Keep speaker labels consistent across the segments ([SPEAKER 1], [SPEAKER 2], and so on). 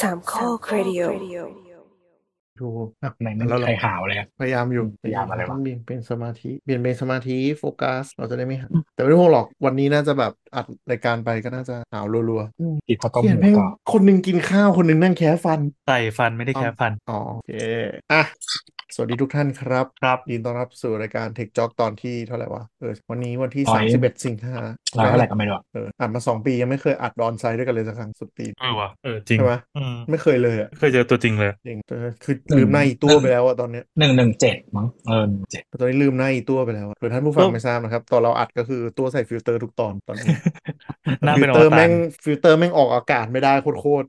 [SPEAKER 1] สามข้อครดิโอ
[SPEAKER 2] ดู
[SPEAKER 3] หนักไหนมันใครหาวเลยอะ
[SPEAKER 2] พยายามอยู่
[SPEAKER 3] พยายามอะไรวะ
[SPEAKER 2] ต้องเบี่ยงเป็นสมาธิเบี่ยงเป็นสมาธิโฟกัส เราจะได้ไม่หาแต่ไม่ต้องห่วงหรอกวันนี้น่าจะแบบอัดรายการไปก็น่าจะหาวรัว
[SPEAKER 3] กินข้าว
[SPEAKER 2] ๆ
[SPEAKER 3] ต้มห
[SPEAKER 2] เขียน
[SPEAKER 3] มู
[SPEAKER 2] แม่ง
[SPEAKER 3] กรอบ
[SPEAKER 2] คนหนึ่งกินข้าวคนหนึ่งนั่งแคะฟัน
[SPEAKER 4] ใส่ฟันไม่ได้แค่ฟัน
[SPEAKER 2] อ๋อโอเคอ่ะสวัสดีทุกท่านครับ
[SPEAKER 4] ครับ
[SPEAKER 2] ยินดีต้อนรับสู่รายการ Tech Jock ตอนที่เท่าไหร่วะเออวันนี้วันที่
[SPEAKER 3] ร้อย
[SPEAKER 2] 31สิงหา
[SPEAKER 3] เราเท่าไหร่ก็ไม่รู้อะ
[SPEAKER 2] เอออัดมาสองปียังไม่เคยอัดดอนไซด์ด้วยกันเลยสักครั้งสุดตีน
[SPEAKER 4] เออวะเออจริง
[SPEAKER 2] ใช่ไหม
[SPEAKER 4] อืม
[SPEAKER 2] ไม่เคยเลยอะ
[SPEAKER 4] เคยเจอตัวจริงเลย
[SPEAKER 2] จริงเออคือลืมหน้าอีตัวไปแล้วอะตอนเนี้ย
[SPEAKER 3] หนึ่งหนึ่งเจ็ดมั้งเออเจ็ด
[SPEAKER 2] ตอนนี้ลืมหน้าอีตัวไปแล้วอะคือท่านผู้ฟั
[SPEAKER 4] ตั
[SPEAKER 2] ง
[SPEAKER 4] ว
[SPEAKER 2] ไม่ทราบนะครับ ตอนเราอัดก็คือตัวใส่ฟิลเตอร์ทุกตอนตอนนี้
[SPEAKER 4] หน้า
[SPEAKER 2] ฟิ
[SPEAKER 4] เป็น
[SPEAKER 2] ล
[SPEAKER 4] อ
[SPEAKER 2] เตอ
[SPEAKER 4] ว
[SPEAKER 2] ร์
[SPEAKER 4] ตา
[SPEAKER 2] แม่
[SPEAKER 4] รง
[SPEAKER 2] ฟิลเตอร์แม่งออกอากาศไม่ได้โคตร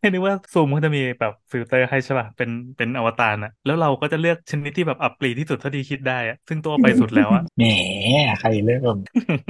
[SPEAKER 4] ให้นึกว่าซูมเขาจะมีแบบฟิลเตอร์ให้ใช่ป่ะเป็นเป็นอวตารนะแล้วเราก็จะเลือกชนิดที่แบบอัปรีที่สุดเท่าที่คิดได้อะซึ่งตัวไปสุดแล้วอะ
[SPEAKER 3] แหมใครเริ่ม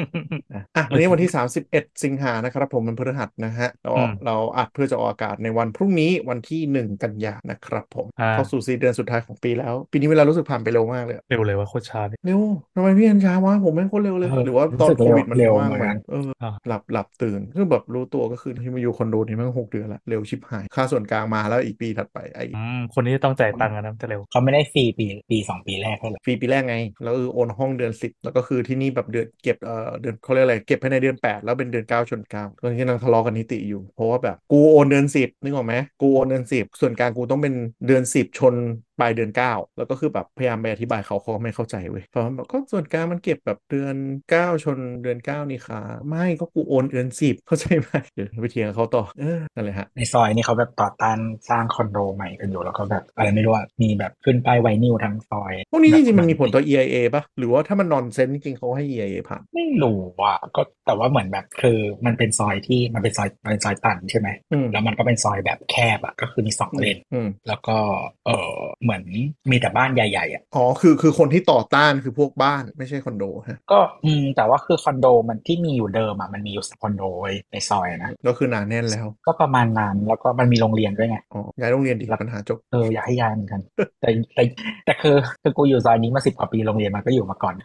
[SPEAKER 2] ๆนะอ่ะวันนี้วันที่ 31 สิงหานะครับ ผมมันพฤหัสนะฮะเรา
[SPEAKER 4] อืม
[SPEAKER 2] เราอัดเพื่อจะออกอากาศในวันพรุ่งนี้วันที่ 1 กันยานะครับผม
[SPEAKER 4] อ่า
[SPEAKER 2] เข้าสู่สี่เดือนสุดท้ายของปีแล้ว ปีนี้เวลารู้สึกผ่านไปเร็วมากเลยอะ
[SPEAKER 4] เร็วเลยว่าโคตรช้าเลย
[SPEAKER 2] เร็วทำไมพี่อันช้าวะผมไม่งโคตรเร็วเลย
[SPEAKER 3] เออ
[SPEAKER 2] หรือว่าตอน
[SPEAKER 3] รู้สึก
[SPEAKER 2] โค
[SPEAKER 3] เร็ว
[SPEAKER 2] วิดมัน
[SPEAKER 3] เร็ว
[SPEAKER 2] ว่าง
[SPEAKER 3] เหมือน
[SPEAKER 2] ไป
[SPEAKER 3] กัน
[SPEAKER 2] เออ
[SPEAKER 4] อ่า
[SPEAKER 2] หลับหลับตื่นคือแบบรู้ตัวก็คือที่มาอยู่คอนโดนี่แม่งหกเดือนละเร็วชิบหายค่าส่วนกลางมาแล้วอีกปีถัดไปไอ
[SPEAKER 4] อืมคนนี้ต้องจ่ายตังค์อะนะจะเร็ว
[SPEAKER 3] เขาไม่ได้ฟรีปีปีสองปีแรกให้เหรอ
[SPEAKER 2] ฟรีปีแรกไง แล้วเออโอนห้องเดือนสิบแล้วก็คือที่นี่แบบเดือนเก็บเอ่อเดือนเขาเรียกอะไรเก็บภายในเดือนแปดแล้วเป็นเดือนเก้าชนเก้าตอนนี้กำลังทะเลาะกันนิติอยู่ เพราะว่าแบบกูโอนเดือนสิบนึกออกไหมกูโอนเดือนสิบส่วนกลางกูต้องเป็นเดือนสิบชนปลายเดือนเก้าแล้วก็คือแบบพยายามไปอธิบายเขาเขาก็ไม่เข้าใจเว้ยเพราะว่าแบบก็ส่วนกลางมันเก็บแบบเดือนเก้าชนเดือนเก้านี่ค่ะไม่ก็กูโอนเดือนสิบเข้าใจไหมเดี๋ยวไปเถียงกับเขาต่อเออนั่นแหละฮะ
[SPEAKER 3] ในซอยนี่เขาแบบต่อต้านสร้างคอนโดใหม่กันอยู่แล้วก็แบบอะไรไม่รู้อะมีแบบขึ้นป้ายไวนิลทั้งซอย
[SPEAKER 2] พวกนี้จริงๆมันมีผล
[SPEAKER 3] ต่
[SPEAKER 2] ต่
[SPEAKER 3] อ
[SPEAKER 2] อ EIA ป่ะหรือว่าถ้ามันนอนเซนจริงๆเขาให้ EIA ผ่าน
[SPEAKER 3] ไม่รู้อะก็แต่ว่าเหมือนแบบคือมันเป็นซอยที่มันเป็นซอยมันเป็นซอยตันใช่ไหม
[SPEAKER 2] อืม
[SPEAKER 3] แล้วมันก็เป็นซอยแบบแคบอะก็คือมีสองเลน
[SPEAKER 2] อืม
[SPEAKER 3] แล้วก็เออเหมือนมีแต่บ้านใหญ่ๆอะ
[SPEAKER 2] อ๋อ คือ คือคนที่ต่อต้านคือพวกบ้านไม่ใช่คอนโดฮะ
[SPEAKER 3] ก็อืมแต่ว่าคือคอนโดมันที่มีอยู่เดิมอ่ะมันมีอยู่สองคอนโดเว้ยในซอยนะ
[SPEAKER 2] ก็คือหนาแน่นแล้ว
[SPEAKER 3] ก็ประมาณนั้นแล้วก็มันมีโรงเรียนด้วยไง
[SPEAKER 2] อ๋อ ย้ายโรงเรียนดีปัญหาจบ
[SPEAKER 3] เอออยากให้ย้ายเหมือน กัน แต่แต่แต่คือคือกูอยู่ซอยนี้มาสิบกว่าปีโรงเรียนมันก็อยู่มาก่อน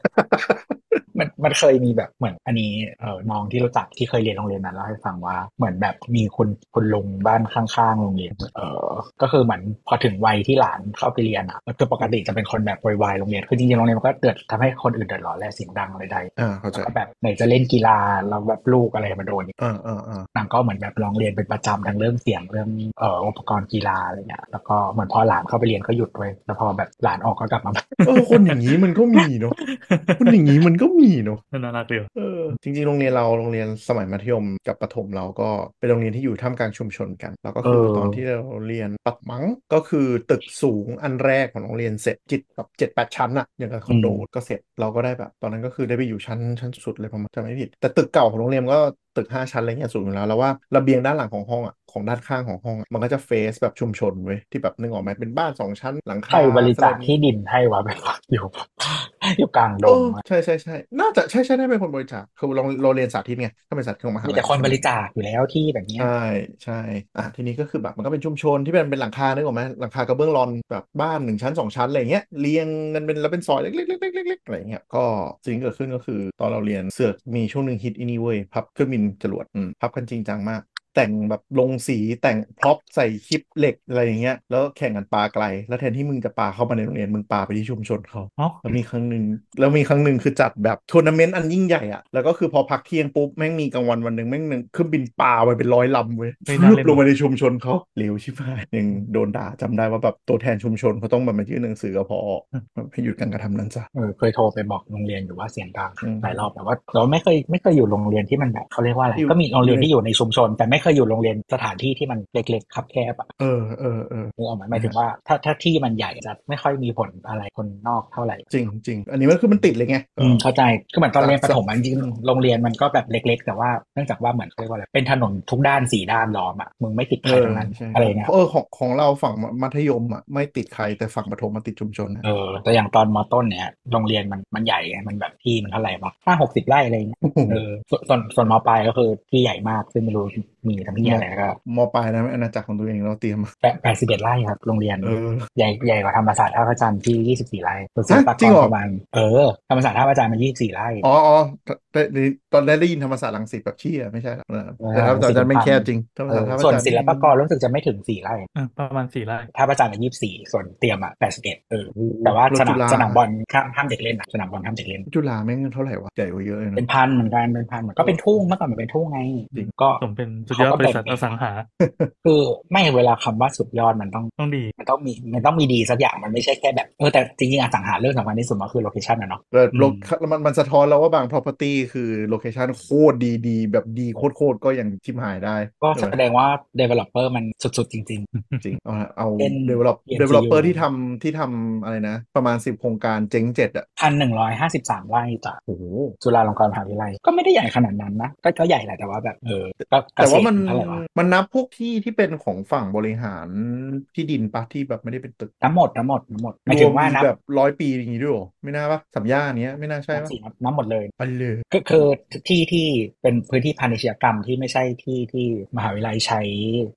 [SPEAKER 3] มันมันเคยมีแบบเหมือนอันนี้เออน้องที่รู้จักที่เคยเรียนโรงเรียนนั้นเล่าให้ฟังว่าเหมือนแบบมีคุณคุณลุงบ้านข้างๆโรงเรียนเออก็คือเหมือนพอถึงวัยที่หลานเข้าไปเรียนอ่ะคือปกติจะเป็นคนแบบโวยวายโรงเรียนคือจริงๆโรงเรียนมันก็เดือดทำให้คนอื่นเดือดร้อนและเสียงดังอะไรใด
[SPEAKER 2] อ่า เข้าใจ
[SPEAKER 3] แล้วก็แบบไหนจะเล่นกีฬาแล้วแบบลูกอะไรมาโดนอีก
[SPEAKER 2] อ่าอ่าอ่าน
[SPEAKER 3] างก็เหมือนแบบร้องเรียนเป็นประจำทั้งเรื่องเสียงเรื่องเอ่ออุปกรณ์กีฬาอะไรเงี้ยแล้วก็เหมือนพอหลานเข้าไปเรียนก็หยุดไว้ยแล้วพอแบบหลานออกก็กลับมา
[SPEAKER 2] เออ คนอย่างนี้มันก็มีเนาะ คนอย่างนี้มันก็มีเนาะ
[SPEAKER 4] น่ารักเดียว
[SPEAKER 2] เออ จริงๆ โรงเรียนเรา โรงเรียนสมัยมัธยมกับประถมเราก็เป็นโรงเรียนที่อยู่ท่ามกลางชุมชนกัน แล้วก็คือ
[SPEAKER 3] เออ
[SPEAKER 2] ตอนที่เราเรียนปัดมังก็คือตึกสูงอันแรกของโรงเรียนเสร็จจิตแบบเจ็ดแปดชั้นอะอย่างกับคอนโดก็เสร็จเราก็ได้แบบ ตอนนั้นก็คือได้ไปอยู่ชั้นชั้นสุดเลยประมาณจะไม่ผิด แต่ตึกเก่าของโรงเรียนก็ตึกห้าชั้นอะไรเงี้ยสูงอยู่แล้วแล้วว่าระเบียงด้านหลังของห้องอะของด้านข้างของห้องอะมันก็จะเฟซแบบชุมชนเว้ยที่แบบนึกออกไหมเป็นบ้านสองชั้นหลัง
[SPEAKER 3] ใคร
[SPEAKER 2] คา
[SPEAKER 3] บริจาค
[SPEAKER 2] สแลน
[SPEAKER 3] ที่ดินให้วะแบบว่า อยู่ อยู่กลางด
[SPEAKER 2] โอ้
[SPEAKER 3] งอะ
[SPEAKER 2] ใช่ใช่ใช่น่าจะใช่ใช่ได้เป็นคนบริจาคคือเราเราเรียนสาธิตไงถ้าเป็นสาธิตของมหา
[SPEAKER 3] มี
[SPEAKER 2] ลัย
[SPEAKER 3] แต่คนบริจาคอยู่แล้วที่แบบเนี้ย
[SPEAKER 2] ใช่ใช่อ่ะทีนี้ก็คือแบบมันก็เป็นชุมชนที่เป็นเป็นหลังคานึกออกไหมหลังคากระเบื้องรอนแบบบ้านหนึ่งชั้นสองชั้นอะไรอย่างเงี้ยเรียงกันเป็นแล้วเป็นซอยเล็กๆเล็กๆเล็กๆอะไรอย่างเงี้ยก็สิ่งที่เกิดขึ้นก็คือตอนเราเรียนเสือกมีช่วงหนึ่งฮิตอินี่เว้ยพับเครื่องบินจรวดอืมพับกันจริงจังมาก แต่งแบบลงสีแต่งพร็อพใส่คลิปเหล็กอะไรอย่างเงี้ยแล้วแข่งกันปาไกล แล้วแทนที่มึงจะปาเข้ามาในโรงเรียนมึงปาไปที่ชุมชนเขา
[SPEAKER 4] อ๋อ
[SPEAKER 2] แล้วมีครั้งหนึ่งแล้วมีครั้งหนึ่งคือจัดแบบทัวร์นาเมนต์อันยิ่งใหญ่อะแล้วก็คือพอพักเที่ยงปุ๊บ แม่งมีกลางวันวันหนึ่งแม่งหนึ่งเครื่องบินปลาไปเป็นร้อยลำเว้ย
[SPEAKER 4] ไม่น่า
[SPEAKER 2] ฟึบ
[SPEAKER 4] เล่น
[SPEAKER 2] ลงมาในชุมชนเขาเร็วชิบหายยังโดนด่าจำได้ว่าแบบตัวแทนชุมชนเขาต้องแบบมายื่นหนังสือกับพอให้หยุดการกระทำนั้นซะ
[SPEAKER 3] เออเคยโทรไปบอกโรงเรียนอยู่ว่าเสียงดัง
[SPEAKER 2] อืม
[SPEAKER 3] หลายรอบแต่ว่าเราไม่เคยไม่เคยอยู่โรงเรียนที่มันแบบเขาเรียกว่าอะไร
[SPEAKER 2] อยู่
[SPEAKER 3] ก็มีโรงเรียนที่อยู่ในชุมชน แต่ไม่เคยอยู่โรงเรียนสถานที่ที่มันเล็กๆคับแคบอะ
[SPEAKER 2] เออเออเออ
[SPEAKER 3] นึกออกไหมหมายถึงว่าถ้าถ้าที่มันใหญ่จะไม่ค่อยมีผลอะไรคนนอกเท่าไหร่
[SPEAKER 2] จริงจริงอันนี้มันคือมันติดเลยไง
[SPEAKER 3] อืมเข้าใจก็เหมือนตอนเรียน
[SPEAKER 2] สะ
[SPEAKER 3] ประถมอะ
[SPEAKER 2] สะ
[SPEAKER 3] จริงๆโรงเรียนมันก็แบบเล็ก ๆ แต่ว่าเนื่องจากว่าเหมือนเขาเรียกว่าอะไรเป็นถนนทุกด้านสี่ด้านล้อมอ่ะมึงไม่ติดใครทั้งนั้น
[SPEAKER 2] ใช่
[SPEAKER 3] อะไรเงี้ย
[SPEAKER 2] เออของของเราฝั่งมัธยมอะไม่ติดใครแต่ฝั่งประถมมันติดชุมชนนะ
[SPEAKER 3] เออแต่อย่างตอนมต้นเนี่ยโรงเรียนมันมันใหญ่ไงมันแบบที่มันเท่าไหร่วะห้าหกสิบไร่อะไรเงี้ย
[SPEAKER 2] โอ้โห
[SPEAKER 3] เออส่วนส่วนส่วนมปลายก็คือที่ใหญ่มากซึ่งไม่รู้ มีทำที่อะไรก็
[SPEAKER 2] มปลายนะอาณาจักรของตัวเองเราเตรียมมา
[SPEAKER 3] แปดแปดสิบเอ็ดไร่ครับ โรงเรียน
[SPEAKER 2] เออ
[SPEAKER 3] ใหญ่ใหญ่กว่าธรรมศาสตร์ท่าพระจันทร์ที่ยี่สิบสี่ไร่ส่วนศิลปาก
[SPEAKER 2] จริงเหรอ
[SPEAKER 3] ประมาณเออธรรมศาสตร์ท่าพระจันทร์มันยี่สิบสี่ไร่
[SPEAKER 2] อ๋ออ๋อได้ได้ตอนแรกได้ยินธรรมศาสตร์รังสิตแบบเชี่ยไม่ใช่หรอกนะแต่ธรรมศาสตร์อาจารย์ไม่งแคบจริงธรรม
[SPEAKER 3] เอ
[SPEAKER 2] ศาสตร์ธ
[SPEAKER 3] อ
[SPEAKER 2] รรม
[SPEAKER 3] ส่วน
[SPEAKER 2] ศาสตร์
[SPEAKER 3] ศิลปากรรู้สึกจะไม่ถึงสี่ไร่
[SPEAKER 4] อ่ะประมาณสี่ไร่
[SPEAKER 3] ถ้าประจานเป็นยี่สิบสี่ส่วนเตรียมอ่ะแปดสิบเอ็ดเออ แต่ว่าสนาม
[SPEAKER 2] จุฬ
[SPEAKER 3] สนามบอลห้ามห้ามเด็กเล่นอะสนามบอลห้ามเด็กเล่น
[SPEAKER 2] จุฬาแม่งเท่าไหร่วะใหญ่กว่าเยอะเลยนะ
[SPEAKER 3] เป็นพันเหมือนกันเป็นพันเหมือนก็เป็นทุ่งเมื่อก่อนมันเป็นทุ่งไง
[SPEAKER 2] จริง
[SPEAKER 3] ก็
[SPEAKER 4] สมเป็นสุดยอด
[SPEAKER 3] เขาก็
[SPEAKER 4] บริษัท
[SPEAKER 3] แบ่ง
[SPEAKER 4] อสังหา
[SPEAKER 3] คือไม่เวลาคำว่าสุดยอดมันต้อง
[SPEAKER 4] ต้องดี
[SPEAKER 3] มันต้องมีมันต้องมีดีสักอย่างมันไม่ใช่แค่แบบเออแต่จริงๆอะสังหาเรื่องสำคัญที่สุดมันคือโลเคชันนะเนาะ
[SPEAKER 2] เออโล
[SPEAKER 4] อืม
[SPEAKER 2] คมันมันสะท้อนแล้วว่าบาง property คือโลเคชันโคตรดีดีๆแบบดีโคตรโคตรๆก็ยังชิมหายได้
[SPEAKER 3] ก็
[SPEAKER 2] ใช่ไหม
[SPEAKER 3] แสดงว่า developer มันสุดๆจริง
[SPEAKER 2] จริงเอาละเอา
[SPEAKER 3] เป็น
[SPEAKER 2] develop
[SPEAKER 3] PNCU
[SPEAKER 2] developer ที่ทำที่ทำอะไรนะ ประมาณ 10 โครงการเจ๊งเจ็ดอ่ะ
[SPEAKER 3] ๆพันหนึ่งร้อยห้าสิบสามไร่จาก
[SPEAKER 2] โอ้โห
[SPEAKER 3] จุฬาลงกรณ์มหาวิทยาลัยก็ไม่ได้ใหญ่ขนาดนั้นนะก็ก็ใหญ่แหละแต่ว่าแบบเออก็เก
[SPEAKER 2] แต่
[SPEAKER 3] ษ
[SPEAKER 2] ว่า
[SPEAKER 3] ตร
[SPEAKER 2] มัน
[SPEAKER 3] เท่าไหร่วะ
[SPEAKER 2] มันนับพวกที่ที่เป็นของฝั่งบริหารที่ดินปะที่แบบไม่ได้เป็นตึก
[SPEAKER 3] น้ำหมดน้ำหมดน้ำหมดหมายถึงว่านับ
[SPEAKER 2] แบบร้อยปีอย่างงี้ด้วยเหรอไม่น่าปะสัมย่านเนี้ยไม่น่าใช่
[SPEAKER 3] นับ
[SPEAKER 2] ปะ
[SPEAKER 3] สี่นับนับหมดเลย
[SPEAKER 2] อันเลย
[SPEAKER 3] ก็คือที่ที่เป็นพื้นที่พาณิชยกรรมที่ไม่ใช่ที่ที่มหาวิทยาลัยใช้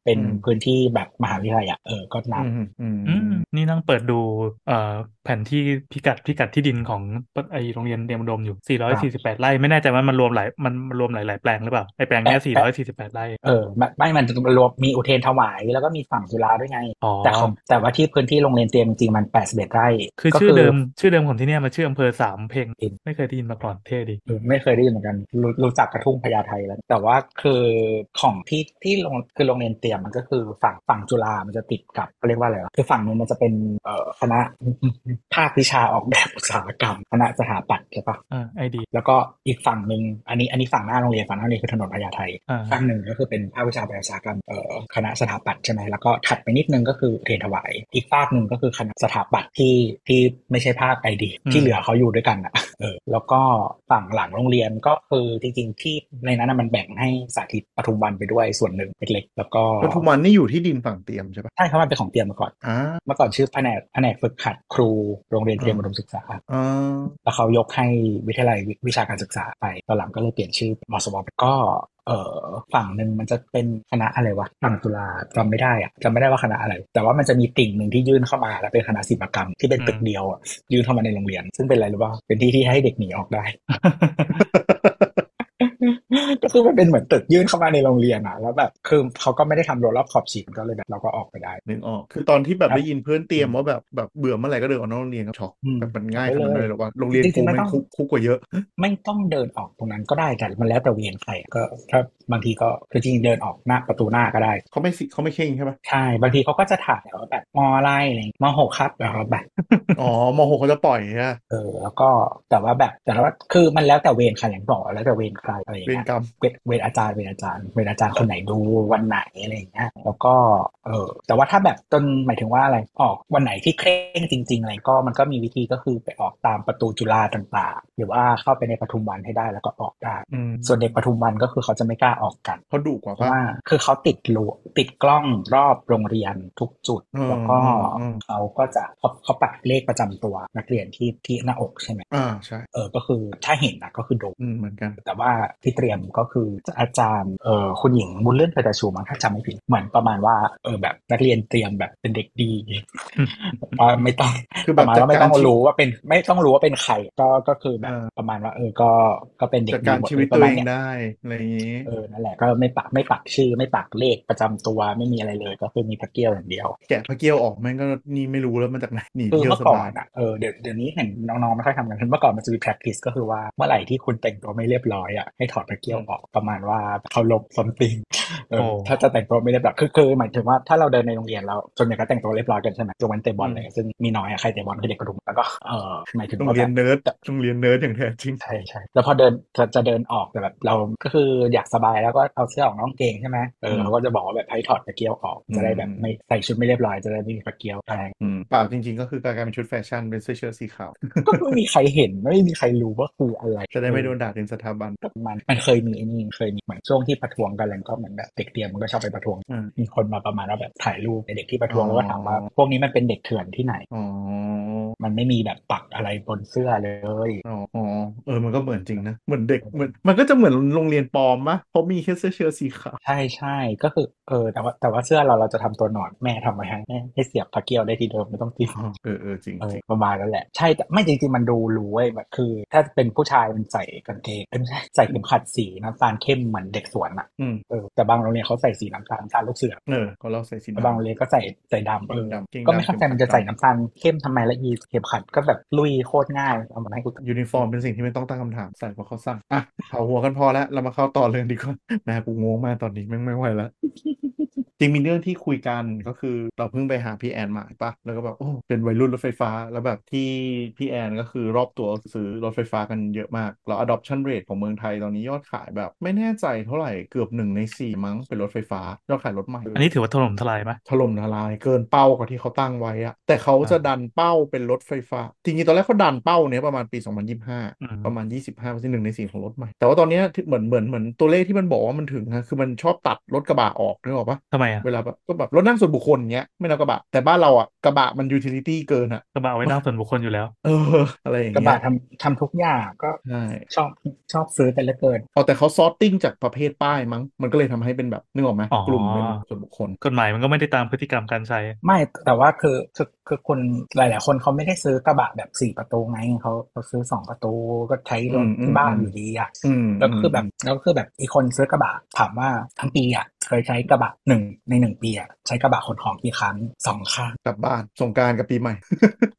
[SPEAKER 3] เป็นพื้นที่แบบมหาวิทยาลัยอ่ะเออก็นับ
[SPEAKER 2] อืมอืม
[SPEAKER 4] อืมนี่นั่งเปิดดูเอ่อแผนที่พิกัดพิกัดที่ดินของไอโรงเรียนเตรียมอุดมอยู่ 448 ไร่ ไม่แน่ใจว่ามันรวมหลายมันมันรวมหลายๆแปลงหรือเปล่า ไอแปลงเนี้ย448 ไร่
[SPEAKER 3] เออไม่ไม่มันรวมมีอุเทรนถวายแล้วก็มีฝั่งจุฬาด้วยไง
[SPEAKER 4] อ๋อ
[SPEAKER 3] แต่ของแต่ว่าที่พื้นที่โรงเรียนเตรียมจริงๆมันแปดสิบเอ็ดไร่
[SPEAKER 4] คือ
[SPEAKER 3] ก็
[SPEAKER 4] ชื่อเดิมชื่อเดิมของที่เนี่ยมันชื่ออำเภอสามเพลงไม่เคยได้ยินมาก่อนเท่ดี
[SPEAKER 3] เออไม่เคยได้ยินเหมือนกันรู้รู้จักกระทุ่งพญาไทแล้ว แต่ว่าคือของที่ที่โรงคือโรงเรียนเตรียมมันก็คือฝั่งฝั่งจุฬามันจะติดกับเขาเรียกว่าอะไรวะคือฝั่งนู้นมันจะเป็นเอ่อคณะ ภาควิชาออกแบบอุตสาหกรรมคณะสถาปัตย์ใช่ปะ
[SPEAKER 4] อ่าไอดี
[SPEAKER 3] แล้วก็อีกฝั่งหนึ่งอันนี้อันนี้ฝั่งหน้าโรงเรียนฝั่งหน้าโรงเรียนคือถนนพญาไท
[SPEAKER 4] อ่า
[SPEAKER 3] ฝั่งหนึ่งก็คือเป็นภาควิชาแบบอุตสาหกรรมเอ่อคณะสถาปัตย์ใช่ไหมแล้วก็ถัดไปนิดนึงก็คือเทรนถวาย อีกฝากหนึ่งก็คือคณะสถาปัตย์ที่ที่ไม่ใช่ภาคไอดีที่เหลือเขาอยู่ด้วยกันอ่ะเออแล้วก็ฝั่งหลังโรงเรียนก็คือจริงๆที่ในนั้นนะมันแบ่งให้สาธิตปทุมวันไปด้วยส่วนหนึ่งเล็กๆแล้วก็
[SPEAKER 2] ปทุมวันนี่อยู่ที่ดินฝั่งเตรียมใช่ปะ
[SPEAKER 3] ใช่เขามันเป็นของเตรียมมาก่อน
[SPEAKER 2] อ่า
[SPEAKER 3] เมื่อก่อนชื่อแผนกแผนกฝึกหัดครูโรงเรียนเตรียมอุดมศึกษา
[SPEAKER 2] อ่า
[SPEAKER 3] แล้วเขายกให้วิทยาลัยวิชาการศึกษาไปตอนหลังก็เลยเปลี่ยนชื่อมสวก็เออฝั่งหนึ่งมันจะเป็นคณะอะไรวะฝั่งตุลาจำไม่ได้อะจำไม่ได้ว่าคณะอะไร แต่ว่ามันจะมีติ่งหนึ่งที่ยื่นเข้ามาแล้วเป็นคณะศิลปกรรมที่เป็นตึกเดียวอะยื่นเข้ามาในโรงเรียน ซึ่งเป็นอะไรหรือว่าเป็นที่ที่ให้เด็กหนีออกได้ ก็คือมันเป็นเหมือนตึกยื่นเข้ามาในโรงเรียนอะแล้วแบบคือเขาก็ไม่ได้ทำรั้วรอบขอบชิดก็เลยแบบเราก็ออกไปได้
[SPEAKER 2] นึกออกคือตอนที่แบบ
[SPEAKER 3] ครับ
[SPEAKER 2] ได้ยินเพื่อนเตรียมว่าแบบแบบเบื่อเมื่อไหร่ก็เดินออกนอกโรงเรียนก็ช็อก
[SPEAKER 3] อืม
[SPEAKER 2] แบบมันง่ายขนาดนั้
[SPEAKER 3] ไป
[SPEAKER 2] น
[SPEAKER 3] เล
[SPEAKER 2] เลย
[SPEAKER 3] ย
[SPEAKER 2] เหรอวะโรงเรียน
[SPEAKER 3] จริ
[SPEAKER 2] กู
[SPEAKER 3] งๆไม่
[SPEAKER 2] แม่
[SPEAKER 3] ต้อง ง
[SPEAKER 2] คุกคุกกว่าเยอะ
[SPEAKER 3] ไม่ต้องเดินออกตรงนั้นก็ได้แต่มันแล้วแต่เวรใครอะก็ถ้าบางทีก็คือจริงๆเดินออกหน้าประตูหน้าก็ได้
[SPEAKER 2] เขาไม่สิเขาไม่เข่งใช่ปะ
[SPEAKER 3] ใช่ บางทีเขาก็จะถามแบบว่าแบบมออะไรอะไรมหกครับแล้วก็แบบ
[SPEAKER 2] อ๋อมหกเขาจะปล่อยฮะ
[SPEAKER 3] เออแล้วก็แต่ว่าแบบแต่ว่าคือมันแล้วแต่เวรใครอย่างบอกแล้วแต่เวรใครอะไรอย่าง
[SPEAKER 2] เวร
[SPEAKER 3] เงี้ย
[SPEAKER 2] กรรม
[SPEAKER 3] เวรเวรอาจารย์เวรอาจารย์เวรอาจารย์คนไหนดูวันไหนอะไรอย่างเงี้ยแล้วก็เออแต่ว่าถ้าแบบจนหมายถึงว่าอะไรออกวันไหนที่เคร่งจริง ๆ อะไรก็มันก็มีวิธีก็คือไปออกตามประตูจุฬาต่างๆ หรือว่าเข้าไปในปทุมวันให้ได้แล้วก็ออกได้
[SPEAKER 2] อืม
[SPEAKER 3] ส่วนเด็กปทุมวันก็คือเขาจะไม่กล้าออกกัน
[SPEAKER 2] เขาดุกว่า
[SPEAKER 3] เพราะ
[SPEAKER 2] ปะ
[SPEAKER 3] ว่าคือเขาติดรั้วติดกล้องรอบโรงเรียนทุกจุด
[SPEAKER 2] อืม
[SPEAKER 3] แล้วก็
[SPEAKER 2] อืม
[SPEAKER 3] เขาก็จะเขาเขาปักเลขประจำตัวนักเรียนที่ที่หน้าอกใช่ไหม
[SPEAKER 2] อ่าใช่
[SPEAKER 3] เออก็คือถ้าเห็นนะก็คือโดน
[SPEAKER 2] อืมเหมือนกัน
[SPEAKER 3] แต่ว่าที่เตรียมก็คืออาจารย์เออคุณหญิงบุญเลื่อนเประชูมั้งถ้าจำไม่ผิดเหมือนประมาณว่าเออแบบนักเรียนเตรียมแบบเป็นเด็ก ดีว่าไม่ต้อง
[SPEAKER 2] คือแบ
[SPEAKER 3] ป
[SPEAKER 2] บ
[SPEAKER 3] ระมาณว่าไม่ต้
[SPEAKER 2] จัดกา
[SPEAKER 3] อง
[SPEAKER 2] รชีวิต
[SPEAKER 3] รู้ว่าเป็นไม่ต้องรู้ว่าเป็นใครก็ก็คือแบบ
[SPEAKER 2] อ่า
[SPEAKER 3] ประมาณว่าเออก็ก็เป็นเด็ก
[SPEAKER 2] จัด
[SPEAKER 3] ดี
[SPEAKER 2] การ
[SPEAKER 3] หมด
[SPEAKER 2] ชีวิต
[SPEAKER 3] ป
[SPEAKER 2] ตั
[SPEAKER 3] ระ
[SPEAKER 2] ว
[SPEAKER 3] มา
[SPEAKER 2] เอง
[SPEAKER 3] ณเนี้ย
[SPEAKER 2] ได้อะไรอย่างงี้
[SPEAKER 3] เออ นั่นแหละ ก็ไม่ปักไม่ปักชื่อ ไม่ปักเลขประจำตัว ไม่มีอะไรเลย ก็คือมีพระเกี้ยวอย่างเดียว
[SPEAKER 2] แกะพระเกี้ยวออกแม่งก็นี่ไม่รู้แล้วมาจากไหนหนี
[SPEAKER 3] คือ
[SPEAKER 2] เที่ยว
[SPEAKER 3] เมื่อ
[SPEAKER 2] ส
[SPEAKER 3] ก่อบ
[SPEAKER 2] าย
[SPEAKER 3] นอ่ะ เออ เดี๋ยวเดี๋ยวนี้เห็นน้องๆ ไม่ค่อยทำกันเมื่อก่อนมันจะมี practice ก็คือว่า เมื่อไหร่ที่คุณแต่งตัวไม่เรียบร้อยอ่ะ ให้ถอดพระเกี้ยวออก ประมาณว่าเขาลบ something เออ
[SPEAKER 4] โอ้
[SPEAKER 3] ถ้าจะแต่งตัวไม่เรียบร้อย คือคือหมายถึงว่าถ้าเราเดินในโรงเรียนแล้วส่วนใหญ่ก็แต่งตัวเรียบร้อยกันใช่ไหมยกเว้นเตะบอลเลย ซึ่งมีน้อยอ่ะ ใครเตะบอลคือเด็กกระดุมแล้วก็ เออหมายถึง
[SPEAKER 2] โรง
[SPEAKER 3] ว่า
[SPEAKER 2] เรี
[SPEAKER 3] แบ
[SPEAKER 2] ยน
[SPEAKER 3] บ
[SPEAKER 2] เนิร์ดโรงเรียนเนิร์ดอย่างแท้จริง
[SPEAKER 3] ใช่ใช่แล้วพอเดินจะจะเดินออกแต่แบบเราก็คืออยากสบายแล้วก็เอาเสื้อออกน้องเกงใช่ไหมเออเขาก็จะบอกว่าแบบให้ถอดตะเกียวออกจะได้แบบไม่ใส่ชุดไม่เรียบร้อยจะได้ไม่มีตะเกียวอะไร
[SPEAKER 2] อืมเปล่าจริง ๆ ก็คือการกลายเป็นชุดแฟชั่นเป็นเสื้อเชิ้ตสีขาว
[SPEAKER 3] ก็ไม่มีใครเห็นไม่มีใครรู้ว่าคืออะไร
[SPEAKER 2] จะได้ไม่โดนด่าถึงสถาบัน
[SPEAKER 3] มันมันเคยมีไอ้นี่เคยมีเหมือนช่วงที่ประท้วงกันแล้วก็เหมือนแบบเด็กเตรียมมันก็ชอบไปประท้วง
[SPEAKER 2] อ่า
[SPEAKER 3] มีคนมาประมาณว่าแบบถ่ายรูปในเด็กที่ประท้วง
[SPEAKER 2] อ๋อ
[SPEAKER 3] แล้วก็ถามว่าพวกนี้มันเป็นเด็กเถื่อนที่ไหน
[SPEAKER 2] อ๋อ
[SPEAKER 3] มันไม่มีแบบปักอะไรบนเสื้อเลย
[SPEAKER 2] อ๋ออ๋อเออ มันก็เหมือนจริงนะ เหมือนเด็กเหมือนมันก็จะเหมือนโรงเรียนปลอมปะเพราะมีแค่เสื้อเชิ้ตสีขาว
[SPEAKER 3] ใช่ใช่ก็คือเออแต่ว่าแต่ว่าเสื้อเราเราจะทำตัวหนอนแม่ทำไว้ให้ให้ให้เสียบตะเกียวได้ทีเดิมไม่ต้องจิ้ม
[SPEAKER 2] อ๋อเออเออจริง
[SPEAKER 3] เอ
[SPEAKER 2] จ
[SPEAKER 3] อ
[SPEAKER 2] ริง
[SPEAKER 3] ประมาณนั้นแหละ ใช่แต่ไม่จริงๆมันดูรู้เว้ยแบบคือ ถ้าเป็นผู้ชายมันใส่กางเกงเอ้ยไม่ใช่ใส่เข็มขัดสีน้ำตาลเข้มเหมือนเด็กสวนอะ
[SPEAKER 2] อืม
[SPEAKER 3] เออแต่บางโรงเรียนเขาใส่สีน้ำตาลน้ำตาลลูกเสือ
[SPEAKER 2] เออก็เราใส่สี
[SPEAKER 3] แต่
[SPEAKER 2] ดำ
[SPEAKER 3] บางโรงเรียนก็ใส่ใส่ดำ
[SPEAKER 2] เก
[SPEAKER 3] เอง อ
[SPEAKER 2] ดำเกงดำ
[SPEAKER 3] ก็ไม่เข้าใจ
[SPEAKER 2] เกงดำ
[SPEAKER 3] มันจะใส่น้ำตาลเข้มทำไมละอีเข็มขัดก็แบบลุยโคตรง่ายเอามาให้กู
[SPEAKER 2] ยูนิฟอร์มเป็นสิ่งที่ไม่ต้องตั้งคำถามใส่เพราะเขาสั่งอ่ะเผาหัวกันพอแล้ว เรามาเข้าต่อเรื่องดีกว่า นะกูงงมากตอนนี้แม่งไม่ไหวแล้ว จริงมีเรื่องที่คุยกันก็คือเราเพิ่งไปหาพี่แอนมาปะแล้วก็แบบโอ้เป็นวัยรุ่นรถไฟฟ้าแล้วแบบที่พี่แอนก็คือรอบตัวซื้อรถไฟฟ้ากันเยอะมากแล้ว adoption rate ของเมืองไทยตอนนี้ยอดขายแบบ ไม่แน่ใจเท่าไหร่เกือบหนึ่งในสี่มั้งเป็นรถไฟฟ้ายอดขายรถใหม่
[SPEAKER 4] อันนี้ถือว่าถล่มทลายไหม
[SPEAKER 2] ถล่มทลายเกินเป้ากว่าที่เขาตั้งไว้อะแต่เขา
[SPEAKER 4] อ่า
[SPEAKER 2] จะดันเป้าเป็นรถไฟฟ้า จริงๆ ตอนแรกเขาดันเป้าเนี้ยประมาณปี
[SPEAKER 4] อืม
[SPEAKER 2] 2025 ประมาณ 25เปอร์เซ็นต์หนึ่งในสี่ของรถใหม่ แต่ว่าตอนเนี้ยที่เหมือนเหมือนเหมือนตัวเลขที่มันบอกว่ามันถึงนะคือมันชอบตัดรถกระบะออกนึกออกปะ
[SPEAKER 4] ทำไมอ่ะ
[SPEAKER 2] เวลาแบบก็แบบรถนั่งส่วนบุคคลเงี้ยไม่นับกระบะ แต่บ้านเราอะกระบะมันยูทิลิตี้เกินอะ
[SPEAKER 4] กระบะเอาไว้นั่งส่วนบุคคลอยู่แล้ว
[SPEAKER 2] เออ อะไรอย่าง
[SPEAKER 3] กระ
[SPEAKER 2] เงี้
[SPEAKER 3] บะ
[SPEAKER 2] ย
[SPEAKER 3] ทำทำทุกอย่างก็
[SPEAKER 2] ใช่
[SPEAKER 3] ชอบชอบซื้อกันเหลือเกิน
[SPEAKER 2] เอาแต่เขาซอร์ติ้งจากประเภทป้ายมั้ง มันก็เลยทำให้เป็นแบบนึกออกไหม
[SPEAKER 4] อ๋อ
[SPEAKER 2] กลุ่มเป็นส่วนบุคคล
[SPEAKER 4] กฎหมายมันก็ไม่ได้ตามพฤติกรรมการใช้
[SPEAKER 3] ไม่แต่ว่าคือคือคือคนหลาย ๆ คนเขาไม่ได้ซื้อกระบะแบบสี่ประตูไงเขาเขาซื้อสองประตูก็ใช้รถ
[SPEAKER 2] อืมอืม
[SPEAKER 3] ที่บ้าน
[SPEAKER 2] อืม
[SPEAKER 3] อยู่ดีอ่ะ
[SPEAKER 2] อืม
[SPEAKER 3] แล้วก็คือแบบแล้วก็คือแบบอีกคนซื้อกระบะถามว่าทั้งปีอ่ะเคยใช้กระบะหนึ่งในหนึ่งปีอ่ะใช้กระบะขนของกี่ครั้งสองครั้ง
[SPEAKER 2] กลับบ้านสงกรารกับปีใหม่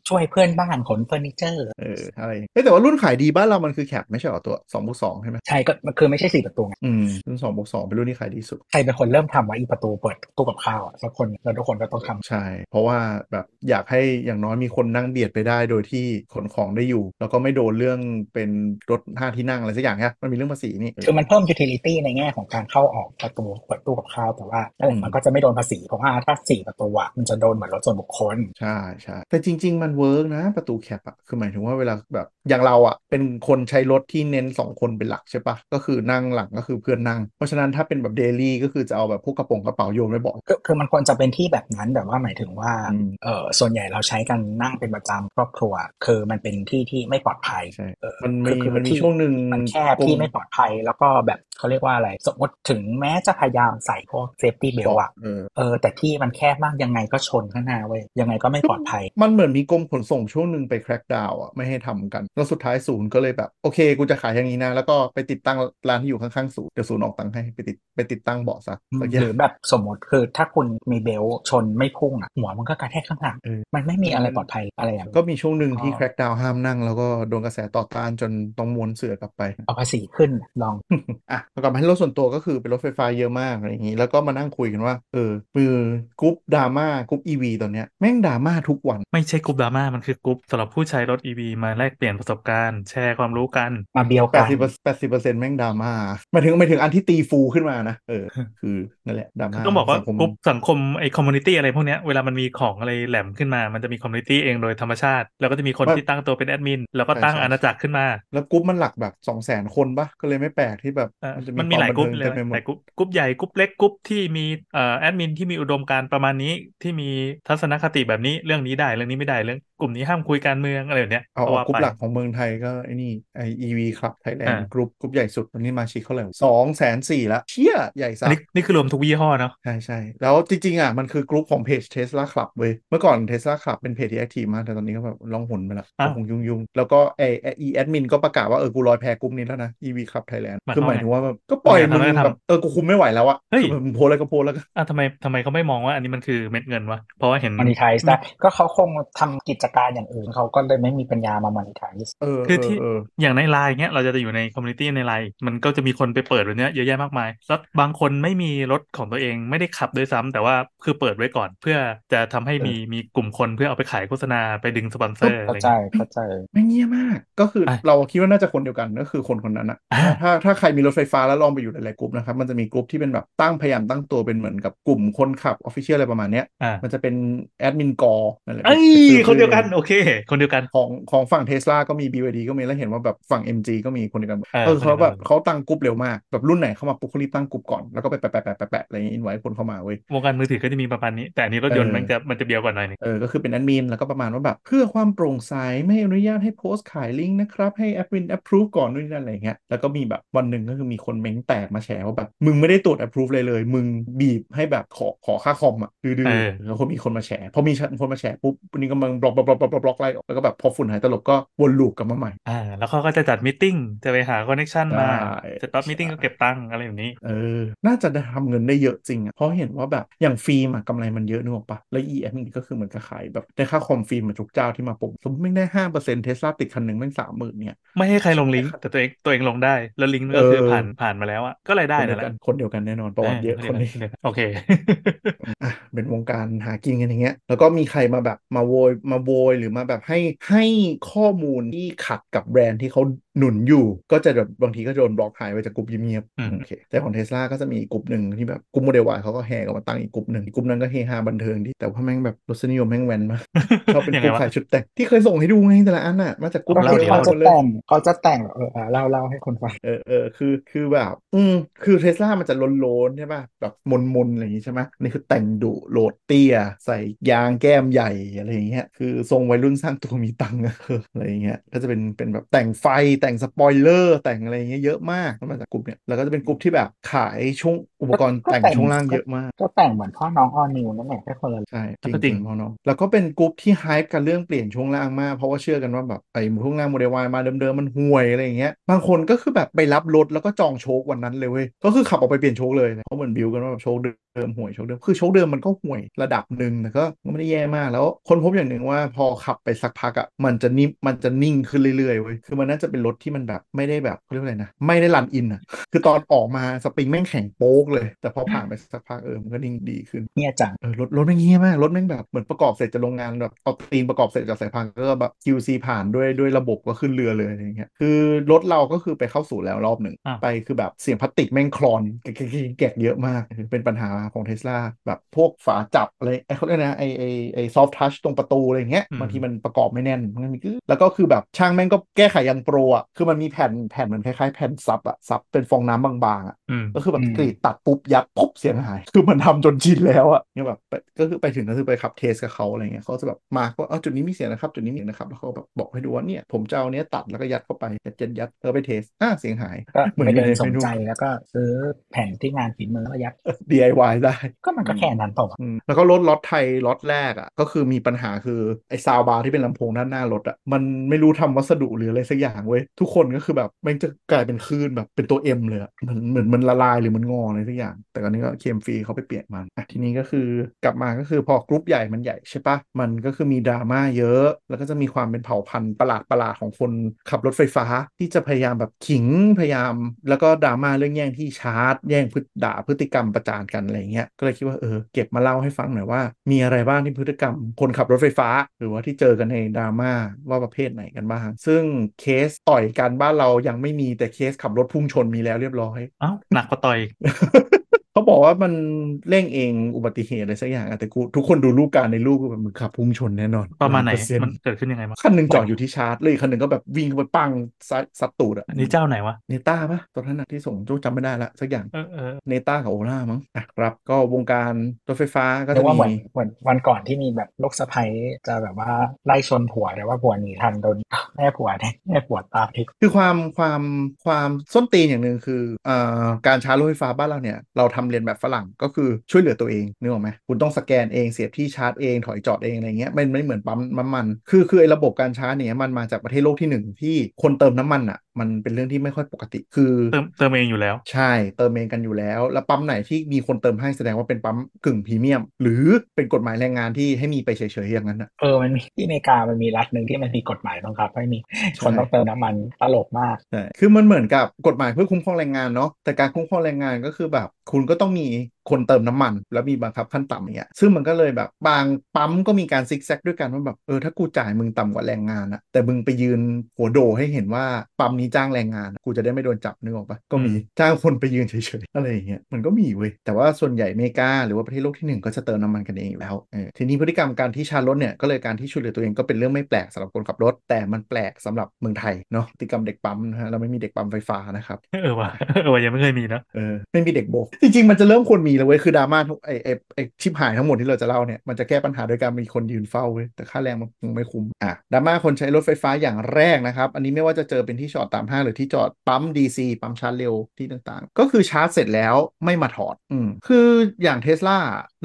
[SPEAKER 3] ช่วยเพื่อนบ้านขนเฟอร์นิเจอร์
[SPEAKER 2] เอออะไรอย่างเอ้ยแต่ว่ารุ่นขายดีบ้านเรามันคือแคปไม่ใช่เหรอตัวสองบวกสองใช่ไหม
[SPEAKER 3] ใช่ก็มันคือไม่ใช่สี่ประตูไง
[SPEAKER 2] อืมรุ่นสองบวกสองเป็นรุ่นที่ขายดีสุด
[SPEAKER 3] ใครเป็นคนเริ่มทำว่าอีประตูเปิดตู้กับข้าวอ่ะสักคนแล้วทุกคนก็ต้องทำ
[SPEAKER 2] ใช่ เพราะว่าแบบอยากให้อย่างน้อยมีคนนั่งเบียดไปได้โดยที่ขนของได้อยู่ แล้วก็ไม่โดนเรื่องเป็นรถห้าที่นั่งอะไรสักอย่างฮะมันมีเรื่องภาษีนี่เออ
[SPEAKER 3] คือมันเพิ่มยูทิลิตี้ในแง่ของการเข้าออกประตูเปิดตู้กับข้าวแต่ว่านั่นแหละ
[SPEAKER 2] อืม
[SPEAKER 3] มันก็จะไม่โดนภาษีเพราะว่าถ้าสี่ประตูอ่ะมันจะโดนเหมือนรถส่วนบุคคล
[SPEAKER 2] ใช่ใช่แต่จริง ๆ มันเวิร์กนะ ประตูแคปอะคือหมายถึงว่าเวลาแบบอย่างเราอะเป็นคนใช้รถที่เน้นสองคนเป็นหลักใช่ปะก็คือนั่งหลังก็คือเพื่อนนั่ง เพราะฉะนั้นถ้าเป็นแบบเดลี่ก็คือจะเอาแบบพวกกระโปรงกระเป๋าโยนไว้เบาะ
[SPEAKER 3] คือคือมันควรจะเป็นที่แบบนั้นแบบว่าหมายถึงว่า
[SPEAKER 2] อืม
[SPEAKER 3] เออส่วนใหญ่เราใช้กันนั่งเป็นประจำครอบครัว คือมันเป็นที่ที่ไม่ปลอดภัย
[SPEAKER 2] ใช่
[SPEAKER 3] เออ
[SPEAKER 2] มันมี
[SPEAKER 3] คือคือ
[SPEAKER 2] มันมี
[SPEAKER 3] ที่
[SPEAKER 2] ช่วงหนึ่ง
[SPEAKER 3] มันแคบ
[SPEAKER 2] กร
[SPEAKER 3] ที่ไม่ปลอดภัย แล้วก็แบบเขาเรียกว่าอะไร สมมติถึงแม้จะพยายามใส่พวกเซฟตี้เบล
[SPEAKER 2] เกาะ
[SPEAKER 3] อะ
[SPEAKER 2] เออ
[SPEAKER 3] เออแต่ที่มันแคบมากยังไงก็ชนข้างหน้าเว้ยยังไงก็ไม่ปลอดภัย
[SPEAKER 2] มันเหมือนมีกรมขนส่งช่วงหนึ่งไปแคร็กดาวอ่ะไม่ให้ทำกัน แล้วสุดท้ายศูนย์ก็เลยแบบ โอเค กูจะขายอย่างนี้นะ แล้วก็ไปติดตั้งร้านที่อยู่ข้างๆศูนย์เดี๋ยวศูนย์ออกตังค์ให้ไปติดไปติดตั้งเบาะซะสักอ
[SPEAKER 3] ห
[SPEAKER 2] ย่า
[SPEAKER 3] รื
[SPEAKER 2] ง
[SPEAKER 3] อแบบสมมติคือถ้าคุณมีเบลชนไม่พุ่งอะหัวมันก็กระแทกข้างหลัง
[SPEAKER 2] เออ
[SPEAKER 3] มันไม่มีอะไรปลอดภัยอะไรอย่างนั้น
[SPEAKER 2] ก็มีช่วงหนึ่ง
[SPEAKER 3] อ๋อ
[SPEAKER 2] ที่แคร็กดาวห้ามนั่ง แล้วก็โดนกระแสต่อต้านจนต้องม้วนเสือกลับไป
[SPEAKER 3] เอาภาษีขึ้นลอง
[SPEAKER 2] อ่ะประกอบให้รถส่วนตัวก็คือเป็นรถไฟฟ้าเยอะมากอะไรอย่างนี้ แล้วก็มานั่งคุยกันว่า เออมือกรุ๊ปดราม่ากรุ๊ปอีวีตอนเนี้ยแม่งดราม่าทุกวัน
[SPEAKER 4] ไม่ใช่กลุ่มดราม่ามันคือกลุ่มสำหรับผู้ใช้รถ EV มาแลกเปลี่ยนประสบการณ์ แชร์ความรู้กัน
[SPEAKER 3] มาเบียว
[SPEAKER 2] แป
[SPEAKER 3] กั
[SPEAKER 2] ด
[SPEAKER 3] น
[SPEAKER 2] สิบแปดสิบเปอร์เซ็นต์แม่งดราม่าหมายถึงหมายถึงอันที่ตีฟูขึ้นมานะ เออ คือนั่นแหละดราม่า
[SPEAKER 4] ต้องบอกว่า
[SPEAKER 2] สังคม
[SPEAKER 4] กลุ่มสังคมไอ้คอมมูนิตี้อะไรพวกเนี้ยเวลามันมีของอะไรแหลมขึ้นมา มันจะมีคอมมูนิตี้เองโดยธรรมชาติ แล้วก็จะมีคนที่ตั้งตัวเป็นแอดมินแล้วก็ตั้งอาณาจักรขึ้นมา
[SPEAKER 2] แล้วกรุ๊ปมันหลักแบบสองแสนคนปะก็เลยไม่แปลกที่แบบ
[SPEAKER 4] เอ่อ
[SPEAKER 2] จะ
[SPEAKER 4] มันมีหลาย
[SPEAKER 2] คว
[SPEAKER 4] กลุ่ม
[SPEAKER 2] บัน
[SPEAKER 4] เล
[SPEAKER 2] เทิงเต็
[SPEAKER 4] ย
[SPEAKER 2] มไปหม
[SPEAKER 4] หลา
[SPEAKER 2] ด
[SPEAKER 4] ยกลุ่มกลุ่มใหญ่กลุ่มเล็กกลุ่มที่มีเอ่อแอดมินที่มีอุดมการณ์ประมาณนี้ที่มีทัศนคติแบบนี้เรื่องนี้ได้เรื่องนี้ไม่ได้เรื่องกลุ่มนี้ห้ามคุยการเมืองอะไรแบบเนี้ย
[SPEAKER 2] เอา
[SPEAKER 4] ก็
[SPEAKER 2] เอา
[SPEAKER 4] ว่าก
[SPEAKER 2] รุ๊ป
[SPEAKER 4] ไป
[SPEAKER 2] หลักของเมืองไทยก็ไอ้นี่ไออีวีครับไทยแลน
[SPEAKER 4] อ่า
[SPEAKER 2] ด์กรุ๊ปกรุ๊ปใหญ่สุดวันนี้มาชิกเท่าไหร่สองแสนสี่ละเชี่ยใหญ่
[SPEAKER 4] อั
[SPEAKER 2] สั
[SPEAKER 4] น
[SPEAKER 2] ส
[SPEAKER 4] นี้นี่คือรวมทุกยี่ห้อเนาะ
[SPEAKER 2] ใช่ใช่แล้วจริง ๆ อ่ะ มันคือกลุ่มของเพจ Tesla Club เว้ยเมื่อก่อน Tesla Club เป็นเพจที่แอคทีฟมากแต่ตอนนี้ก็แบบล่องหนไปละ
[SPEAKER 4] อ้าว
[SPEAKER 2] ก็คงยุ่งๆ แล้วก็ไอไอีแอดมินก็ประกาศว่า เออ กูลอยแพกลุ่มนี้แล้วนะ EV Club Thailand
[SPEAKER 4] หมาย
[SPEAKER 2] คือ
[SPEAKER 4] ความ
[SPEAKER 2] หมายถึง
[SPEAKER 4] ว่าไง
[SPEAKER 2] ว่าแบบก็ปล่อย
[SPEAKER 4] ทำไม
[SPEAKER 2] มึง
[SPEAKER 4] ทำไม
[SPEAKER 2] แบบ เออ กูคุมไม่ไหวแล้วอะ
[SPEAKER 4] เฮ้ย
[SPEAKER 2] คือแบบมึงโพสต์อะไรก็โพสต์แล้วกัน
[SPEAKER 4] อ่ะทำไมทำไมเขาไม่มองว่าอันนี้มันคือเม็ดเงินวะเพราะว่าเห็น
[SPEAKER 3] มอนิทายได้ก็เขาคงทำกิจการอย่างอื่นเขาก็เลยไม่มีปัญญามามอนิทาย
[SPEAKER 2] เออ
[SPEAKER 4] คือ
[SPEAKER 2] เออ
[SPEAKER 4] ที่
[SPEAKER 2] เออ
[SPEAKER 4] อย่างในไลน์เงี้ยเราจะอยู่ในคอมมูนิตี้ในไลน์มันก็จะมีคนไปเปิดแบบเนี้ยเยอะแยะมากมายแล้วบางคนไม่มีรถของตัวเองไม่ได้ขับด้วยซ้ำแต่ว่าคือเปิดไว้ก่อน เพื่อจะทำให้มีมีกลุ่มคนเพื่อเอาไปขายโฆษณาไปดึงสปอนเซอร์อะ
[SPEAKER 3] เข้า
[SPEAKER 4] ไร
[SPEAKER 3] ใจ
[SPEAKER 4] เงี้ย
[SPEAKER 3] เข้าใจ
[SPEAKER 2] ไม่เงี้ยมาก ก็คือ
[SPEAKER 4] อ่ะ
[SPEAKER 2] เราคิดว่าน่าจะคนเดียวกันก็คือคนคนนั้นอะ
[SPEAKER 4] อ่า
[SPEAKER 2] ถ้าถ้าใครมีรถไฟฟ้าแล้วลองไปอยู่หลายๆกลุ่มนะครับ มันจะมีกลุ่มที่เป็นแบบตั้งพยายามตั้งตัวเป็นเหมือนกับกลุ่มคนขับออฟฟิเชียลอะไรประมาณเนี้ย
[SPEAKER 4] อ่า
[SPEAKER 2] มันจะเป็นแอดมินกอนั่นแหละ
[SPEAKER 4] เอ้ย
[SPEAKER 2] ไปซื้อ
[SPEAKER 4] คนเดียวกัน กันโอเค คนเดียวกัน
[SPEAKER 2] ของของฝั่งเทสลาก็มี BYD ก็มีแล้วเห็นว่าแบบฝั่ง MG ก็มีคนเดียวกัน
[SPEAKER 4] เอ
[SPEAKER 2] ก็
[SPEAKER 4] อ
[SPEAKER 2] คือเขาแบบ
[SPEAKER 4] คนเดียวกัน
[SPEAKER 2] เขาตั้งกรุ๊ปเร็วมากแบบรุ่นไหนเข้ามาปุ๊บเขารีบตั้งกรุ๊ปก่อนแล้วก็ไปแปะแปะแปะแปะแปะอะไรอย่างงี้อินไว้คนเข้ามาเว้ย
[SPEAKER 4] วงการมือถือก็จะมีประมาณนี้ แต่อันนี้รถยนต์
[SPEAKER 2] เออ
[SPEAKER 4] มันจะมันจะเบียวกว่าหน่อยหนึง
[SPEAKER 2] เออ ก็คือเป็นแอดมินแล้วก็ประมาณว่าแบบ เพื่อความโปร่งใสไม่อนุญาตให้โพสต์ขายลิงก์นะครับ ให้แอดมินแอปพรูฟก่อนนู่นนนั่นอะไรอย่างเงี้ยแล้วก็มีแบบวันหนึ่งก็คือมีคนเม้งแตกมาแฉว่าแบบ มึงไม่ได้ตรวจแอปพรูฟเลยเลย มึงบีบให้แบบขอขอค่าคอมอ่ะดื้อๆแล้วก็มีคนมาแฉพอมีคนมาแฉปุ๊บวันนี้ก็มึงบล็อกบล็อกบล็อกบล็อกบล็อกไล่ออกแล้วก็แบบพอฝุ่นหายตลบก็วนลูปกลับมาใหม่
[SPEAKER 4] อ่า แล้วเขาก็จะจัดมิ팅จะไปหาคอนเนคชันมา
[SPEAKER 2] ใช่
[SPEAKER 4] จะตัดมิ팅
[SPEAKER 2] ใช่
[SPEAKER 4] ก็เก็บตังค์อะไรแบบนี้
[SPEAKER 2] เออ น่าจะได้ทำเงินได้เยอะจริงอ่ะ เพราะเห็นว่าแบบอย่างฟิล์มอะกำไรมันเยอะนึกออกปะแล้วอีแอปนี่ก็คือเหมือนกับขายแบบได้ค่าคอมฟิล์มมาทุกเจ้าที่มาปลุกสมมติไม่งได้ห้าเปอร์เซ็นต์เทสลาติดคันหนึ่งแม่งสามหมื่นเนี่ย
[SPEAKER 4] ไม่ให้ใครลงลิงก์แต่ตัวเองตัวเองลงได้ แล้วลิงก์มันก็
[SPEAKER 2] เออ
[SPEAKER 4] คือผ่านผ่านมาแล้วอ่ะก็รายได้
[SPEAKER 2] คนเดีวกันคน
[SPEAKER 4] นั่นแหละ
[SPEAKER 2] เดียวกันแน่นอนประวัติเยอะคนนี้
[SPEAKER 4] เดียวกัเดียวกันโอเค
[SPEAKER 2] อ่ะเป็นวงการหากินกันอย่างเงี้ย แล้วก็มีใครมาแบบมาโวยมาโวยหรือมาแบบให้ให้ข้อมูลที่ขัดกับแบรนด์ที่เขาหนุนอยู่ ก็จะแบบบางทีก็โดนบล็อกหายไปจากกลุ่มเงียบๆ
[SPEAKER 4] อืม
[SPEAKER 2] โอเคแต่ของเทสลาก็จะมีอีกกลุ่มหนึ่งที่แบบกลุ่มโมเดลวายเขาก็แห่กันมาตั้งอีกกลุ่มหนึ่งอีกกลุ่มนั้นก็เฮฮาบันเทิงดีแต่ว่าแม่งแบบรสนิยมแม่งแวนมากชอบเป็น
[SPEAKER 4] ยั
[SPEAKER 2] ก
[SPEAKER 4] งไง
[SPEAKER 2] ลุ่ม
[SPEAKER 4] วะ
[SPEAKER 2] ขายชุดแต่งที่เคยส่งให้ดูไงแต่ละอันน่ะมาจากกลุ่ม
[SPEAKER 3] ก็
[SPEAKER 4] เล่า
[SPEAKER 3] คือ
[SPEAKER 4] ดิ
[SPEAKER 2] เดียวกั
[SPEAKER 3] เขา
[SPEAKER 2] นห
[SPEAKER 3] จะ
[SPEAKER 2] มดเลย
[SPEAKER 3] แต่งเขาจะแต่งเหรอเอออ่ะเล่าเล่าให้คนฟัง
[SPEAKER 2] เออเออคือคือแบบ อืม คือเทสลามันจะโลนๆใช่ป่ะแบบมนๆอะไรอย่างงี้ใช่ไหมนี่คือแต่งดุโหลดเตี้ย ใส่ยางแก้มใหญ่อะไรอย่างเงี้ยคือทรงวัยรุ่นสร้างตัวมีตังค์อะ อะไรอย่างเงี้ยก็จะเป็นเป็นแบบแต่งไฟแต่งสปอยเลอร์แต่งอะไรอย่างเงี้ยเยอะมากมาจากกลุ่มเนี่ยแล้วก็จะเป็นกลุ่มที่แบบขายช่วงอุปกรณ์
[SPEAKER 3] ก็
[SPEAKER 2] แต่ง
[SPEAKER 3] แต่ง
[SPEAKER 2] ช่วงล่างเยอะมาก
[SPEAKER 3] ก็แต่งเหมือนพ่อน้องออนิวนั่นแหละแค่คนละ
[SPEAKER 2] ใช่จริง
[SPEAKER 4] ก็จ
[SPEAKER 2] จ
[SPEAKER 4] ริ
[SPEAKER 2] ริ
[SPEAKER 4] ง
[SPEAKER 2] งพอน้องแล้วก็เป็นกลุ่มที่ไฮป์กันเรื่องเปลี่ยนช่วงล่างมาก เพราะว่าเชื่อกันว่าแบบไอ้ช่วงล่างโมเดลวายมาเดิมๆมันห่วยอะไรอย่างเงี้ยบางคนก็คือแบบไปรับรถแล้วก็จองโชควันนั้นเลยเว้ยก็คือขับออกไปเปลี่ยนโชคเลยเพราะเหมือนบิวกันว่าแบบโชคเดิมห่วยโชคเดิมคือโชคเดิมมันก็ห่วยระดับหนึ่งแต่ก็ไม่ได้แย่มากแล้วคนพบอย่างหนึ่งว่าพอขับไปสักพักอ่ะมันจะนิ่มมันจะนิ่งขึ้นเรื่อยๆเว้ยคือมันน่าจะเป็นรถที่มันแบบไม่ได้แบบเขาเรียกว่าอะไรนะไม่ได้รันอินอ่ะคือตอนออกมาสปริงแม่งแข็งโป๊กเลย แต่พอผ่านไปสักพักเออมันก็นิ่งดีขึ้น
[SPEAKER 3] เงียจัง
[SPEAKER 2] เออรถรถแม่งเงี้ยมากรถแม่งแบบเหมือนประกอบเสร็จจากโรงงานแบบเอาตีนประกอบเสร็จจากสายพานก็แบบ QC ผ่านด้วยด้วยระบบก็ขึ้นเรือเลยอะไรอย่างเงี้ยคือรถเราก็คือไปเข้าสู่แล้วรอบหนึ่ง
[SPEAKER 4] อ่ะ
[SPEAKER 2] ไปคือแบบเสียงพลาสติกแม่งคลอนแกะแกะแกะแกะเยอะมากเป็นปัญหาของเทสลาแบบพวกฝาจับอะไรไอ้เขาเรียกนะไอ้ไอ้ไอ้ซอฟทัชตรงประตูอะไรอย่างเงี้ย
[SPEAKER 4] อืม
[SPEAKER 2] บางทีมันประกอบไม่แน่นมันมีกึ๊กแล้วก็คือแบบช่างแม่งก็แก้ไขอยังโปรอ่ะคือมันมีแผ่นแผ่นเหมือนคล้ายๆแผ่นซับอ่ะซับเป็นฟองน้ำบางๆอ่ะ
[SPEAKER 4] อืม
[SPEAKER 2] ก็คือแบบกรีดตัดปุ๊บยับปุ๊บเสียงหาย คือมันทำจนชินแล้วอะเนี่ยแบบไปก็คือไปถึงก็คือไปขับเทสกับเขาอะไรเงี้ยเขาจะแบบมาร์กว่าเออจุดนี้มีเสียงนะครับ จุดนี้มีเสียงนะครับ แล้วเขาแบบบอกให้ดูว่าเนี่ยผมจะเอาเนี้ยตัดแล้วก็ยัดเข้าไปยัดยัดยัดแล้วก็ไปเทสอ่าเสียงหาย
[SPEAKER 3] ก็
[SPEAKER 2] เหมือน
[SPEAKER 3] ไป
[SPEAKER 2] อยู่
[SPEAKER 3] เดิน
[SPEAKER 2] ใน
[SPEAKER 3] ส
[SPEAKER 2] เม
[SPEAKER 3] น
[SPEAKER 2] นู
[SPEAKER 3] ใจแล้วก็ซื้อแผ่นที่งานฝีมือแล้วก็ยัด
[SPEAKER 2] DIY ได้
[SPEAKER 3] ก็มันก็แค่นั้นเปล่าวะ
[SPEAKER 2] อืมแล้วก็รถล็อตไทยล็อตแรกอ่ะก็คือมีปัญหาคือไอ้ซาวบาร์ที่เป็นลำโพงด้านหน้ารถอ่ะมันไม่รู้ทำวัสดุหรืออะไรสักอย่างเว้ยทุกคนก็คือแบบแม่งจะกลายเป็นคลื่นแบบเป็นตัวเอ็มเลยอะเหมือนเหมือนมันละลายหรือมันงออะไรสักอย่าง แต่ตอนนี้ก็เคลมฟรีเขาไปเปลี่ยนมันอ่ะทีนี้ก็คือกลับมาก็คือพอกรุ๊ปใหญ่มันใหญ่ใช่ปะมันก็คือมีดราม่าเยอะ แล้วก็จะมีความเป็นเผ่าพันธุ์ประหลาดประหลาดของคนขับรถไฟฟ้าที่จะพยายามแบบขิงพยายาม แล้วก็ดราม่าเรื่องแย่งที่ชาร์จ แย่งพฤติด่าพฤติกรรมประจานกันอะไรเงี้ยก็เลยคิดว่าเออเก็บมาเล่าให้ฟังหน่อยว่า มีอะไรบ้างที่พฤติกรรม คนขับรถไฟฟ้า หรือว่าที่เจอกันในดราม่าว่าประเภทไหนกันบ้าง ซึ่งเคสต่อยกันบ้านเรายังไม่มีแต่เคสขับรถพุ่งชนมีแล้วเรียบร้อย
[SPEAKER 4] เอ้าหนักกว่าต่อยอีก
[SPEAKER 2] เขาบอกว่ามันเร่งเองอุบัติเหตุอะไรสักอย่างอะแต่กูทุกคนดูรูปการณ์ในรูปก็แบบมึงขับพุ่งชนแน่นอน
[SPEAKER 4] ประมาณไหน
[SPEAKER 2] 100%
[SPEAKER 4] มันเกิดขึ้นยังไงวะ
[SPEAKER 2] คันหนึ่งจอดอยู่ที่ชาร์จเลยคันหนึ่งก็แบบวิ่งเข้าไปปังซัดซัดตูดอะ
[SPEAKER 4] อันนี้เจ้าไหนวะ
[SPEAKER 2] เนต้าปะตอนนั้นอะที่ส่งโจ้จำไม่ได้ละสักอย่าง
[SPEAKER 4] เออเออ
[SPEAKER 2] เนต้ากับโอล่ามั้งอ่ะครับก็วงการรถไฟฟ้าก็
[SPEAKER 3] เรี
[SPEAKER 2] จะ
[SPEAKER 3] ยกว่า
[SPEAKER 2] มี
[SPEAKER 3] เหมือนเหมือนวันก่อนที่มีแบบลูกสะใภ้จะแบบว่าไล่ชนผัวแต่ว่าผัวหนีทันโดน แม่ผัวเนี่ยแม่ผัวตามทิศ
[SPEAKER 2] คือความความความส้นตีนอย่างหนึ่งคือเอ่อการชาร์จรถไฟฟ้าบ้านเราเนี่ย เราทำเรียนแบบฝรั่งก็คือช่วยเหลือตัวเองนึกออกไหมคุณต้องสแกนเองเสียบที่ชาร์จเองถอยจอดเองอะไรเงี้ยมันไม่เหมือนปั๊มน้ำมัน คือคือไอ้ระบบการชาร์จเนี่ยมันมาจากประเทศโลกที่หนึ่งที่คนเติมน้ำมันอ่ะมันเป็นเรื่องที่ไม่ค่อยปกติคือ
[SPEAKER 4] เติมเติมเองอยู่แล้ว
[SPEAKER 2] ใช่เติมเองกันอยู่แล้ว แล้วปั๊มไหนที่มีคนเติมให้แสดงว่าเป็นปั๊มกึ่งพรีเมียม หรือเป็นกฎหมายแรงงานที่ให้มีไปเฉยๆอย่างนั้นอ่ะ
[SPEAKER 3] เออมันมีที่อเมริกามันมีรัฐหนึ่งที่มันมีกฎหมายบังคับให้มี
[SPEAKER 2] ใช่
[SPEAKER 3] คนต้องเติมน้ำมันตลกมาก
[SPEAKER 2] ใช่คือมันเหมือนกับกฎหมายเพื่อคุ้มครองแรงงานเนาะ แต่การคุ้มครองแรงงานก็คือแบบ คุณก็ต้องมีคนเติมน้ำมัน แล้วมีบังคับขั้นต่ำอย่างเงี้ย ซึ่งมันก็เลยแบบบางปั๊มก็มีการซิกแซกด้วยกันว่าแบบเออถ้ากูจ่ายมึงต่ำกว่าแรงงานอะแต่มึงไปยืนหัวโดให้เห็นว่าปั๊ม นี้จ้างแรงงาน กูจะได้ไม่โดนจับนึกออกปะก็มีจ้างคนไปยืนเฉยๆอะไรอย่างเงี้ยมันก็มีเว้ยแต่ว่าส่วนใหญ่อเมริกาหรือว่าประเทศโลกที่หนึ่งก็จะเติมน้ำมันกันเองอยู่แล้วเออทีนี้พฤติกรรมการที่ชาร์จรถเนี่ยก็เลยการที่ช่วยเหลือตัวเองก็เป็นเรื่องไม่แปลกสำหรับคนขับรถ แต่มันแปลกสำหรับเมืองไทยเนาะพฤติกรรมเด็กปั๊มนะฮะเราไม่มีเด็กปั๊มไฟฟ้านะครับ
[SPEAKER 4] เออว่ะเออว่ะยังไม่เคยมีเนอะ
[SPEAKER 2] เออไม่มีเด็กโบก จริง ๆ มันจะเริ่มควรมีแล้วเว้ย คือดราม่าทุกไอไอไอชิปหายทั้งหมดที่เราจะเล่าเนี่ย มันจะแก้ปัญหาโดยการมีคนยืนเฝ้าเว้ย แต่ค่าแรงมันคงไม่คุ้มอ่ะดราม่าคนใช้รถไฟฟ้าอย่างแรกนะครับ อันนี้ไม่ว่าจะเจอเป็นที่จอดตามห้างหรือที่จอดปั๊ม DC ปั๊มชาร์จเร็วที่ต่างๆ ก็คือชาร์จเสร็จแล้วไม่มาถอดอืมคืออย่างเทสลา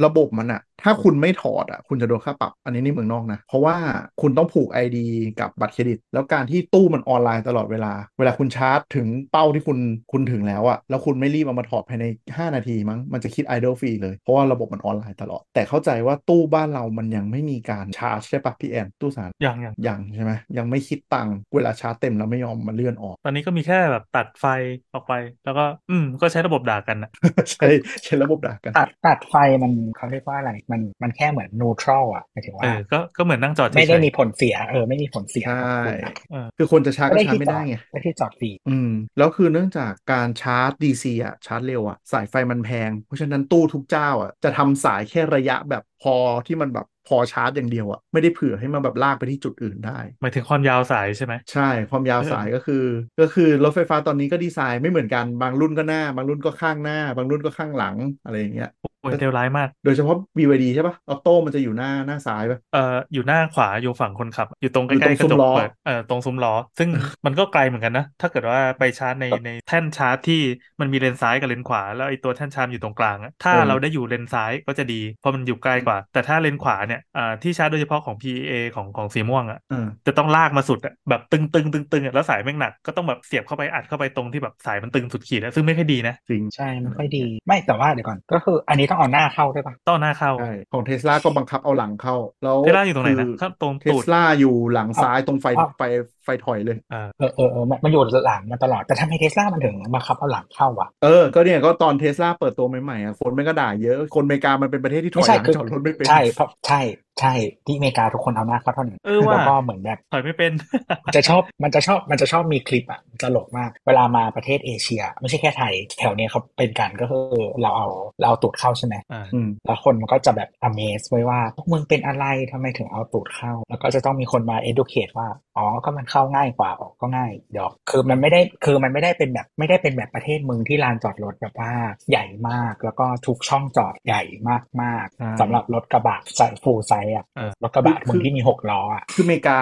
[SPEAKER 2] ระบบมันอะถ้าคุณไม่ถอดอ่ะคุณจะโดนค่าปรับ อันนี้ในเมืองนอกนะ เพราะว่าคุณต้องผูก ID กับบัตรเครดิต แล้วการที่ตู้มันออนไลน์ตลอดเวลา เวลาคุณชาร์จถึงเป้าที่คุณคุณถึงแล้วอ่ะแล้วคุณไม่รีบเอามาถอดภายใน 5 นาทีมั้งมันจะคิด idle free เลย เพราะว่าระบบมันออนไลน์ตลอด แต่เข้าใจว่าตู้บ้านเรามันยังไม่มีการชาร์จใช่ปะพี่แอนตู้สาร
[SPEAKER 4] อย่างอย่าง
[SPEAKER 2] ยังใช่ไหมยังไม่คิดตังค์เวลาชาร์จเต็มแล้วไม่ยอมมาเลื่อนออก
[SPEAKER 4] ตอนนี้ก็มีแค่แบบตัดไฟออกไป แล้วก็อืมก็ใช้ระบบด่ากันนะ
[SPEAKER 2] ใช้ใช้ระบบด่ากัน
[SPEAKER 3] ตัดตัดไฟมันเขาเรียกว่าอะไรมันมันแค่เหมือนนูทรัลอ่ะหมายถึง
[SPEAKER 4] เอ
[SPEAKER 3] ว่า
[SPEAKER 4] อก็ก็เหมือนนั่งจอดเฉ
[SPEAKER 3] ไม่
[SPEAKER 4] ยๆ
[SPEAKER 3] ได้มีผลเสียเออไม่มีผลเสีย
[SPEAKER 2] ใช่
[SPEAKER 3] คุณอะ
[SPEAKER 4] เออ
[SPEAKER 2] คือคนจะชาร์จก็
[SPEAKER 3] ไม่
[SPEAKER 2] ชาร์จ
[SPEAKER 3] ที่
[SPEAKER 2] ไม่
[SPEAKER 3] จ
[SPEAKER 2] ได้
[SPEAKER 3] อด
[SPEAKER 2] ไง
[SPEAKER 3] ไม่ที่จอดฟรี
[SPEAKER 2] อืม แล้วคือเนื่องจากการชาร์จ DC อ่ะชาร์จเร็วอ่ะ สายไฟมันแพง เพราะฉะนั้นตู้ทุกเจ้าอ่ะ จะทำสายแค่ระยะแบบพอที่มันแบบพอชาร์จอย่างเดียวอ่ะ ไม่ได้เผื่อให้มันแบบลากไปที่จุดอื่นได้
[SPEAKER 4] หมายถึงความยาวสายใช่ไหม
[SPEAKER 2] ใช่ ความยาว
[SPEAKER 4] เออ
[SPEAKER 2] สายก็คือ ก็คือรถไฟฟ้าตอนนี้ก็ดีไซน์ไม่เหมือนกันบางรุ่นก็หน้า บางรุ่นก็ข้างหน้า บางรุ่นก็ข้างหลังอะไรอย่างเงี้ย
[SPEAKER 4] โอ้ยเร็วร้ายมาก
[SPEAKER 2] โดยเฉพาะ BYD ใช่ปะออโต้มันจะอยู่หน้าหน้าซ้ายปะ
[SPEAKER 4] เอ่ออยู่หน้าขวาอยู่ฝั่งคนขับ อยู่ตรง
[SPEAKER 2] อยู่
[SPEAKER 4] ใก
[SPEAKER 2] ตรง
[SPEAKER 4] ล้ๆกระ
[SPEAKER 2] ซุ้
[SPEAKER 4] จ
[SPEAKER 2] ม
[SPEAKER 4] ก
[SPEAKER 2] ล้อ
[SPEAKER 4] เปิดเอ่อตรงซุ้มล้อ ซึ่งมันก็ไกลเหมือนกันนะ ถ้าเกิดว่าไปชาร์จในในแท่นชาร์จที่มันมีเลนซ้ายกับเลนขวา แล้วไอ้ตัวแท่นชาร์จอยู่ตรงกลางอะถ้าเราได้อยู่เลนซ้ายก็จะดีเพราะมันอยู่ใกล้กว่า แต่ถ้าเลนขวาเนี่ยเอ่อที่ชาร์จโดยเฉพาะของ PEA ของของสีม่วงอะ
[SPEAKER 2] อ่า
[SPEAKER 4] จะต้องลากมาสุดอะแบบตึงตึงตึงตึงอะแล้วสายแม่งหนักก็ต้องแบบเสียบเข้าไปอัดเข้าไปตรงที่แบบสายมันตึงสุดขีดแล้วซึ่งไม่ค่อยดีนะ
[SPEAKER 2] จริง
[SPEAKER 3] ใช่ไม่ค่อยดี ไม่แต่ว่าเดี๋ยวก่อน ก็คืออันนี้ต้องเอาหน้าเข้าด้วยปะ
[SPEAKER 4] ต้องเอาหน้าเข้า
[SPEAKER 2] ใช่ของเทสลาก็บังคับเอาหลังเข้า แล้ว
[SPEAKER 4] เทสลาอยู่ตรงไหนนะ
[SPEAKER 2] คือ
[SPEAKER 4] ข้างตรงตูด
[SPEAKER 2] เทสลาอยู่หลังซ้ายตรงไฟไฟไฟถอยเลย
[SPEAKER 4] เอ่อ
[SPEAKER 3] เออเออเออมันมันอยู่หลังมาตลอดแต่ทำไมเทสลามันถึงมาขับเอาหลังเข้าวะ
[SPEAKER 2] เออ ก็เนี่ยก็ตอนเทสลาเปิดตัวใหม่ๆอ่ะคนไม่ก็ด่าเยอะ คนอเมริกามันเป็นประเทศที่ถ
[SPEAKER 3] ไม่
[SPEAKER 2] อย
[SPEAKER 3] ใช่
[SPEAKER 2] หลัง
[SPEAKER 3] คือ
[SPEAKER 2] จอดรถไม่เป็น
[SPEAKER 3] ใช่เพราะใช่ใช่ที่อเมริกาทุกคนเอาหน้าเข้าเท่านั้น
[SPEAKER 4] เออว่ะ
[SPEAKER 3] แล้วก็เหมือนแบบ
[SPEAKER 4] ถอยไม่เป็น
[SPEAKER 3] มันจะชอบมันจะชอบมันจะชอบมีคลิปอ่ะตลกมาก เวลามาประเทศเอเชีย ไม่ใช่แค่ไทย แถวเนี้ยเขาเป็นกันก็คือเราเอาเราเอาตูดเข้าใช่ไหม
[SPEAKER 4] อ่า
[SPEAKER 2] อืม
[SPEAKER 3] แล้วคนมันก็จะแบบ amazed ไว้ว่าพวกมึงเป็นอะไรทำไมถึงเอาตูดเข้า แล้วก็จะต้องมีคนมา educate ว่าอ๋อก็มันเข้าง่ายกว่าออกก็ง่ายเดี๋ยวคือมันไม่ได้คือมันไม่ได้เป็นแบบไม่ได้เป็นแบบประเทศมึงที่ลานจอดรถแบบว่าใหญ่มากแล้วก็ทุกช่องจอดใหญ่มาก
[SPEAKER 2] ใช่
[SPEAKER 3] ๆสำหรับรถกระบะไซฟูไซอ่ะ
[SPEAKER 4] เออ
[SPEAKER 3] รถกระบะมึงที่มีหกล้ออ่ะ
[SPEAKER 2] คืออเมริกา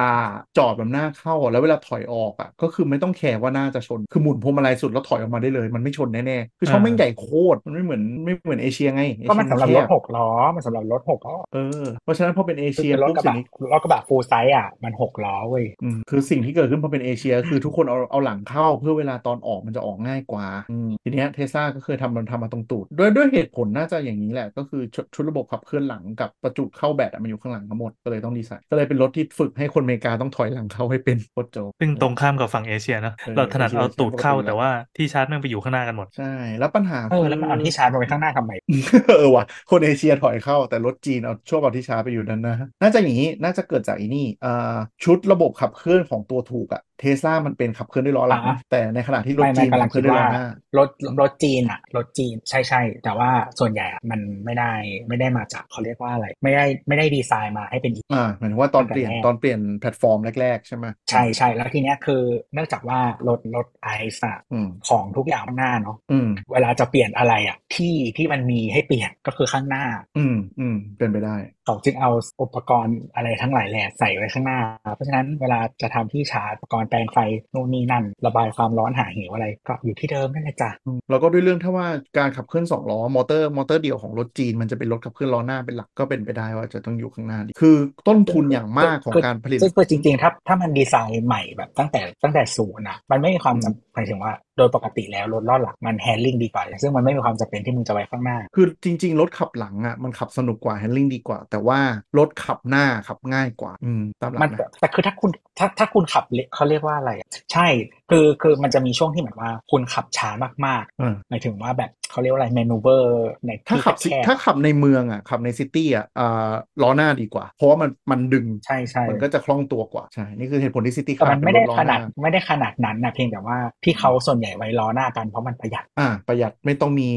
[SPEAKER 2] จอดแบบหน้าเข้าอ่ะแล้วเวลาถอยออกอ่ะก็คือไม่ต้องแคร์ว่าหน้าจะชน คือหมุนพวงมาลัยสุดแล้วถอยออกมาได้เลย มันไม่ชนแน่ๆคือช่อง
[SPEAKER 4] อ่า
[SPEAKER 2] แม่งใหญ่โคตรมันไม่เหมือนไม่เหมือนเอเชียไงเอ
[SPEAKER 3] ก็
[SPEAKER 2] เชีย
[SPEAKER 3] มันสำหรับ
[SPEAKER 2] แค
[SPEAKER 3] รถหกล้อ มันสำหรับรถหกล้อ
[SPEAKER 2] เออเพราะฉะนั้นพอเป็นเอ
[SPEAKER 3] คือ
[SPEAKER 2] เชีย
[SPEAKER 3] รถ
[SPEAKER 2] ปุ๊บ
[SPEAKER 3] กระ
[SPEAKER 2] สิ่
[SPEAKER 3] บะ
[SPEAKER 2] งนี้
[SPEAKER 3] รถกระบะฟูลไซส์อ่ะ มันหกล้อเว้ย
[SPEAKER 2] อืมคือสิ่งที่เกิดขึ้นพอเป็นเอเชีย คือทุกคนเอาเอาหลังเข้าเพื่อเวลาตอนออกมันจะออกง่ายกว่าอืมทีเนี้ยเทสลาก็เคยทำมันทำมาตรงตูดด้วยด้วยเหตุผลน่าจะอย่างนี้แหละก็คือชุดชุดระบบขับเคลื่อนหลังกับประจุเข้าแบตอะมันอยู่ข้างหลังทั้งหมดก็เลยต้องดีไซน์ก็เลยเป็นรถที่ฝึกให้คนอเมริกาต้องถอยหลังเข้าให้เป็นโคตรโจก
[SPEAKER 4] ซึ่งตรงข้ามกับฝั่งเอเชียเนอะ
[SPEAKER 2] เออ
[SPEAKER 4] เราถนัด
[SPEAKER 2] เอเชีย
[SPEAKER 4] เอาตูดเข้า
[SPEAKER 2] ปกติแหละ
[SPEAKER 4] แต่ว่าที่ชาร์จแม่งไปอยู่ข้างหน้ากันหมด
[SPEAKER 2] ใช่ แล้วปัญหา
[SPEAKER 3] เอ
[SPEAKER 2] คือ อ
[SPEAKER 3] แล้วมันเอาที่ชาร์จมาไว้ข้างหน้าทำไม
[SPEAKER 2] เออว่ะคนเอเชียถอยเข้าแต่รถจีนเอาช่วงเอาที่ช้าไปอยู่นั้นนะ น่าจะอย่างนี้น่าจะเกิดจากไอีนี่เอ่อชุดระบบขับเคลื่อนของตัวถูกอะเทสลามันเป็นขับเคลื่อนด้วยล้อหลัง
[SPEAKER 3] อ่า
[SPEAKER 2] แต่ในขณะที่รถ
[SPEAKER 3] ไม่
[SPEAKER 2] จี
[SPEAKER 3] ไม่
[SPEAKER 2] น
[SPEAKER 3] กำลั
[SPEAKER 2] ขั
[SPEAKER 3] ง
[SPEAKER 2] บเคลื่
[SPEAKER 3] คิ
[SPEAKER 2] อ
[SPEAKER 3] ด
[SPEAKER 2] นด้วยล้อ
[SPEAKER 3] ว่า
[SPEAKER 2] หน้าร
[SPEAKER 3] ถรถจีนอ่ะ รถจีนใช่ใช่แต่ว่าส่วนใหญ่อะมันไม่ได้ไม่ได้มาจากเขาเรียกว่าอะไร ไม่ได้ไม่ได้ดีไซน์มาให้เป็นอีก
[SPEAKER 2] อ่าหมายถึงว่าตอน
[SPEAKER 3] ตั้งแต่
[SPEAKER 2] เปลี่ยน
[SPEAKER 3] แรก
[SPEAKER 2] ตอนเปลี่ยนแพลตฟอร์มแรก ๆ ใช่ไหม
[SPEAKER 3] ใช่ใช่แล้วทีเนี้ยคือเนื่องจากว่ารถรถไอซ์อะ
[SPEAKER 2] อืม
[SPEAKER 3] ของทุกอย่างข้างหน้าเนาะ
[SPEAKER 2] อืม
[SPEAKER 3] เวลาจะเปลี่ยนอะไรอ่ะที่ที่มันมีให้เปลี่ยนก็คือข้างหน้า
[SPEAKER 2] อืมอืมเป็นไปได้
[SPEAKER 3] เขาจึงเอาอุปกรณ์อะไรทั้งหลายแหล่ใส่ไว้ข้างหน้า เพราะฉะนั้นเวลาจะทำที่ชาร์จอุปกรณ์แปลงไฟนู่นนี่นั่น ระบายความร้อนหาเหวอะไรก็อยู่ที่เดิมนั่นแหละจ้ะ
[SPEAKER 2] แล้วก็ด้วยเรื่องถ้าว่าการขับเคลื่อน2ล้อมอเตอร์มอเตอร์เดี่ยวของรถจีน มันจะเป็นรถขับเคลื่อนล้อหน้าเป็นหลักก็เป็นไปได้ว่าจะต้องอยู่ข้างหน้าดีคือต้นทุนอย่างมากของการผลิต
[SPEAKER 3] ซึ่งคือจริงๆถ้าถ้ามันดีไซน์ใหม่แบบตั้งแต่ตั้งแต่ศูนย์นะมันไม่มีความจำหมายถึงว่าโดยปกติแล้วรถลอดหลักมันแฮนดิ้งดีกว่า ซึ่งมันไม่มีความจำเป็นที่มึงจะไว้ข้างหน้า
[SPEAKER 2] คือจริง ๆ รถขับหลังอ่ะมันขับสนุกกว่าแฮนดลิงดีกว่า แต่ว่ารถขับหน้าขับง่ายกว่า อืมตามหลั
[SPEAKER 3] มัน
[SPEAKER 2] กนะ
[SPEAKER 3] แต่คือถ้าคุณถ้าถ้าคุณขับเลเขาเรียกว่าอะไรอะใช่คือคือมันจะมีช่วงที่เหมือนว่าคุณขับช้ามาก
[SPEAKER 2] อืม
[SPEAKER 3] ๆหมายถึงว่าแบบ เขาเรียกว่าอะไรแมนูเวอร์ใน
[SPEAKER 2] ถ้า
[SPEAKER 3] ที่
[SPEAKER 2] ขับซิ
[SPEAKER 3] แคบ
[SPEAKER 2] ถ้าขับในเมืองอ่ะขับในซิตี้อ่ะอ่าล้อหน้าดีกว่า เพราะว่ามันมันดึง
[SPEAKER 3] ๆใช่ใช่
[SPEAKER 2] มันก็จะคล่องตัวกว่า ใช่ นี่คือเหตุผลที่ซิตี้
[SPEAKER 3] แต่
[SPEAKER 2] คา
[SPEAKER 3] มั
[SPEAKER 2] ร์
[SPEAKER 3] น
[SPEAKER 2] เป็
[SPEAKER 3] ไม่
[SPEAKER 2] นร
[SPEAKER 3] ได้
[SPEAKER 2] ถล้อ
[SPEAKER 3] ข
[SPEAKER 2] ห
[SPEAKER 3] นา
[SPEAKER 2] น้า
[SPEAKER 3] ดไม่ได้ขนาดนั้นนะเพียงแต่ว่าที่เขาส่วนใหญ่ไว้ล้อหน้ากันเพราะมันประหยัด
[SPEAKER 2] อ่า ประหยัดไม่ต้องมี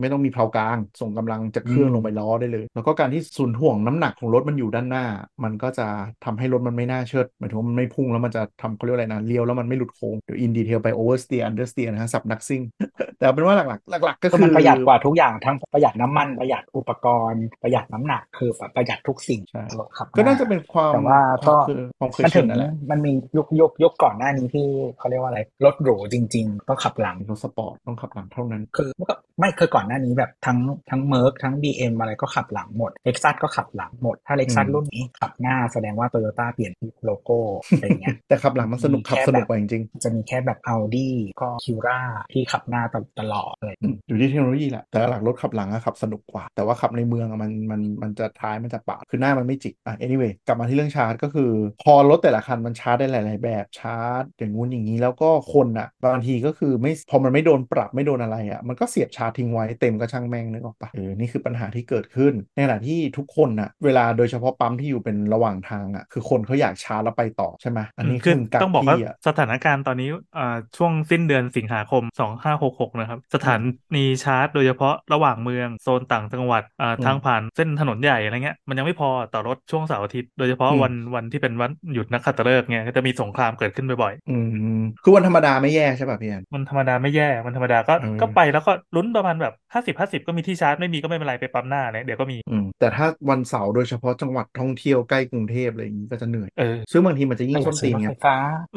[SPEAKER 2] ไม่ต้องมีเพลากลาง ส่งกำลังจากเครื่อง
[SPEAKER 3] อืม
[SPEAKER 2] ลงไปล้อได้เลย แล้วก็การที่ศูนย์ถ่วงน้ำหนักของรถมันอยู่ด้านหน้า มันก็จะทำให้รถมันไม่น่าเชิดหมายถึงว่ามันไม่พุ่งแล้วมันจะทำเขาเรียกว่าอะไรนะเลี้ยวแล้วมันไม่หลุดโค้งเดี๋ยวอินดีเทลไปโอเวอร์สเตียร์อันเดอร์สเตียร์นะฮะสับนักซิ่ง แต่เอาเป็นว่าหลักๆ หลัก ๆ ก็
[SPEAKER 3] คือ
[SPEAKER 2] คื
[SPEAKER 3] มัน
[SPEAKER 2] อ
[SPEAKER 3] ประหยัดกว่าทุกอย่างทั้งประหยัดน้ำมันประหยัดอุปกรณ์ประหยัดน้ำหนักคือแบบประหยัดทุกสิ่ง
[SPEAKER 2] ใช่
[SPEAKER 3] รถขับ
[SPEAKER 2] ก็น่า
[SPEAKER 3] ห
[SPEAKER 2] จะเป็นความ
[SPEAKER 3] แต่ว่าก็
[SPEAKER 2] ความคือความเคย
[SPEAKER 3] มัน
[SPEAKER 2] ชิ
[SPEAKER 3] ถึ
[SPEAKER 2] น
[SPEAKER 3] ง
[SPEAKER 2] นั่นแหละ
[SPEAKER 3] มันมียุคยุคยุคก่อนหน้านี้ที่เขาเรียกว่าอะไรรถหรูจริง ๆ ก็ขับหลัง
[SPEAKER 2] รถสปอร์ตต้องขับหลังเท่านั้น
[SPEAKER 3] คือเมื่อก่อนไม่คือก่อนหน้านี้แบบทั้งทั้งเมอร์กทั้ง BM อะไรก็ขับหลังหมดเล็กซัสก็ขับหลังหมด ถ้าเล็กซัส
[SPEAKER 2] อืม
[SPEAKER 3] รุ่นนี้ขับหน้าแสดงว่าโตโยต้าเปลี่ยนที่โลโก้อะไรเงี้ย
[SPEAKER 2] แต่ขับหลังมันสนุก
[SPEAKER 3] มี
[SPEAKER 2] ขับ
[SPEAKER 3] แค่
[SPEAKER 2] สนุก
[SPEAKER 3] แบบ
[SPEAKER 2] กว่าจริง
[SPEAKER 3] จะมีแค่แบบ Audi ก็คิวราที่ขับหน้าตตลอดเลย
[SPEAKER 2] ๆอืมอยู่ที่เทคโนโลยีแหละแต่หลักรถขับหลังอะขับสนุกกว่า แต่ว่าขับในเมืองอะมันมันมันจะท้ายมันจะปาดคือหน้ามันไม่จิกอ่ะ anyway กลับมาที่เรื่องชาร์จก็คือ พอรถแต่ละคันมันชาร์จได้หลาย ๆ แบบชาร์จ อย่างงู้นอย่างนี้แล้วก็คนอะบางทีก็คือไม่พอมันไม่โดนปรับไม่โดนอะไรอะมันก็เสียบชาร์จทิ้งไว้เต็มก็ช่างแม่งนึกออกปะเออนี่คือปัญหาที่เกิดขึ้น ในขณะที่ทุกคนอะเวลาโดยเฉพาะปั๊มที่อยู่เป็นระหว่างทางอะคือคนเขาอยากชาร์จแล้วไปต่อใช่ไหมอันนี้
[SPEAKER 4] คือ
[SPEAKER 2] มึงกัก
[SPEAKER 4] ต้องบอกว่า
[SPEAKER 2] ที่อะ
[SPEAKER 4] สถานการณ์ตอนนี้อ่าช่วงสิ้นเดือนสิงหาคม 2566 นะครับ สถานีชาร์จโดยเฉพาะระหว่างเมืองโซนต่างจังหวัดอ่า
[SPEAKER 2] อืม
[SPEAKER 4] ทางผ่านเส้นถนนใหญ่อะไรเงี้ยมันยังไม่พอต่อรถช่วงเสาร์อาทิตย์โดยเฉพาะ
[SPEAKER 2] อืม
[SPEAKER 4] วันวันที่เป็นวันหยุดนักขัตฤกษ์เนี่ยก็จะมีสงครามเกิดขึ้นบ่อย
[SPEAKER 2] อืมคือวันธรรมดาไม่แย่ใช่ป่ะพี่แอน
[SPEAKER 4] ๆมันธรรมดาไม่แย่มันธรรมดาก็
[SPEAKER 2] เออ
[SPEAKER 4] ก็ไปแล้วก็ลุ้นประมาณแบบ 50 50 ก็มีที่ชาร์จไม่มีก็ไม่เป็นไรไปปั๊มหน้าเนี่ยเดี๋ยวก็มี
[SPEAKER 2] อืมแต่ถ้าวันเสาร์โดยเฉพาะจังหวัดท่องเที่ยวใกล้กรุงเทพอะไรอย่างนี้ก็จะเหนื่อย
[SPEAKER 4] เออ
[SPEAKER 2] ซึ่งบางทีมันจะยิ่
[SPEAKER 3] ไม่
[SPEAKER 2] ง
[SPEAKER 3] อ
[SPEAKER 2] ส้นตี
[SPEAKER 3] ยากซื้อน รถ
[SPEAKER 2] ไง
[SPEAKER 3] ไฟฟ้า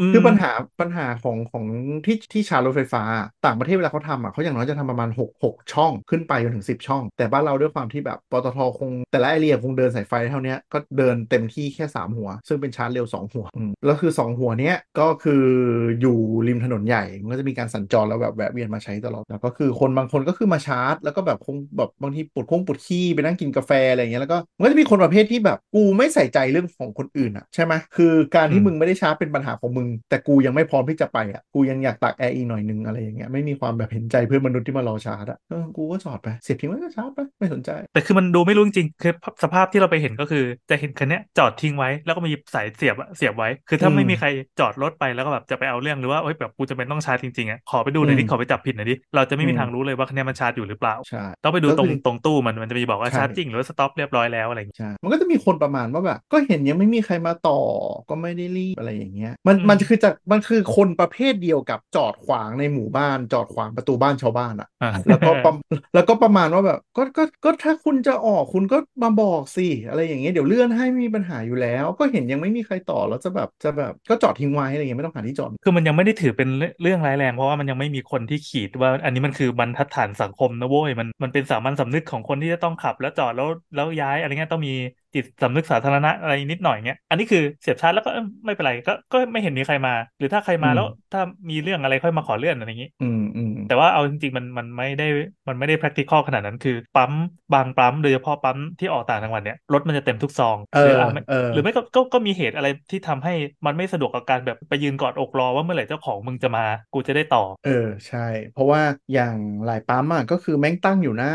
[SPEAKER 4] ม
[SPEAKER 2] คือปัญหาปัญหาของของที่ที่ชาร์จรถไฟฟ้า ต่างประเทศเวลาเขาทำอ่ะเขาอย่างน้อยจะทำประมาณ6กช่องขึ้นไปจนถึง 10 ช่อง แต่บ้านเราด้วยความที่แบบปตทคง แต่ละไอเรียคงเดินสายไฟเท่าเนี้ยก็เดินเต็มที่แค่ 3 หัว ซึ่งเป็นชาร์จเร็ว 2 หัวอืมแล้วคือ 2 หัวเนี้ยก็คืออยู่ริมถนนใหญ่ มันก็จะมีการสัญจรแล้วแบบแวะเวียนมาใช้ตลอดแล้วก็คือคนบางคนก็คือมาชาร์จ แล้วก็แบบคงแบบบางทีปวดคงปวดขี้ไปนั่งกินกาแฟอะไรอย่างเงี้ยแล้วก็มันก็จะมีคนประเภทที่แบบกูไม่ใส่ใจเรื่องของคนอื่นอ่ะใช่ไหมคือการที่
[SPEAKER 4] อืม
[SPEAKER 2] มึง ไม่ได้ช้าเป็นปัญหาของมึง แต่กูยังไม่พร้อมที่จะไปอ่ะกูยังอยากตากแอร์อีกหน่อยนึงอะไรอย่างเงี้ยไม่มีความแบบเห็นใจเพื่อนมนุษย์ที่มารอชาร์จอ่ะเออกูก็จอดไปเสียบทิ้งไว้ก็ชาร์จไปไม่สนใจ
[SPEAKER 4] แต่คือมันดูไม่รู้จริงๆคือสภาพที่เราไปเห็นก็คือจะเห็นคันเนี้ยจอดทิ้งไว้ แล้วก็มีสายเสียบอะเสียบไว้ คือถ้า
[SPEAKER 2] อืม
[SPEAKER 4] ไม่มีใครจอดรถไปแล้วก็แบบจะไปเอาเรื่องหรือว่าเอ้ยแบบกูจะเป็นต้องชาร์จจริงๆอ่ะขอไปดูหน่อยดิ
[SPEAKER 2] อืม
[SPEAKER 4] ขอไปจับผิดหน่อยดิเราจะไม่มี
[SPEAKER 2] อืม
[SPEAKER 4] ทางรู้เลยว่าคันเนี้ยมันชาร์จอยู่หรือเปล่า
[SPEAKER 2] ใช่
[SPEAKER 4] ต้องไปดู
[SPEAKER 2] แล้ว
[SPEAKER 4] ตร
[SPEAKER 2] คื
[SPEAKER 4] ง
[SPEAKER 2] อ
[SPEAKER 4] ตรงตู้มันมันจะมีบอกว่า
[SPEAKER 2] ใช่
[SPEAKER 4] ชาร์จจริงหรือว่าสต็อปเรียบร้อยแล้วอะไรอย่างเงี้ย
[SPEAKER 2] ใช่ มันก็จะมีคนประมาณว่าแบบก็เห็นยังไม่มีใครมาต่อก็ไม่ได้รีบอะไรอย่างเงี้ย มัน
[SPEAKER 4] อืม
[SPEAKER 2] มันคือจากมันคือคนประเภทเดียวกับจอดขวางในหมู่บ้าน จอดขวางประตูบ้านชาวบ้านอ่ะ
[SPEAKER 4] อ่า
[SPEAKER 2] แล้วก็ประม แล้วก็ประมาณว่าแบบก็ก็ก็ถ้าคุณจะออกคุณก็มาบอกสิอะไรอย่างเงี้ยเดี๋ยวเลื่อนให้ไม่มีปัญหาอยู่แล้ว ก็เห็นยังไม่มีใครต่อแล้วจะแบบจะแบบก็จอดทิ้งไว้อะไรเงี้ยไม่ต้องหาที่จอด
[SPEAKER 4] คือมันยังไม่ได้ถือเป็นเรื่องเรื่องร้ายแรง เพราะว่ามันยังไม่มีคนที่ขีดว่าอันนี้มันคือบรรทัดฐานสังคมนะเว้ยมันมันเป็นสามัญสำนึกของคนที่จะต้องขับแล้วจอดแล้วแล้วย้ายอะไรเงี้ยต้องมีจิตสำนึกสาธารณะอะไรนิดหน่อยเงี้ยอันนี้คือเสียบชาร์จแล้วก็เอ้ยไม่เป็นไรก็ก็ไม่เห็นมีใครมา หรือถ้าใครมา
[SPEAKER 2] อืม
[SPEAKER 4] แล้วถ้ามีเรื่องอะไรค่อยมาขอเลื่อนอะไรอย่างงี้
[SPEAKER 2] อืมอืม
[SPEAKER 4] แต่ว่าเอาจริงๆมันมันไม่ได้มันไม่ได้ practical ขนาดนั้นคือปั๊มบางปั๊มโดยเฉพาะปั๊มที่ออกต่างจังหวัดเนี่ยรถมันจะเต็มทุกซอง
[SPEAKER 2] เออ
[SPEAKER 4] หรืออ่ะไม่
[SPEAKER 2] เออ
[SPEAKER 4] หรือไม่ก็ก็ก็มีเหตุอะไรที่ทำให้มันไม่สะดวกกับการแบบไปยืนกอดอกรอว่าเมื่อไหร่เจ้าของมึงจะมากูจะได้ต่อ
[SPEAKER 2] เออใช่ เพราะว่าอย่างหลายปั๊มอ่ะก็คือแม่งตั้งอยู่หน้า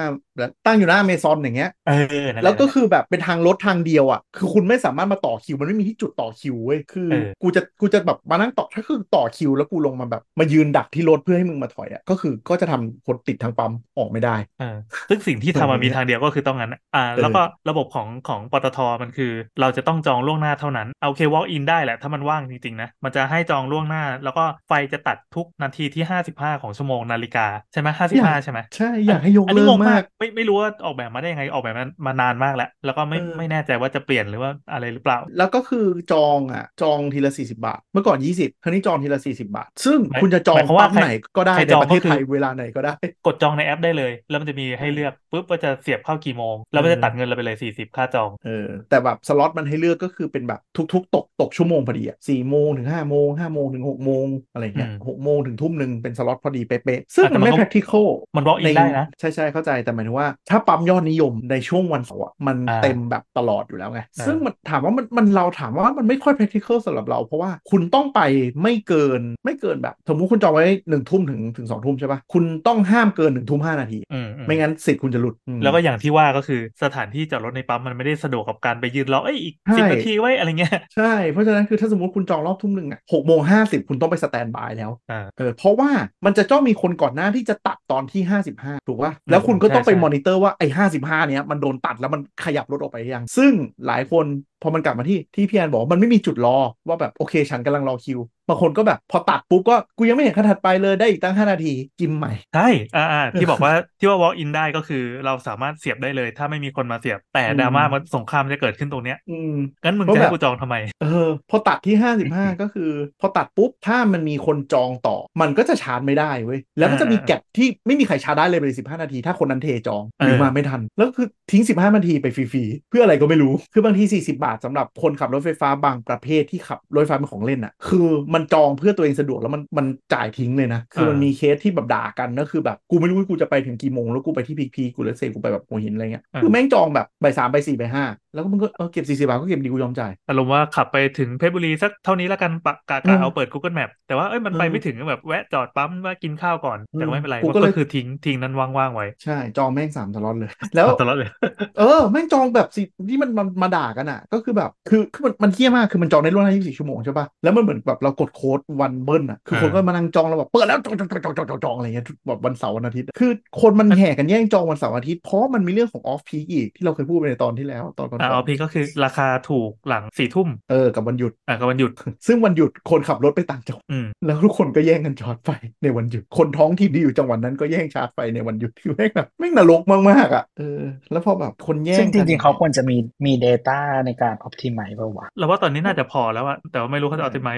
[SPEAKER 2] ตั้งอยู่หน้าอเมซอนอย่างเงี้ย
[SPEAKER 4] เออนั่นแหละ
[SPEAKER 2] แล้วก็
[SPEAKER 4] นั่นแหละ
[SPEAKER 2] คือแบบเป็นทางรถทางเดียวอ่ะ คือคุณไม่สามารถมาต่อคิว มันไม่มีที่จุดต่อคิวเว้ย คือ
[SPEAKER 4] เออ
[SPEAKER 2] กูจะกูจะแบบมานั่งต่อ ถ้าคือต่อคิว แล้วกูลงมาแบบมายืนดักที่รถเพื่อให้มึงมาถอยอ่ะ ก็คือก็จะทำคนติดทางปั๊มออกไม่ได้
[SPEAKER 4] เออซึ่งสิ่งที่
[SPEAKER 2] อะไร
[SPEAKER 4] ทำ
[SPEAKER 2] อย่า
[SPEAKER 4] มั
[SPEAKER 2] น ง
[SPEAKER 4] มี
[SPEAKER 2] เงี้ย
[SPEAKER 4] ทางเดียวก็คือต้องงั้นอ่า
[SPEAKER 2] เออ
[SPEAKER 4] แล้วก็ระบบของของปตทมันคือ เราจะต้องจองล่วงหน้าเท่านั้นเอาโอเค walk in ได้แหละ ถ้ามันว่างจริงๆนะ มันจะให้จองล่วงหน้า แล้วก็ไฟจะตัดทุกนาทีที่ 55 ของชั่วโมงนาฬิกา ใช่ไหม
[SPEAKER 2] อยาก
[SPEAKER 4] 55 ใช่ไหม
[SPEAKER 2] ใช่อยากให้ยก
[SPEAKER 4] อันนี้
[SPEAKER 2] เลิ
[SPEAKER 4] งงมาม
[SPEAKER 2] กาก ก
[SPEAKER 4] ไม่ไม่รู้ว่าออกแบบมาได้ยังไงออกแบบมามานานมากแล้ว แล้วก็ไม่
[SPEAKER 2] เออ
[SPEAKER 4] ไม่แน่ใจว่าจะเปลี่ยนหรือว่าอะไรหรือเปล่า
[SPEAKER 2] แล้วก็คือจองอ่ะ จองทีละ 40 บาท เมื่อก่อน 20คราวนี้จองทีละ 40 บาท ซึ่ง
[SPEAKER 4] หมาย
[SPEAKER 2] คุณจะจอ
[SPEAKER 4] หมาง ยควา
[SPEAKER 2] ปั๊
[SPEAKER 4] มว่าม ใคร
[SPEAKER 2] ไหนก็ได้
[SPEAKER 4] ใคร
[SPEAKER 2] ใน
[SPEAKER 4] จอ
[SPEAKER 2] ป
[SPEAKER 4] ง
[SPEAKER 2] ระเท
[SPEAKER 4] ก็
[SPEAKER 2] ศ
[SPEAKER 4] คื
[SPEAKER 2] ไท
[SPEAKER 4] อย
[SPEAKER 2] เวลาไหนก็ได้
[SPEAKER 4] กดจองในแอปได้เลย แล้วมันจะมีให้เลือกปุ๊บว่าจะเสียบเข้ากี่โมง แล้วมันจะตัดเงินเราไปเลย 40 ค่าจอง
[SPEAKER 2] เออแต่แบบสล็อตมันให้เลือกก็คือเป็นแบบทุกๆ ตกตกชั่วโมงพอดีอะสี่โมงถึงห้าโมงห้าโมงถึงหกโมงอะไรเงี้ย
[SPEAKER 4] อืม
[SPEAKER 2] หกโมงถึงทุ่มหนึ่งเป็นสล็อตพอดีเป๊ะๆซึ่ง
[SPEAKER 4] อ่ะแต่
[SPEAKER 2] มัน
[SPEAKER 4] มัน
[SPEAKER 2] ไม่
[SPEAKER 4] ก็
[SPEAKER 2] practical
[SPEAKER 4] มัน walk in
[SPEAKER 2] ใน
[SPEAKER 4] ได้นะ
[SPEAKER 2] ใช่ใช่เข้าใจแต่หมายถึง ว่า ถ้าปั๊มยอดนิยมในช่วงวันเสาร์อะมัน
[SPEAKER 4] อ่า
[SPEAKER 2] เต็มแบบตลอดอยู่แล้วไง
[SPEAKER 4] อ่า
[SPEAKER 2] ซึ่งมันถามว่ามันมันเราถามว่ามันไม่ค่อย practical สำหรับเรา เพราะว่าคุณต้องไปไม่เกินไม่เกินแบบ สมมุติคุณจองไว้หนึ่งทุ่มถึงถึงสองทุ่มใช่ปะคุณต้องห้ามเกินหนึ่งทุ่มห้านาที
[SPEAKER 4] อืมอืม
[SPEAKER 2] ไม่งั้นสิทธิ์คุณจะหลุดอืม
[SPEAKER 4] แล้วก็อย่างที่ว่าก็คือสถานที่จอดรถในปั๊มมันไม่ได้สะดวกกับการไปยืนรอเอ้ยอีก
[SPEAKER 2] ใช่
[SPEAKER 4] สิบนาทีไว้อะไรเงี้ย
[SPEAKER 2] ใช่ เพราะฉะนั้นคือถ้าสมมติคุณจองรอบทุ่มหนึ่งอ่ะหกโมงห้าสิบคุณต้องไปสแตนบายแล้ว
[SPEAKER 4] อ่า
[SPEAKER 2] เออเพราะว่ามันจะจ้องมีคนก่อนหน้าที่จะตัดตอนที่ห้าสิบห้าถูกป่ะ
[SPEAKER 4] อืม
[SPEAKER 2] แล้วคุณก็ต้องไป
[SPEAKER 4] ใช่ใช่
[SPEAKER 2] มอนิเตอร์ว่าไอ้ห้าสิบห้าเนี้ยมันโดนตัดแล้วมันขยับรถออกไปยัง ซึ่งหลายคนพอมันกลับมาที่ที่พี่แอนบอกว่ามันไม่มีจุดรอว่าแบบโอเคฉันกำลังรอคิวบางคนก็แบบพอตัดปุ๊บก็กูยังไม่เห็นขนถัดไปเลยได้อีกตั้งห้านาทีกิมใหม่
[SPEAKER 4] ใช่อ่าอ่าที่บอกว่าที่ว่า walk in ได้ก็คือเราสามารถเสียบได้เลย ถ้าไม่มีคนมาเสียบแต่
[SPEAKER 2] อืม
[SPEAKER 4] ดราม่ามันสงครามจะเกิดขึ้นตรงเนี้ย
[SPEAKER 2] อืม
[SPEAKER 4] งั้นมึง
[SPEAKER 2] เพราะ
[SPEAKER 4] จะ
[SPEAKER 2] แบบ
[SPEAKER 4] ให้กูจองทำไม
[SPEAKER 2] เออพอตัดที่ 55 ก็คือ พอตัดปุ๊บ ถ้ามันมีคนจองต่อ มันก็จะชาร์จไม่ได้เว้ย แล้วก็จะมี
[SPEAKER 4] อ่า
[SPEAKER 2] แก็บที่ไม่มีใครชาร์จได้เลยไปเลย15 นาที ถ้าคนนั้นเทจอง หรือ
[SPEAKER 4] เออ
[SPEAKER 2] มาไม่ทัน แล้วคือทิ้ง 15 นาทีไปฟรีๆ เพื่ออะไรก็ไม่รู้ คือบางที 40 บาทสำหรับคนขับรถไฟฟ้าบางประเภทที่ขับรถไฟฟ้าเป็นของเล่นอ่ะ คือมันจองเพื่อตัวเองสะดวกแล้วมันมันจ่ายทิ้งเลยนะ คือมันมีเคสที่แบบด่ากันก็คือแบบกูไม่รู้ว่ากูจะไปถึงกี่โมงแล้วกูไปที่พีพีกูเลยเซกูไปแบบหัวหินอะไรเงี้ย คือแม่งจองแบบบ่ายสามบ่ายสี่บ่ายห้าแล้วก็มึงก็เออเก็บ40บาทก็เก็บดีกูยอมจ่าย
[SPEAKER 4] อารมณ์ว่าขับไปถึงเพชรบุรีสักเท่านี้แล้วกันปะกะ
[SPEAKER 2] อื
[SPEAKER 4] กะ
[SPEAKER 2] ม
[SPEAKER 4] เอาเปิด Google Map แต่ว่าเอ้ยมันไป
[SPEAKER 2] อืม
[SPEAKER 4] ไม่ถึงแบบแวะจอดปั๊มว่ากินข้าวก่อน แต่
[SPEAKER 2] อืม
[SPEAKER 4] ไม่เป็นไร
[SPEAKER 2] กู
[SPEAKER 4] มัน
[SPEAKER 2] ก็เลย
[SPEAKER 4] ก็คือทิ้งทิ้งนั้นว่างๆไว้
[SPEAKER 2] ใช่ จองแม่งสามสล็อตเลย แล้ว
[SPEAKER 4] ตล อดเลย
[SPEAKER 2] เออแม่งจองแบบสิที่มันมันมาด่ากันอ่ะ ก็คือแบบคือคือมันมันเที่ยมากคือมันจองได้ล่วงหน้า24 ชั่วโมงใช่ป่ะแล้วมันเหมือนแบบเรากดโค้ดวันเบิ้ลอ่ะคือ
[SPEAKER 4] เออ
[SPEAKER 2] คนก็มานั่งจองแล้วแบบเปิดแล้วจองจองจองจองจองจองจองอะไรเงี้ยแบบวันเสาร์วันอาทิตย์อะคือคนมันแห่กันแย่งจองวันเสาร์อาทิตย์เพราะมันมีเรื่องของออฟพีอีกที่เราเคยพูดไปในตอนที่แล้วตอนก่อนๆ
[SPEAKER 4] อ่าเอาพีก็คือราคาถูกหลังสี่ทุ่ม
[SPEAKER 2] เออกับวันหยุด
[SPEAKER 4] อ่ากับวันหยุด
[SPEAKER 2] ซึ่งวันหยุดคนขับรถไปต่างจังหวัด
[SPEAKER 4] อืม
[SPEAKER 2] แล้วทุกคนก็แย่งกันชาร์จไฟในวันหยุด คนท้องถิ่นที่อยู่จังหวัดนั้นก็แย่งชาร์จไฟในวันหยุด คือแม่งแบบแม่งนรกมากๆอ่ะเออแล้วพอแบบคนแย่ง
[SPEAKER 3] ซึ่งจ
[SPEAKER 2] กัน
[SPEAKER 3] ริงๆเขาควรจะมีมี Data ในการ optimize เปล่าวะ
[SPEAKER 4] เราว่าตอนนี้น่าจะพอแล้วอะแต่ว่าไม่รู้เขาจะเอาติมไม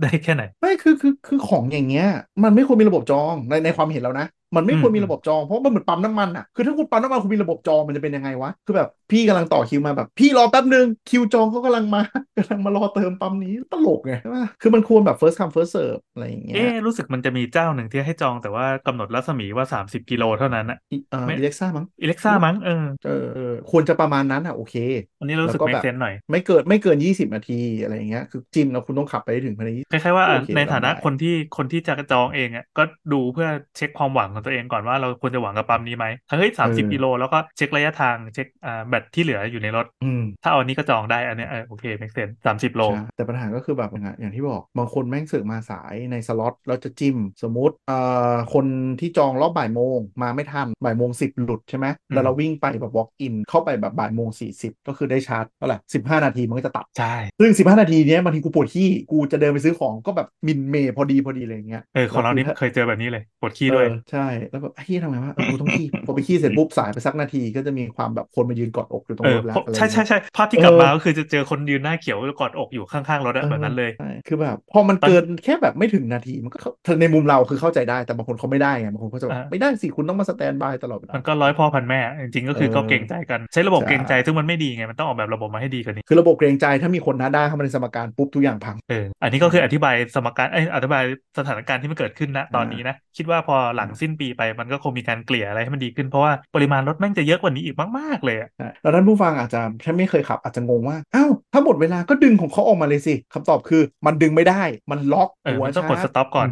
[SPEAKER 4] ได้แค่ไหน
[SPEAKER 2] ไม่คือคือคือของอย่างเงี้ย มันไม่ควรมีระบบจองในในความเห็นแล้วนะ มันไม่ควรมีระบบจองเพราะมันเหมือนปั๊มน้ำมันอ่ะคือถ้าคุณปั๊มน้ำมันคุณมีระบบจองมันจะเป็นยังไงวะคือแบบพี่กำลังต่อคิวมาแบบพี่รอแป๊บนึงคิวจองเขา กำลังมากำลังมารอเติมปั๊มนี้ตลกไงใช่ปะคือมันควรแบบ first come first serve อะไรอย่างเงี้ย
[SPEAKER 4] เอ๊ะรู้สึกมันจะมีเจ้าหนึ่งที่ให้จองแต่ว่ากำหนดรัศมีว่า 30 กิโลเท่านั้นอะ
[SPEAKER 2] เอ่อเล็กซ่ามั้ง
[SPEAKER 4] อิเล็กซ่ามั้งเออ
[SPEAKER 2] เออเออควรจะประมาณนั้นอ่ะโอเค
[SPEAKER 4] อันนี้เรารู้สึก
[SPEAKER 2] แล้วก็
[SPEAKER 4] ไม่
[SPEAKER 2] แบบ
[SPEAKER 4] เซนหน่อย
[SPEAKER 2] ไม่เกินไม่เกิน 20 นาทีอะไรอย่างเงี้ยคือจิ้มแล้วคุณต้องขับไปให้ถึงภายใน20
[SPEAKER 4] คล้ายๆว่า
[SPEAKER 2] โอเค
[SPEAKER 4] ในฐานะ
[SPEAKER 2] จำได้
[SPEAKER 4] คนที่คนที่จะจองเองอะก็ดูเพื่อเช็คความหวังของตัวเองก่อนว่าเราควรจะหวังกับปั๊มนี้ไหมถ้าเฮ้ยสามสิบกิโลแล้วก็เช็คระยะทางเช็คอ่าแบตที่เหลืออยู่ในรถ
[SPEAKER 2] อืม
[SPEAKER 4] ถ้าเอาอันนี้ก็จองได้อันเนี้ยเออโอเคเมกเซนสามสิบโล
[SPEAKER 2] ใช่แต่ปัญหาก็คือแบบอย่างอย่างที่บอก บางคนแม่งเสือกมาสายในสล็อตแล้วจะจิ้ม สมมติเอ่อคนที่จองรอบบ่ายโมงมาไม่ทันบ่ายโมงสิบหลุดใช่ไหม
[SPEAKER 4] อืม
[SPEAKER 2] แล้วเราวิ่งไปแบบ walk in เข้าไปแบบบ่ายโมงสี่สิบก็คือได้ชาร์จเท่าไหร่สิบห้านาทีมันก็จะตัด
[SPEAKER 4] ใช่
[SPEAKER 2] ซึ่งสิบห้านาทีเนี้ยบางทีกูปวดขี้กูจะเดินไปซื้อของก็แบบมินเมย์พอดีพอดีอะไรอย่างเงี้ย
[SPEAKER 4] เออของเรานี่
[SPEAKER 2] แล้วคือถ้
[SPEAKER 4] เคยเจอแบบนี้เลยปวดขี้ด้วย
[SPEAKER 2] เออใช่ แล้วแบบไอ้เฮียทำไงวะเออกูต้องขี้ พอไปขี้เสร็จปุ๊บสายไปสักนาทีก็จะมีความแบบคนมายืนกอดอกอยู่ตรง
[SPEAKER 4] เอ
[SPEAKER 2] ร
[SPEAKER 4] อ
[SPEAKER 2] ถแล้ว
[SPEAKER 4] เพราะ
[SPEAKER 2] อะไร
[SPEAKER 4] ใช่
[SPEAKER 2] เงี้ย
[SPEAKER 4] ใช่ใช่ภาพที่
[SPEAKER 2] เออ
[SPEAKER 4] กลับมาก็คือจะเจอคนยืนหน้าเขียวแล้วกอดอกอยู่ข้างๆรถอะแบบนั้นเลย
[SPEAKER 2] ใช่คือแบบ พอมัน
[SPEAKER 4] ตอน
[SPEAKER 2] เกินแค่แบบไม่ถึงนาทีมันก็เข้าในมุมเราคือเข้าใจได้แต่บางคนเขาไม่ได้ไงบางคนเขาจะแบบ
[SPEAKER 4] อ่า
[SPEAKER 2] ไม่ได้สิคุณต้องมาสแตนบายตลอดเวลา
[SPEAKER 4] มันก็ร้อยพ่อพันแม่ จริงๆก็คือ
[SPEAKER 2] เออ
[SPEAKER 4] ก็เกรงใจกัน ใช้ระบบ
[SPEAKER 2] ใช่
[SPEAKER 4] เกรงใจซึ่งมันไม่ดีไง มันต้องออกแบบระบบมาให้ดีกว่านี้
[SPEAKER 2] คือระบบเกรงใจถ้ามีคนหน้าด้านเข้ามาในสมการปุ๊บทุกอย่างพัง
[SPEAKER 4] เอออันนี้ก็คืออธิบายสมการเอยอธิบายสถานการณ์ที่มันเกิดขึ้นนะตอนนี้นะ คิดว่าพอหลัง
[SPEAKER 2] อ่า
[SPEAKER 4] สิ้นปีไปมันก็คงมีการเกลี่ยอะไรให้มันดีขึ้นเพราะว่าปริมาณรถแม่งจะเยอะกว่านี้อีกมาก ๆ เลยอะ
[SPEAKER 2] ใช่แล้วท่านผู้ฟังอาจจะถ้าไม่เคยขับอาจจะงงว่าอ้าวถ้าหมดเวลาก็ดึงของเขาออกมาเลยสิคำตอบคือมันดึงไม่ได้มันล็อก
[SPEAKER 4] เออ
[SPEAKER 2] หัว
[SPEAKER 4] มันต้องกด
[SPEAKER 2] ชา
[SPEAKER 4] ส
[SPEAKER 2] ร์จ
[SPEAKER 4] ต็อปก่อน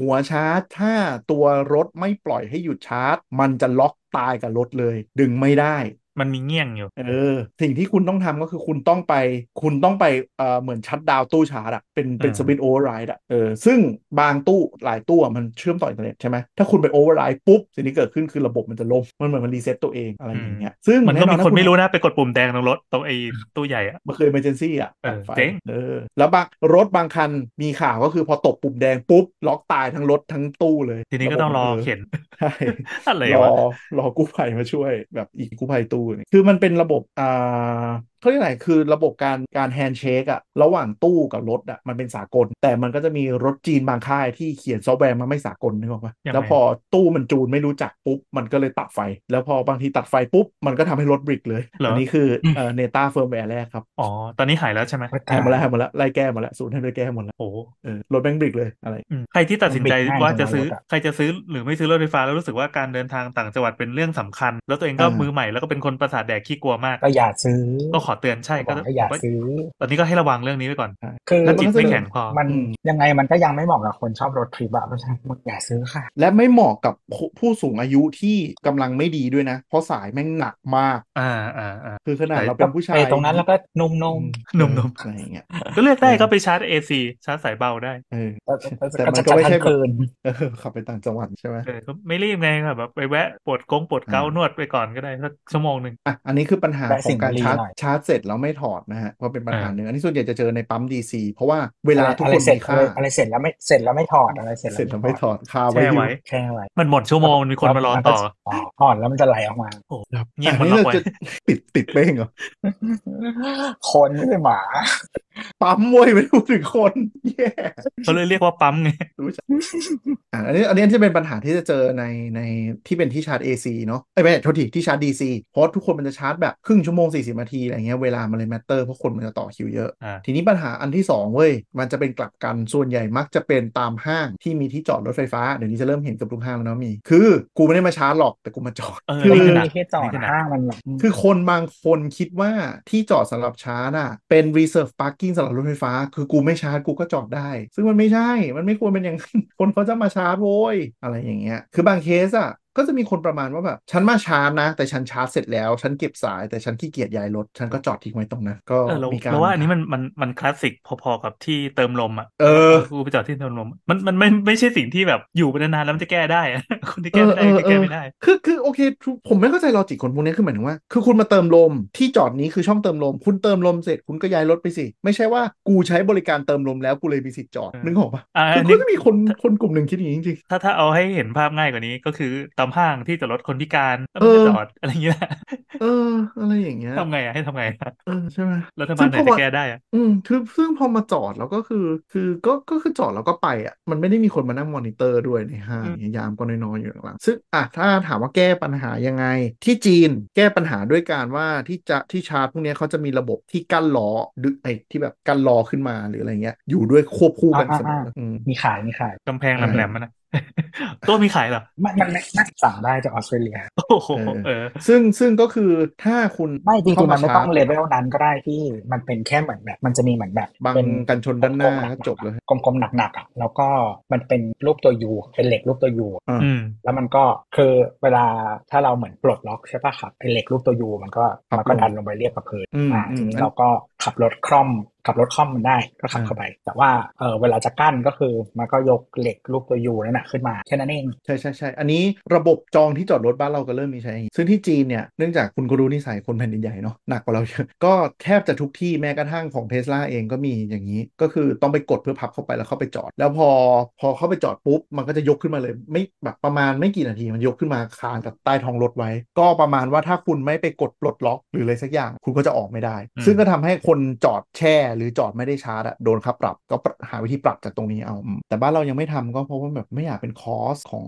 [SPEAKER 2] หัวชาร์จถ้าตัวรถไม่ปล่อยให้หยุดชาร์จ มันจะล็อกตายกับรถเลย ดึงไม่ได้
[SPEAKER 4] มันมีเงี่ยงอยู่
[SPEAKER 2] เออ สิ่งที่คุณต้องทำก็คือคุณต้องไป คุณต้องไปเอ่อเหมือนชัดดาวน์ตู้ชาร์จอะเป็นเป็น
[SPEAKER 4] อ่า
[SPEAKER 2] สวิตโอเวอร์ไรด์อะเออซึ่งบางตู้หลายตู้อะมันเชื่อมต่ออินเทอร์เน็ตใช่ไหมถ้าคุณไปโอเวอร์ไรด์ปุ๊บ สิ่งที่เกิดขึ้นคือระบบมันจะล่มมันเหมือนมันรีเซ็ตตัวเองอะไรอย่างเงี้ยซึ่ง
[SPEAKER 4] มันก็
[SPEAKER 2] แอ
[SPEAKER 4] มี
[SPEAKER 2] ถ้า
[SPEAKER 4] คน
[SPEAKER 2] ณ
[SPEAKER 4] ไม่รู้นะไปกดปุ่มแดงตรงรถตรงไอ้ตู้ใหญ่อะ
[SPEAKER 2] มันคือ emergency อ่ะ
[SPEAKER 4] เออ
[SPEAKER 2] ตัดไฟ
[SPEAKER 4] เจ๊ง
[SPEAKER 2] เออ แล้วบางรถบางคันมีข่าวก็คือพอตบปุ่มแดงปุ๊บ ล็อกตายทั้งรถทั้งตู้เลย
[SPEAKER 4] ทีนี้ก็ต้องรอเข็น
[SPEAKER 2] ใช่
[SPEAKER 4] อะไร
[SPEAKER 2] รอ
[SPEAKER 4] วะ
[SPEAKER 2] รอกู้ภัยมาช่วยแบบอีกกู้ภัยตู้เนี่ยคือมันเป็นระบบอ่า เขาเรียกอะไรคือระบบการการแฮนด์เชคอะระหว่างตู้กับรถอะมันเป็นสากล แต่มันก็จะมีรถจีนบางค่ายที่เขียนซอฟต์แวร์มาไม่สากลนึกออกปะ
[SPEAKER 4] ยังไง
[SPEAKER 2] แล้วพอตู้มันจูนไม่รู้จักปุ๊บ มันก็เลยตัดไฟ แล้วพอบางทีตัดไฟปุ๊บ มันก็ทำให้รถบริกเลย
[SPEAKER 4] เหรออั
[SPEAKER 2] นนี้คือเอ่อเนต้าเฟิร์มแวร์แรกครับ
[SPEAKER 4] อ๋อ ตอนนี้หายแล้วใช่ไหม
[SPEAKER 2] หายหมดแล้วหายหมดแล้วไล่แก้หมดแล้วศูนย์ให้ด้วยแก้หมดแล้ว
[SPEAKER 4] โอ้โห
[SPEAKER 2] เออรถแบงบริกเลยอะไร
[SPEAKER 4] อืมใครที่ตัดสินใจ
[SPEAKER 3] มันบิดง่าย
[SPEAKER 4] ว่าจะซื้อ
[SPEAKER 3] จังวะรถอะ
[SPEAKER 4] ใครจะซื้อหรือไม่ซื้อรถไฟฟ้าแล้วรู้สึกว่าการเดินทางต่างจังหวัดเป็นเรื่องสำคัญ แล้วตัวเองก็
[SPEAKER 2] อ่ามื
[SPEAKER 4] มือใหม่แล้วก็เป็นคนประสาทแดกขี้กลัวมาก
[SPEAKER 3] ก็อย่าซื้อ
[SPEAKER 4] ก็ขอเตือนใช่
[SPEAKER 3] ก็บอ
[SPEAKER 4] ก็
[SPEAKER 3] กให้อย่า
[SPEAKER 4] ผมว่า
[SPEAKER 3] ซื้อ
[SPEAKER 4] ตอนนี้ก็ให้ระวังเรื่องนี้ไว้ก่อน
[SPEAKER 2] ใช่
[SPEAKER 3] คือ
[SPEAKER 4] ถ้าจิตไม่แข็งพอ
[SPEAKER 3] มัน
[SPEAKER 2] อืม
[SPEAKER 3] ยังไงมันก็ยังไม่เหมาะกับคนชอบรถทริปอะเพราะฉะนั้นมึงอย่าซื้อค่ะ
[SPEAKER 2] และไม่เหมาะกับผู้ผู้สูงอายุที่กำลังไม่ดีด้วยนะ เพราะสายแม่งหนักมาก
[SPEAKER 4] อ่าอ่าอ่า
[SPEAKER 2] คือขนาด
[SPEAKER 4] สาย
[SPEAKER 2] เราเป็นผู้ชา
[SPEAKER 3] ไป
[SPEAKER 2] ย
[SPEAKER 3] ตรงนั้นแล้วก็นุ่
[SPEAKER 2] อื
[SPEAKER 3] ม
[SPEAKER 2] ม
[SPEAKER 4] หนุ่มๆ
[SPEAKER 2] อะไรอย่างเงี้ย
[SPEAKER 4] ก็เลือกได้
[SPEAKER 2] เออ
[SPEAKER 4] ก็ไปชาร์จ AC ชาร์จสายเบาได้
[SPEAKER 2] เออ
[SPEAKER 3] ๆแต่
[SPEAKER 2] แต่มันก็
[SPEAKER 3] จะ
[SPEAKER 2] ไม่ใช่
[SPEAKER 3] ทันคืน
[SPEAKER 2] เออขับไปต่างจังหวัดใช่ไหม
[SPEAKER 4] เออก็ไม่รีบไงครับแบบไปแวะปวดกงปวดเกา
[SPEAKER 2] อ่าน น
[SPEAKER 4] วดไปก่อนก็ได้สักชั่วโมงหนึ่ง
[SPEAKER 2] อ่ะอันนี้คือปัญหา
[SPEAKER 3] ได้
[SPEAKER 2] ขอ
[SPEAKER 3] สิ่
[SPEAKER 2] ง
[SPEAKER 3] ง
[SPEAKER 2] การ
[SPEAKER 3] ดี
[SPEAKER 2] ชาร์จ
[SPEAKER 3] หน่อย
[SPEAKER 2] ชาร์จเสร็จแล้วไม่ถอดนะฮะก็เป็นปัญหา
[SPEAKER 4] อ่า
[SPEAKER 2] หนึ่งอันนี้ส่วนใหญ่จะเจอในปั๊มดีซีเพราะว่าเวลา
[SPEAKER 3] อะไร
[SPEAKER 2] ทุก
[SPEAKER 3] อะไร
[SPEAKER 2] คน
[SPEAKER 3] เสร็จ
[SPEAKER 2] มี
[SPEAKER 3] อะ
[SPEAKER 2] ค่า
[SPEAKER 3] ไรอะไรเสร็จแล้วไม่เสร็จแล้วไม่ถอดอะไรเสร็จ
[SPEAKER 2] เสร็จ
[SPEAKER 3] แล้
[SPEAKER 2] แล้ว ว
[SPEAKER 3] ไม่
[SPEAKER 2] ไม่
[SPEAKER 3] ถ
[SPEAKER 2] ถ
[SPEAKER 3] อด
[SPEAKER 2] อดคาไว้
[SPEAKER 4] แช่
[SPEAKER 2] อยู่
[SPEAKER 4] ไว้
[SPEAKER 3] แช่ไว้
[SPEAKER 4] มันหมดชั่วโมงมีคนมารอต่อ
[SPEAKER 3] แล้วมันก็ถอดแล้วมันจะไหลออกมา
[SPEAKER 4] โอ้โห
[SPEAKER 2] ครับ
[SPEAKER 4] เงียบ
[SPEAKER 2] อั
[SPEAKER 4] มันน
[SPEAKER 2] นี้
[SPEAKER 4] ล็อก
[SPEAKER 2] เรา
[SPEAKER 4] ไว้
[SPEAKER 2] จะติดติดเป้งเหรอ
[SPEAKER 3] คนไม่ใช่หมา
[SPEAKER 2] ปั๊มเว้ยไม่รู้ถึ งคนแย่
[SPEAKER 4] เขาเลยเรียกว่าปั๊มไง
[SPEAKER 2] อ่ะอันนี้อันนี้จะเป็นปัญหาที่จะเจอในในที่เป็นที่ชาร์จ AC เนาะเอ้ยไม่ใช่โทษทีที่ชาร์จ DC เพราะทุกคนมันจะชาร์จแบบครึ่งชั่วโมง 40 นาทีอะไรเงี้ยเวลามันเลยแมตเตอร์เพราะคนมันจะต่อคิวเยอะ
[SPEAKER 4] อ่า
[SPEAKER 2] ทีนี้ปัญหาอันที่ 2 เว้ย มันจะเป็นกลับกันส่วนใหญ่มักจะเป็นตามห้างที่มีที่จอดรถไฟฟ้า เดี๋ยวนี้จะเริ่มเห็นเกับทุกห้างแล้วเนาะมี คือกูไม่ได้มาชาร์จหรอกแต่กูมาจอด
[SPEAKER 4] เออ
[SPEAKER 2] คื
[SPEAKER 4] นี่คือ
[SPEAKER 2] อ
[SPEAKER 4] หนัก
[SPEAKER 3] ที่จอด
[SPEAKER 4] นี่คือหนัก
[SPEAKER 3] ห้างมันแบบ
[SPEAKER 2] คือคนบางคนคิดว่าที่จอดสำหรับชาร์จอ่ะ เป็น reserve parking สำหรับรถไฟฟ้า คือกูไม่ชาร์จกูก็จอดได้ ซึ่งมันไม่ใช่ มันไม่ควรเป็นอย่างนั้น คนเขาจะมาชาร์จโว้ยอะไรอย่างเงี้ย คือบางเคสอ่ะ ก็จะมีคนประมาณว่าแบบ ฉันมาชาร์จนะ แต่ฉันชาร์จเสร็จแล้ว ฉันเก็บสายแต่ฉันขี้เกียจย้ายรถ ฉันก็จอดทิ้งไว้ตรงนั้นก็
[SPEAKER 4] เออเรา
[SPEAKER 2] มีการ
[SPEAKER 4] เราว่าอันนี้มันมันมันคลาสสิกพอๆกับที่เติมลมอ่ะ
[SPEAKER 2] เออ
[SPEAKER 4] กูไปจอดที่เติมลม มันมันไม่ไม่ใช่สิ่งที่แบบอยู่ไปนานๆแล้วมันจะแก้ได้อะ คนที่แก้ไม่ได้ก็แก้ไม่ได้
[SPEAKER 2] คือคือโอเคทุกผมไม่เข้าใจลอจิกคนพวกนี้คือหมายถึงว่า คือคุณมาเติมลมที่จอดนี้คือช่องเติมลม คุณเติมลมเสร็จคุณก็ย้ายรถไปสิ ไม่ใช่ว่ากูใช้บริการเติมลมแล้วกูเลยมีสิทธิ์จอด
[SPEAKER 4] เออ
[SPEAKER 2] นึกออกปะ
[SPEAKER 4] อ่า
[SPEAKER 2] คือ
[SPEAKER 4] อันนี้
[SPEAKER 2] ก็จะมีคนคนกลุ่มหนึ่งคิดอย่างนี้จริง
[SPEAKER 4] ถ้าถ้าเอาให้เห็นภาพง่ายกว่านี้ก็คือตามห้างที่จอดรถคนพิการแล้ว
[SPEAKER 2] เออ
[SPEAKER 4] มันก็จอดอะไรอย่างเงี้ยนะ
[SPEAKER 2] ๆเออ อะไรอย่างเงี้ย
[SPEAKER 4] ทำไงอะให้ทำไงอะ
[SPEAKER 2] เออใช่ไหม
[SPEAKER 4] รัฐบา
[SPEAKER 2] ซึ่ง
[SPEAKER 4] ลไหน
[SPEAKER 2] พอ
[SPEAKER 4] จะ
[SPEAKER 2] มา
[SPEAKER 4] แก้ได้อะ
[SPEAKER 2] อืมคือซึ่งพอมาจอดแล้วก็คือ คือก็ก็คือจอดแล้วก็ไปอ่ะมันไม่ได้มีคนมานั่งมอนิเตอร์ด้วยในห้างอย่างเงี้ยยามก็น้อยๆอยู่ข้างหลังซึ่งอ่ะถ้าถามว่าแก้ปัญหายังไง ที่จีนแก้ปัญหาด้วยการว่าที่จะที่ชาร์จพวกเนี้ยเขาจะมีระบบที่กั้นล้อดึกไอ้ที่แบบกั้นล้อขึ้นมาหรืออะไรเงี้ยอยู่ด้วยควบคู่กันเสมออืม
[SPEAKER 3] มีขายมีขาย
[SPEAKER 4] กำแพง
[SPEAKER 2] เออ
[SPEAKER 4] แหลมๆมันนะ ตัวมีขายเหรอ
[SPEAKER 3] มันมันไม่น่าสั่งได้จากออสเตรเลีย
[SPEAKER 4] โอ้โหเออ
[SPEAKER 2] ซึ่งซึ่งก็คือถ้าคุณ
[SPEAKER 3] ไม่จริ
[SPEAKER 2] เข้าง
[SPEAKER 3] ๆ
[SPEAKER 2] มา
[SPEAKER 3] มันไม่ต้อง
[SPEAKER 2] ชาร์จ
[SPEAKER 3] เลเวลนั้นก็ได้พี่มันเป็นแค่เหมือนแบบ มันจะมีเหมือนแบบ
[SPEAKER 2] บัง
[SPEAKER 3] เป็น
[SPEAKER 2] กันชนด้านหน้าก็จบเลย
[SPEAKER 3] กลมๆหนักๆอ่ะแล้วก็มันเป็นรูปตัวยูเป็นเหล็กรูปตัวยู
[SPEAKER 2] อ่า
[SPEAKER 4] อืม
[SPEAKER 3] แล้วมันก็คือเวลาถ้าเราเหมือนปลดล็อกใช่ป่ะครับไอ้เหล็กรูปตัวยูมันก็
[SPEAKER 2] ครับ
[SPEAKER 3] มันก็
[SPEAKER 2] ผม
[SPEAKER 3] ดันลงไปเรียบกับพื้น
[SPEAKER 2] อืม
[SPEAKER 3] อ่า
[SPEAKER 2] อืม
[SPEAKER 3] ทีนี้
[SPEAKER 2] อัน
[SPEAKER 3] เราก็ขับรถคล่อม ขับรถคล่อมมันได้ก็ขับ
[SPEAKER 2] อ่า
[SPEAKER 3] เข้าไป แต่ว่าเออเวลาจะกั้นก็คือมันก็ยกเหล็กรูปตัวยูนั่นแหะขึ้นมาแค่นั้นเอง
[SPEAKER 2] ใช่ใช่ใช่ อันนี้ระบบจองที่จอดรถบ้านเราก็เริ่มมีใช้อย่างนี้ซึ่งที่จีนเนี่ย เนื่องจากคุณก็รู้นิสัยคนแผ่นดินใหญ่เนาะ หนักกว่าเราเยอะ ก็แทบจะทุกที่แม้กระทั่งของเทสลาเองก็มีอย่างนี้ ก็คือต้องไปกดเพื่อพับเข้าไปแล้วเข้าไปจอด แล้วพอพอเข้าไปจอดปุ๊บ มันก็จะยกขึ้นมาเลย ไม่แบบประมาณไม่กี่นาทีมันยกขึ้นมาคานกับใต้ท้องรถไว้ ก็ประมาณว่าถ้าคุณไม่ไปกดปลดล็อกหรืออะไรสักอย่าง คุณก็จะออกไม่ได้
[SPEAKER 4] อืม
[SPEAKER 2] ซึ่งก็ทำให้คนจอดแช่หรือจอดไม่ได้ชาร์จอะโดนค่าปรับก็ปรับหาวิธีปรับจากตรงนี้เอาอืมแต่บ้านเรายังไม่ทำก็เพราะว่าแบบไม่อยากเป็นคอสของ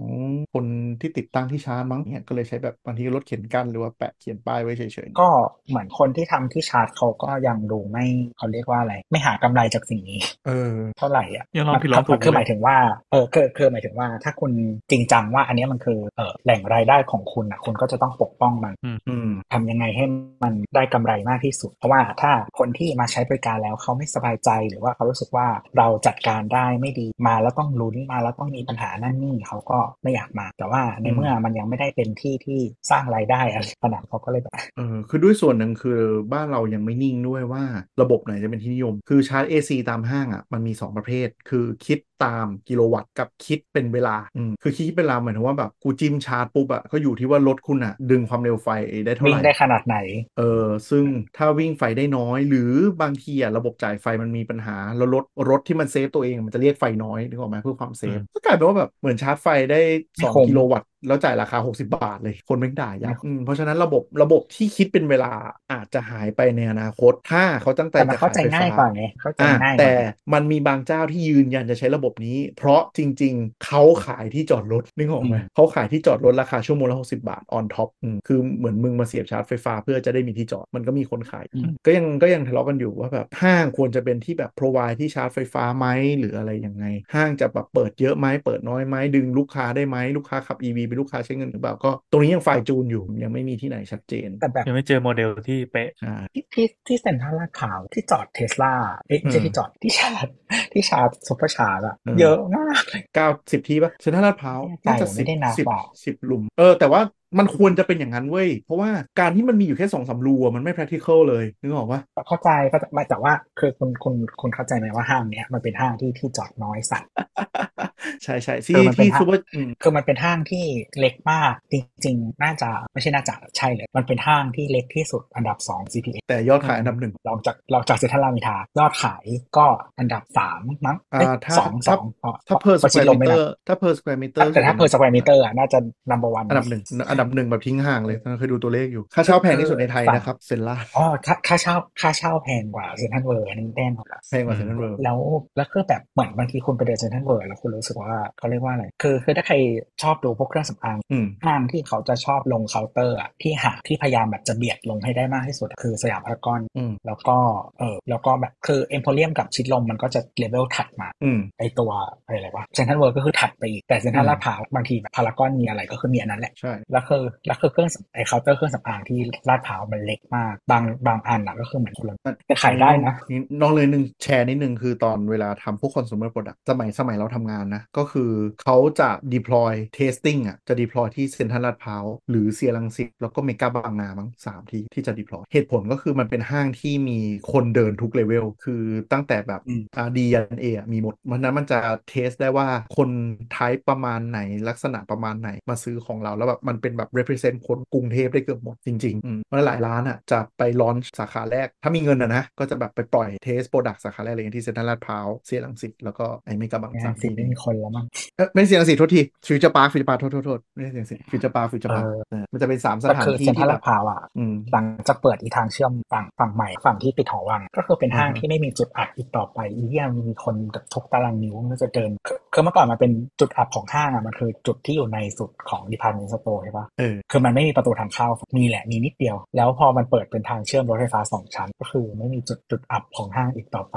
[SPEAKER 2] คนที่ติดตั้งที่ชาร์จมั้งเนี่ยก็เลยใช้แบบบางทีรถเข็นกั้นหรือว่าแปะเขียนป้ายไว้เฉยๆ
[SPEAKER 3] ก็เหมือนคนที่ทำที่ชาร์จเขาก็ยังดูไม่เขาเรียกว่าอะไร ไม่หากำไรจากสิ่งนี้
[SPEAKER 2] เออ
[SPEAKER 3] เท่าไหร่อ่ะ
[SPEAKER 4] ยังลองผิดลองถูก
[SPEAKER 3] คือ
[SPEAKER 4] เลย
[SPEAKER 3] หมายถึงว่า เออคือคือหมายถึงว่า ถ้าคุณจริงจังว่าอันเนี้ยมันคือเออแหล่งรายได้ของคุณอ่ะคุณก็จะต้องปกป้องมัน
[SPEAKER 2] อืม
[SPEAKER 3] ทำยังไงให้มันได้กำไรมากที่สุด เพราะว่าถ้าคนที่มาใช้บริการแล้วเขาไม่สบายใจหรือว่าเขารู้สึกว่าเราจัดการได้ไม่ดีมาแล้วต้องลุ้นมาแล้วต้องมีปัญหานั่นนี่เขาก็ไม่อยากมา แต่ว่าในเมื่อมันยังไม่ได้เป็นที่ที่สร้างรายได้อะไรขนาดเขาก็เลยแบบ
[SPEAKER 2] เออคือด้วยส่วนหนึ่งคือบ้านเรายังไม่นิ่งด้วยว่าระบบไหนจะเป็นที่นิยม คือชาร์จ AC ตามห้างอ่ะมันมี 2 ประเภท คือคิดตามกิโลวัตต์กับคิดเป็นเวลาอืมคือคิดเป็นเวลาหมายถึงว่าแบบกูจิ้มชาร์จปุ๊บอ่ะก็อยู่ที่ว่ารถคุณอ่ะ ดึงความเร็วไฟได้เท่า
[SPEAKER 3] วิ่
[SPEAKER 2] ไห
[SPEAKER 3] ง
[SPEAKER 2] ร่
[SPEAKER 3] ได้ขนาดไหน
[SPEAKER 2] เออซึ่งถ้าวิ่งไฟได้น้อย หรือบางทีอ่ะระบบจ่ายไฟมันมีปัญหา แล้วรถรถที่มันเซฟตัวเองมันจะเรียกไฟน้อยนึกออกไหมเพื่อความเซฟก็กลายเป็นว่าแบบเหมือนชาร์จไฟได้
[SPEAKER 3] ไม่คุ้
[SPEAKER 2] 2
[SPEAKER 3] ม
[SPEAKER 2] กิโลวัตต์ แล้วจ่ายราคา 60 บาทเลยคนแม่งด่ายับอืมเพราะฉะนั้นระบบระบบที่คิดเป็นเวลาอาจจะหายไปในอนาคต ถ้าเขาตั้งใจ
[SPEAKER 3] แต่มัน
[SPEAKER 2] จะ
[SPEAKER 3] เข้า
[SPEAKER 2] ขายไฟ
[SPEAKER 3] ใจง่ายก
[SPEAKER 2] ฟ้า
[SPEAKER 3] ว่าไงเข้าใจ
[SPEAKER 2] อ่ะ
[SPEAKER 3] ง่ายกว่า
[SPEAKER 2] แต่มันมีบางเจ้าที่ยืนยันจะใช้ระบบนี้ เพราะจริง ๆ เขาขายที่จอดรถนึกออกไหม
[SPEAKER 3] อืม
[SPEAKER 2] เขาขายที่จอดรถราคาชั่วโมงละ60 บาทออนท็อปคือเหมือนมึงมาเสียบชาร์จไฟฟ้าเพื่อจะได้มีที่จอดมันก็มีคนขาย
[SPEAKER 3] อืม
[SPEAKER 2] ก็ยังก็ยังทะเลาะกันอยู่ว่าแบบห้างควรจะเป็นที่แบบ provide ที่ชาร์จไฟฟ้าไหมหรืออะไรยังไง ห้างจะแบบเปิดเยอะไหมเปิดน้อยไหมดึงลูกค้าได้ไหมลูกค้าขับ EV เป็นลูกค้าใช้เงินหรือเปล่าก็ตรงนี้ยังฝ่ายจูนอยู่ยังไม่มีที่ไหนชัดเจน
[SPEAKER 3] แต่แบบ
[SPEAKER 4] ยังไม่เจอโมเดลที่เป๊ะ
[SPEAKER 2] ใช่
[SPEAKER 3] ที่ที่ที่เซ็นทรัลลาดพร้าวที่จอดเทสลาเอ๊ะไม่ใช่
[SPEAKER 2] อืม
[SPEAKER 3] ที่จอดที่ชาร์จ ที่ชาร์จซุปเปอร์ชาร์จอะ
[SPEAKER 2] อืม
[SPEAKER 3] เยอะมากเลย
[SPEAKER 2] เก้าสิบที่ปะเซ็นทรัลลาดพร้าว
[SPEAKER 3] ไม่แน่
[SPEAKER 2] น่า
[SPEAKER 3] ใจ
[SPEAKER 2] จะ
[SPEAKER 3] ผมไม่
[SPEAKER 2] สิบ
[SPEAKER 3] ได้นับ
[SPEAKER 2] สิบ
[SPEAKER 3] อะ
[SPEAKER 2] สิบหลุม เออ แต่ว่ามันควรจะเป็นอย่างนั้นเว้ย เพราะว่าการที่มันมีอยู่แค่สองสามรูอะมันไม่ practical เลย นึกออกปะ
[SPEAKER 3] เข้าใจก็จะแต่ว่าคือคุณคุณคุณเข้าใจไหมว่าห้างเนี้ยมันเป็นห้างที่ที่จอดน้อยสัตว์
[SPEAKER 2] ใช่ใช่ที่
[SPEAKER 3] เออมันเป็น
[SPEAKER 2] ที่
[SPEAKER 3] ภาพ
[SPEAKER 2] ซูเปอร์อืม
[SPEAKER 3] คือมันเป็นห้างที่เล็กมากจริง ๆ น่าจะไม่ใช่น่าจะใช่เลยมันเป็นห้างที่เล็กที่สุดอันดับ 2 CPA
[SPEAKER 2] แต่ยอดขายอันดับหนึ่ง
[SPEAKER 3] ลองจากลองจากเซ็นทรัลลาดพร้าวยอดขายก็อันดับสามมั้งเอ้ย
[SPEAKER 2] อ่าถ้า
[SPEAKER 3] สอง
[SPEAKER 2] ถ้า
[SPEAKER 3] สองอ๋อ
[SPEAKER 2] ถ้า per
[SPEAKER 3] ประชิด
[SPEAKER 2] square
[SPEAKER 3] ลมไม่นับ
[SPEAKER 2] meter ถ้า per square meter
[SPEAKER 3] แต่ถ้า per square meter อะน่าจะ number one
[SPEAKER 2] อันดับหนึ่งอันดับหนึ่งแบบทิ้งห่างเลยเคยดูตัวเลขอยู่ ค่าเช่าแพงที่สุดในไทยนะครับเซนล่า
[SPEAKER 3] อ๋อค่าค่าเช่าค่าเช่าแพงกว่าเซ็นทรัลเวิร์อันนี้แน่นอนละ
[SPEAKER 2] แพงกว่าเซนทรัลเวิลด์
[SPEAKER 3] แล้วแล้วคือแบบเหมือนบางทีคุณไปเดินเซ็นทรัลเวิร์แล้วคุณรู้สึกว่าเขาเรียกว่าอะไร คือคือถ้าใครชอบดูพวกเครื่องสำอาง
[SPEAKER 2] อืม
[SPEAKER 3] ห้างที่เขาจะชอบลงเคาน์เตอร์อะที่หาที่พยายามแบบจะเบียดลงให้ได้มากที่สุด คือสยามพารากอน
[SPEAKER 2] อืม
[SPEAKER 3] แล้วก็เออแล้วก็แบบคือเอ็มโพเรียมกับชิดลมมันก็จะเลเวลถัดมา
[SPEAKER 2] อืม
[SPEAKER 3] ไอตัวอะไรวะเซ็นทรัลเวิร์ก็คือถัดไปอีกแต่เซ็นทรัล
[SPEAKER 2] อืม
[SPEAKER 3] ลาดพร้าวบางทีแบบพารากอนมีอะไรก็คือมีอันนั้นแหละ
[SPEAKER 2] ใช่
[SPEAKER 3] แล้วคือแล้วคือเครื่องสำไอเคาน์เตอร์เครื่องสำอางที่ลาดพร้าวมันเล็กมาก บางบางอันอะก็คือเหมือนคนละแต่ขายได้นะ
[SPEAKER 2] น้องเลยหนึ่งแชร์นิดนึงคือตอนเวลาทำพวก consumer product สมัยสมัยเราทำงานนะ ก็คือเขาจะ deploy testing อ่ะ จะ deploy ที่เซ็นทรัลลาดพร้าวหรือเซียรังสิตแล้วก็เมกาบางนามั้งสามที่ที่จะ deploy เหตุผลก็คือมันเป็นห้างที่มีคนเดินทุกเลเวลคือตั้งแต่แบบ
[SPEAKER 3] อืม
[SPEAKER 2] อาดียันเอะมีหมดวันนั้นมันจะเทสได้ว่าคนไทป์ประมาณไหนลักษณะประมาณไหนมาซื้อของเราแล้วแบบมันเป็นแบบ represent คนกรุงเทพได้เกือบหมดจริงๆอืมเพราะหลายร้านอ่ะจะไปลอนสาขาแรก ถ้ามีเงินอ่ะนะ ก็จะแบบไปปล่อยเทสโปรดักต์สาขาแรกอะไรอย่างที่เซ็นทรัลลาดพร้าวเซียรังสิตแล้วก็ไอ้เมกะบาง
[SPEAKER 3] งา
[SPEAKER 2] สาน ม
[SPEAKER 3] สิ
[SPEAKER 2] ที่
[SPEAKER 3] ไม่มีคนแล้วมั้ง
[SPEAKER 2] เอ้ยไม่ใช่เซียรังสิตโทษทีฟิวเจอร์ปาร์คฟิวเจอร์ปาร์คโทษโทษโทษไม่ใช่เซียรังสิตฟิวเจอร์ปาร์คฟิวเจอร์ปาร์ค
[SPEAKER 3] เออ
[SPEAKER 2] เออมันจะเป็นสามส
[SPEAKER 3] ก็
[SPEAKER 2] ถาน
[SPEAKER 3] คือ
[SPEAKER 2] ที่
[SPEAKER 3] เซ็นทรั
[SPEAKER 2] ที่
[SPEAKER 3] ล
[SPEAKER 2] แบ
[SPEAKER 3] ลาด
[SPEAKER 2] บ
[SPEAKER 3] พร้าวอ่ะ
[SPEAKER 2] อืม
[SPEAKER 3] หลังจากเปิดอีทางเชื่อมฝั่งฝั่งใหม่ฝั่งที่ติดหอวัง ก็คือเป็นห้าง
[SPEAKER 2] อือฮะ
[SPEAKER 3] ที่ไม่มีจุดอับอีกต่อไปอีเยี่ยมมีคนแบบทุกตารางนิ้วมันจะเดินคือคือเมื่อก่อนมันเป็นจุดอับของห้างอ่ะมันคือจุดที่อยู่ในสุดของดิพาร์ตเมนต์สโตร์ใช่ปะ
[SPEAKER 2] เออ
[SPEAKER 3] คือมันไม่มีประตูทางเข้ามีแหละมีนิดเดียว แล้วพอมันเปิดเป็นทางเชื่อมรถไฟฟ้าสองชั้น ก็คือไม่มีจุดจุดอับของห้างอีกต่อไป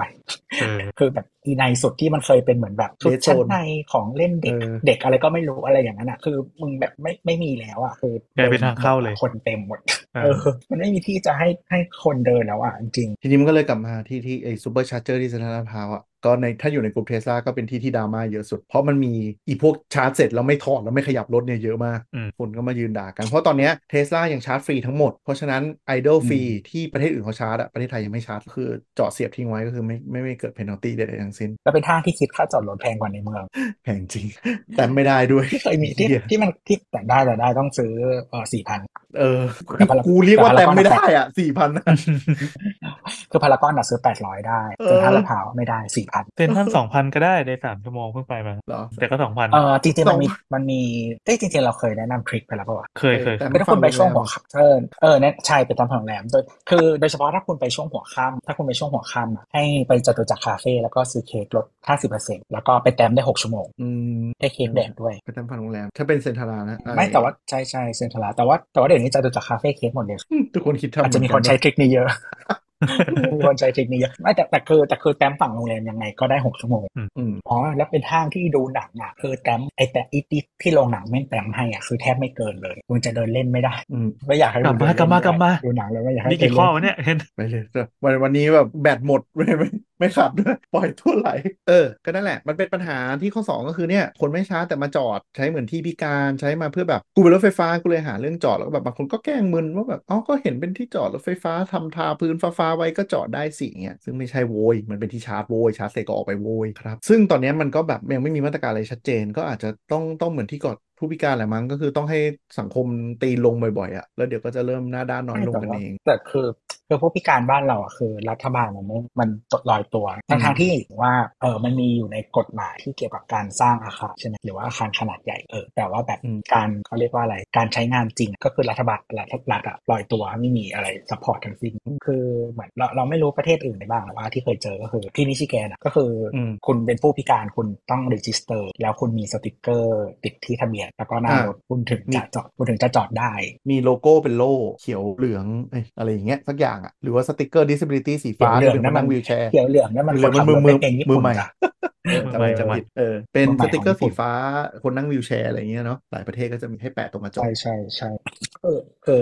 [SPEAKER 4] เออ
[SPEAKER 3] คือแบบอีในสุดที่มันเคยเป็นเหมือนแบบชุด
[SPEAKER 2] Red
[SPEAKER 3] ชั้น
[SPEAKER 2] Zone
[SPEAKER 3] ในของเล่นเด็ก
[SPEAKER 2] เออ
[SPEAKER 3] เด็กอะไรก็ไม่รู้อะไรอย่างนั้นอ่ะ คือมึงแบบไม่ไม่มีแล้วอ่ะคือก
[SPEAKER 4] ลายเป็นทางเข้าเลย
[SPEAKER 3] ดินหมดอะคนเต็มหมด
[SPEAKER 4] เอ
[SPEAKER 3] เอ
[SPEAKER 4] อ
[SPEAKER 3] อ มันไม่มีที่จะให้ให้คนเดินแล้วอ่ะจริง
[SPEAKER 2] ทีนี้มันก็เลยกลับมาที่ที่ไอ้ซูเปอร์ชาร์เจอร์ที่เซ็นทรัลลาดพร้าวอ่ะก็ในถ้าอยู่ในกลุ่มเทสลาก็เป็นที่ที่ดราม่าเยอะสุด เพราะมันมีอีพวกชาร์จเสร็จแล้วไม่ถอดแล้วไม่ขยับรถเนี่ยเยอะมาก
[SPEAKER 4] อืม
[SPEAKER 2] คนก็มายืนด่ากัน เพราะตอนเนี้เทสลายังชาร์จฟรีทั้งหมด เพราะฉะนั้นไอดลฟรีที่ประเทศอื่นเขาชาร์จอะประเทศไทยยังไม่ชาร์จ คือเจาะเสียบทิ้งไว้ก็คือไม่ไม่ไม่เกิดเพนัลตี้ใดๆทั้งสิ้น
[SPEAKER 3] ๆแล้วเป็นห้างที่คิดค่าจอดรถแพงกว่าในเมือง
[SPEAKER 2] แพงจริง แต่ไม่ได้ด้วย
[SPEAKER 3] ที่เคยมีที่
[SPEAKER 2] เหี้ย
[SPEAKER 3] ที่มันที่แต่ได้แต่ได้ต้องซื้อเออสี่พัน
[SPEAKER 2] เออ
[SPEAKER 3] แต่พารากอน
[SPEAKER 2] กูเรียกว่า
[SPEAKER 3] แต่
[SPEAKER 2] แต่
[SPEAKER 3] พารากอน
[SPEAKER 2] ไม่ได้อ่ะสี่พัน
[SPEAKER 3] คือพารากอนอะซื้อแปดร้อยได้
[SPEAKER 2] เออ
[SPEAKER 3] แต่ถ้าลาดพร้าวไม่ได้สี่พัน
[SPEAKER 4] เซ็นท่านสองพันก็ได้ในสามชั่วโมงเพิ่งไปมา
[SPEAKER 2] เหรอ
[SPEAKER 4] แต่ก็สองพัน
[SPEAKER 3] เออจริงๆมันมี
[SPEAKER 2] สอง
[SPEAKER 3] มันมีเอ้ยจริงๆเราเคยแนะนำทริคไปแล้วป่าวะ
[SPEAKER 4] เคยเคย
[SPEAKER 2] แต่
[SPEAKER 3] คือถ้าคุณไปช่วงหัว
[SPEAKER 2] ค่
[SPEAKER 3] ค่ำเออเออแน่ใช่ไปตามผังแรมโดยคือโดยเฉพาะถ้าคุณไปช่วงหัวค่ำถ้าคุณไปช่วงหัวค่ำอะให้ไปจตุจักรคาเฟ่แล้วก็ซื้อเค้กลด 50%แล้วก็ไปแต้มได้ 6 ชั่วโมง
[SPEAKER 2] อืม
[SPEAKER 3] ได้เค้กแดกด้วย
[SPEAKER 2] ไปตามฝั่งโรงแรมถ้าเป็นเซ็นทรัลลานะอ้
[SPEAKER 3] ไม่แต่ว่าใช่ใช่เซ็นทรัลลาแต่ว่าแต่ว่าเดี๋ยวนี้จตุจักรคาเฟ่เค้กหมดเลย
[SPEAKER 2] ทุกคนคิดทำ
[SPEAKER 3] อาจจะมีคนใช้ทริคนี้เยอะ มีคนใช้ทริคนี้เยอะไม่แต่แต่คือแต่คือแต้มฝั่งโรงแรมยังไงก็ได้ 6 ชั่วโมง
[SPEAKER 2] อืม
[SPEAKER 3] อ๋อแล้วเป็นห้างที่ดูหนังอ่ะคือแต้มไอแต่อีที่ที่โรงหนังแม่งแต้มให้อ่ะคือแทบไม่เกินเลยคุณจะเดินเล่นไม่ได้
[SPEAKER 2] อืม
[SPEAKER 3] ไม่อยากให้
[SPEAKER 4] กลับมา
[SPEAKER 3] เดินเล่น
[SPEAKER 4] กลับมา
[SPEAKER 3] ไได้
[SPEAKER 4] กลับมา
[SPEAKER 3] ดูหนังแล้วไม่อยากให้
[SPEAKER 4] นี่กี่
[SPEAKER 3] เดิน
[SPEAKER 4] ข้อ
[SPEAKER 3] เล่น
[SPEAKER 4] วะเนี่ยเห็น
[SPEAKER 2] ไปเลยวันวันนี้แบบแบตหมด ไม่ไม่ไม่ขับด้วย ปล่อยทั่วไหล เออ ก็นั่นแหละ มันเป็นปัญหาที่ข้อ 2 ก็คือเนี่ย คนไม่ช้าแต่มาจอดใช้เหมือนที่พิการใช้มาเพื่อแบบกูเป็นรถไฟฟ้ากูเลยหาเรื่องจอดแล้วก็แบบบางคนก็แกล้งมึนว่าแบบอ๋อก็เห็นเป็นที่จอดรถไฟฟ้าทำทาพื้นฟ้าฟ้าๆไว้ก็จอดได้สิเงี้ยซึ่งไม่ใช่โวยมันเป็นที่ชาร์จโวยชาร์จเสร็จก็ออกไปโวยครับซึ่งตอนเนี้ยมันก็แบบยังไม่มีมาตรการอะไรชัดเจนก็อาจจะต้องต้องเหมือนที่ก่อน ผู้พิการแหละมั้งก็คือต้องให้สังคมตีลงบ่อยๆอ่ะแล้วเดี๋ยวก็จะเริ่มหน้าด้านน้อยลงกันเอง
[SPEAKER 3] แต่คือคือผู้พิการบ้านเราอะคือรัฐบาลมันไม่มันตดลอยตัวทั้งทางๆที่ว่าเออมันมีอยู่ในกฎหมายที่เกี่ยวกับการสร้างอาคารใช่ไหมหรือว่าอาคารขนาดใหญ่เออแต่ว่าแบบ
[SPEAKER 2] อืม
[SPEAKER 3] การเขาเรียกว่าอะไรการใช้งานจริงก็คือรัฐบาลรัฐรัฐอะลอยตัวไม่มีอะไรซัพพอร์ตทั้งสิ้นคือเหมือนเราเราไม่รู้ประเทศอื่นในบ้างแต่ว่าที่เคยเจอก็คือที่มิชิแกนอะก็คืออ
[SPEAKER 2] ม
[SPEAKER 3] คุณเป็นผู้พิการคุณต้องรีจิสเตอร์ แล้วคุณมีสติกเกอร์ติดที่ทะเบียนแล้วก็หน้ารถคุณถึงจะจอดคุณถึงจะจอดได้
[SPEAKER 2] มีโลโก้เป็นโล่เขียวเหลืองเอ้ยอะไรอย่างเงี้ยสักอย่างอ่ะหรือว่าสติกเกอร์ disability สีฟ้า
[SPEAKER 3] เขียวเหลื
[SPEAKER 2] ที่
[SPEAKER 3] อง
[SPEAKER 2] เป็น
[SPEAKER 3] นั่
[SPEAKER 2] คน
[SPEAKER 3] นมัน
[SPEAKER 2] นั่งวีลแชร์
[SPEAKER 3] เขียวเหลืองนั่นมัน
[SPEAKER 2] เหลื
[SPEAKER 3] ค
[SPEAKER 2] อน ง
[SPEAKER 3] ขับ
[SPEAKER 2] มันมื
[SPEAKER 3] ร
[SPEAKER 2] อมือ
[SPEAKER 3] ถเป็นเองญี่
[SPEAKER 2] มื
[SPEAKER 3] ปุ่
[SPEAKER 2] อนใหม่
[SPEAKER 3] จ้ะ
[SPEAKER 2] เออ
[SPEAKER 4] มือ
[SPEAKER 2] จำไม่จำ
[SPEAKER 4] ใหม่มือใหม่
[SPEAKER 2] ผิดเออเป็น
[SPEAKER 3] มือใหม่
[SPEAKER 2] สติกเกอร์
[SPEAKER 3] ของญี่
[SPEAKER 2] สี
[SPEAKER 3] ปุ่น
[SPEAKER 2] ฟ้าคนนั่งวีลแชร์อะไรอย่างเงี้ยเนาะหลายประเทศก็จะมีให้แปะตรงกระจก
[SPEAKER 3] ใช่ใช่ใช่เออคือ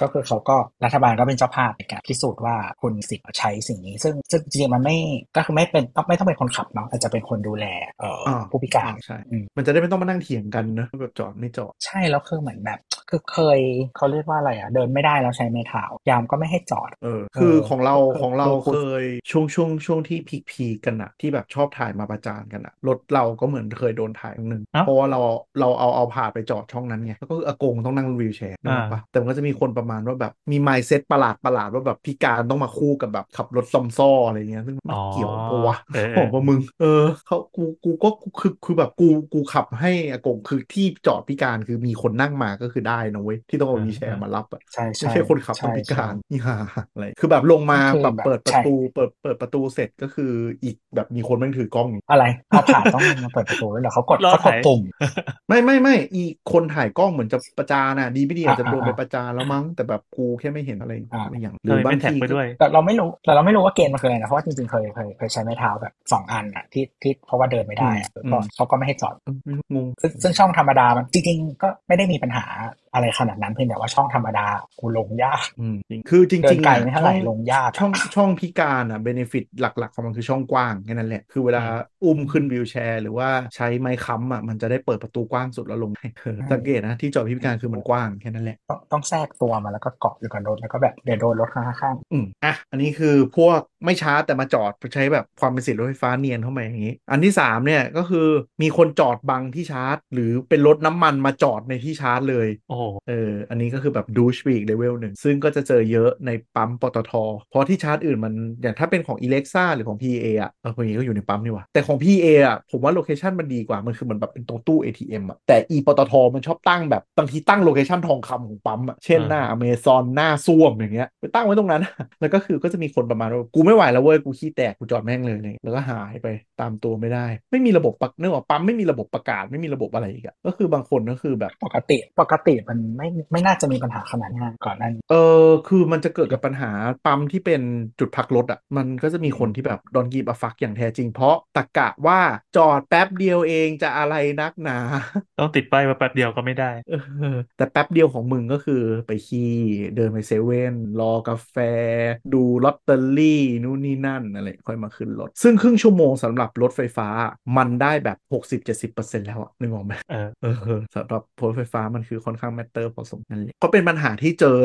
[SPEAKER 3] ก็คือเขาก็รัฐบาลก็เป็นเจ้าภาพในการพิสูจน์ว่าคุณสิทธิ์ใช้สิ่งนี้ ซึ่งซึ่งจริงๆมันไม่ก็คือไม่เป็นต้องไม่ต้องเป็นคนขับเนาะอาจจะเป็นคนดูแลเอ่ออา ผู้พิการ
[SPEAKER 2] ใช่
[SPEAKER 3] อืม
[SPEAKER 2] มันจะได้ไม่ต้องมานั่งเถียงกันนะว่าแบบจอดไม่จอด
[SPEAKER 3] ใช่แล้วคือเหมือนแบบ คือเคยเขาเรียกว่าอะไรอ่ะ เดินไม่ได้แล้วใช้ไม้เท้ายามก็ไม่ให้จอด
[SPEAKER 2] เออ
[SPEAKER 3] เอ
[SPEAKER 2] คือ
[SPEAKER 3] อ
[SPEAKER 2] ของเรา
[SPEAKER 3] คือ
[SPEAKER 2] ของเรา
[SPEAKER 3] คือคุ
[SPEAKER 2] เค
[SPEAKER 3] ณ
[SPEAKER 2] ยช่วงช่วงช่วงที่พีคพีกันอะที่แบบชอบถ่ายมาประจานกันอะรถเราก็เหมือนเคยโดนถ่ายครั้งหนึ่ง
[SPEAKER 4] เอ้า
[SPEAKER 2] เพราะว่าเราเราเอาเอาผ่าดไปจอดช่องนั้นไงแล้วก็คืออากงต้องนั่งวีลแชร์นึกออกปะแต่มันก็จะมีคนประมาณว่าแบบมีไม n ์เซ็ตประหลาดประหลาดว่าแบบพิการต้องมาคู่กับแบบขับรถซอมซ่ออะไรเงี้ยซึ่งมัน
[SPEAKER 4] อ๋อ
[SPEAKER 2] เกี่ยวปะวะ
[SPEAKER 4] เออ เออ
[SPEAKER 2] ผมว่ามึง เออเขากูกูก็คือคือแบบกูกูขับให้อากงคือที่จอดพิการคือมีคนนั่งมาก็คือได้นะเว้ยที่ต้องเอาวีลแชร์มารับอะ
[SPEAKER 3] ใช่ใช่
[SPEAKER 2] ไม่ใช่คนขับต้อง
[SPEAKER 3] ใช่
[SPEAKER 2] พิการ
[SPEAKER 3] ใช่
[SPEAKER 2] อีห่าอะไร คือแบบลงมา
[SPEAKER 3] ก็คือ
[SPEAKER 2] แบบ
[SPEAKER 3] แบบ
[SPEAKER 2] เปิดประ
[SPEAKER 3] ใช่
[SPEAKER 2] ตูเปิดเปิดประตูเสร็จก็คืออีกแบบมีคนแม่งถือกล้องอยู่
[SPEAKER 3] อะไรเอาผ่านต้องมาเปิดประตูแล้วเหรอเขากด
[SPEAKER 4] รอ
[SPEAKER 3] เขาก
[SPEAKER 4] ถ่า
[SPEAKER 3] ด
[SPEAKER 4] ย
[SPEAKER 3] ปุ่ม
[SPEAKER 2] ไม่ไม่ไม่อีกคนถ่ายกล้องเหมือนจะประจานอ่ะดีไม่ดีอาจจะ
[SPEAKER 3] อ่า
[SPEAKER 2] โดนไป
[SPEAKER 3] อ่า
[SPEAKER 2] ประจานแล้วมั้งแต่แบบกูแค่ไม่เห็นอะไร
[SPEAKER 3] อ่า
[SPEAKER 2] ไม่อย่างห
[SPEAKER 4] ทำ
[SPEAKER 2] รือ
[SPEAKER 4] ไม
[SPEAKER 2] บา
[SPEAKER 4] ไม่
[SPEAKER 2] ง
[SPEAKER 4] แท็ก
[SPEAKER 2] ที
[SPEAKER 4] ไป
[SPEAKER 2] ก็
[SPEAKER 4] ด้วย
[SPEAKER 3] แต่เราไม่รู้แต่เราไม่รู้ว่าเกณฑ์มันคืออะไรนะเพราะว่าจริงๆเคยเคยเคยใช้ไม้เท้าแบบสองอันอะที่ที่เพราะว่าเดินไม่ได้อะก็เขาก็ไม่ให้จอด
[SPEAKER 2] เออไม่รู้งง
[SPEAKER 3] ซึ่งซึ่งช่องธรรมดามันจริงๆก็ไม่ได้มีปัญหาอะไรขนาดนั้นเพียงแต่ว่าช่องธรรมดากูลงยาก
[SPEAKER 2] อืมจริงคือจ
[SPEAKER 3] เดิ
[SPEAKER 2] ริ
[SPEAKER 3] น
[SPEAKER 2] ง
[SPEAKER 3] ไกล
[SPEAKER 2] อ่ะ
[SPEAKER 3] ไม่
[SPEAKER 2] ช่
[SPEAKER 3] เท่าไหร่
[SPEAKER 2] อง
[SPEAKER 3] ลงยากอะ
[SPEAKER 2] ช่องช่องพิการอ่ะเบเนฟิตหลักๆ ของมันคือช่องกว้างแค่นั้นแหละ คือเวลา
[SPEAKER 4] อืม
[SPEAKER 2] อุ้มขึ้นวีลแชร์ หรือว่าใช้ไม้ค้ำอ่ะมันจะได้เปิดประตูกว้างสุดแล้วลงให้เออสังเกตนะที่จอดพิการคือมันกว้างแค่นั้นแหละ
[SPEAKER 3] ต้องต้องแทรกตัวมาแล้วก็เกาะอยู่กับรถแล้วก็แบบเดี๋ยวโดนรถข้าง
[SPEAKER 2] อืมอ่ะอันนี้คือพวกไม่ช้าแต่มาจอดใช้แบบความเป็นสิทธิรถไฟฟ้าเนียนเข้ามาอย่างนี้ อันที่สามเนี่ยก็คือมีคนจอดบังที่ชาร์จ หรือเป็นรถน้ำมันมาจอดในที่ชาร์จเลย
[SPEAKER 4] โอ้โห
[SPEAKER 2] เออ อันนี้ก็คือแบบดูชวีกเลเวลหนึ่ง ซึ่งก็จะเจอเยอะในปั๊มปตท เพราะที่ชาร์จอื่นมัน อย่างถ้าเป็นของ Alexa หรือของ PA อ่ะเออพวกนี้ก็อยู่ในปั๊มนี่หว่า แต่ของ PA อ่ะ ผมว่าโลเคชันมันดีกว่า มันคือเหมือนแบบเป็นตรงตู้ ATM อ่ะ แต่อีปตท มันชอบตั้งแบบ บางทีตั้งโลเคชันทองคำของปั๊มอ่ะ เช่นห
[SPEAKER 4] อ่า
[SPEAKER 2] น้าอเมซอนหน้าซ่วมอย่างเงี้ย ไปตั้งไว้ตรงนั้น แล้วก็คือก็จะมีคนประมาณว่ากูไม่ไหวแล้วเว้ย กูขี้แตก กูจอดแม่งเลยอะไรเลยแล้วก็หายไปตามตัวไม่ได้ ไม่มีระบบปักเนื้ออกปั๊มไม่มีระบบประกาศไม่มีระบบอะไรอีกอะก็คือบางคนก็คือแบบ
[SPEAKER 3] ๆ ปกติปกติมันไม่ไม่น่าจะมีปัญหาขนาดนั้นก่อนหนั้น
[SPEAKER 2] เออคือมันจะเกิดกับปัญหาปั๊มที่เป็นจุดพักรถอ่ะ มันก็จะมีคนที่แบบดอนกีบอะฟักอย่างแท้จริง เพราะตะกะว่าจอดแป๊บเดียวเองจะอะไรนักหนา
[SPEAKER 4] ต้องติดป้ายมาแป๊บเดียวก็ไม่ได้
[SPEAKER 2] เออแต่แป๊บเดียวของมึงก็คือไปขี่เดินไปเซเว่นรอกาแฟ ดูลอตเตอรี่นู่นนี่นั่นอะไรค่อยมาขึ้นรถ ซึ่งครึ่งชั่วโมงสำหรับรถไฟฟ้ามันได้แบบ 60-70%แล้วอะนึกออกไหม
[SPEAKER 4] เออ
[SPEAKER 2] เออสำหรับรถไฟฟ้ามันคือค่อนข้างแมตเตอร์พอสมควรเลยก็เป็นปัญหาที่เจอ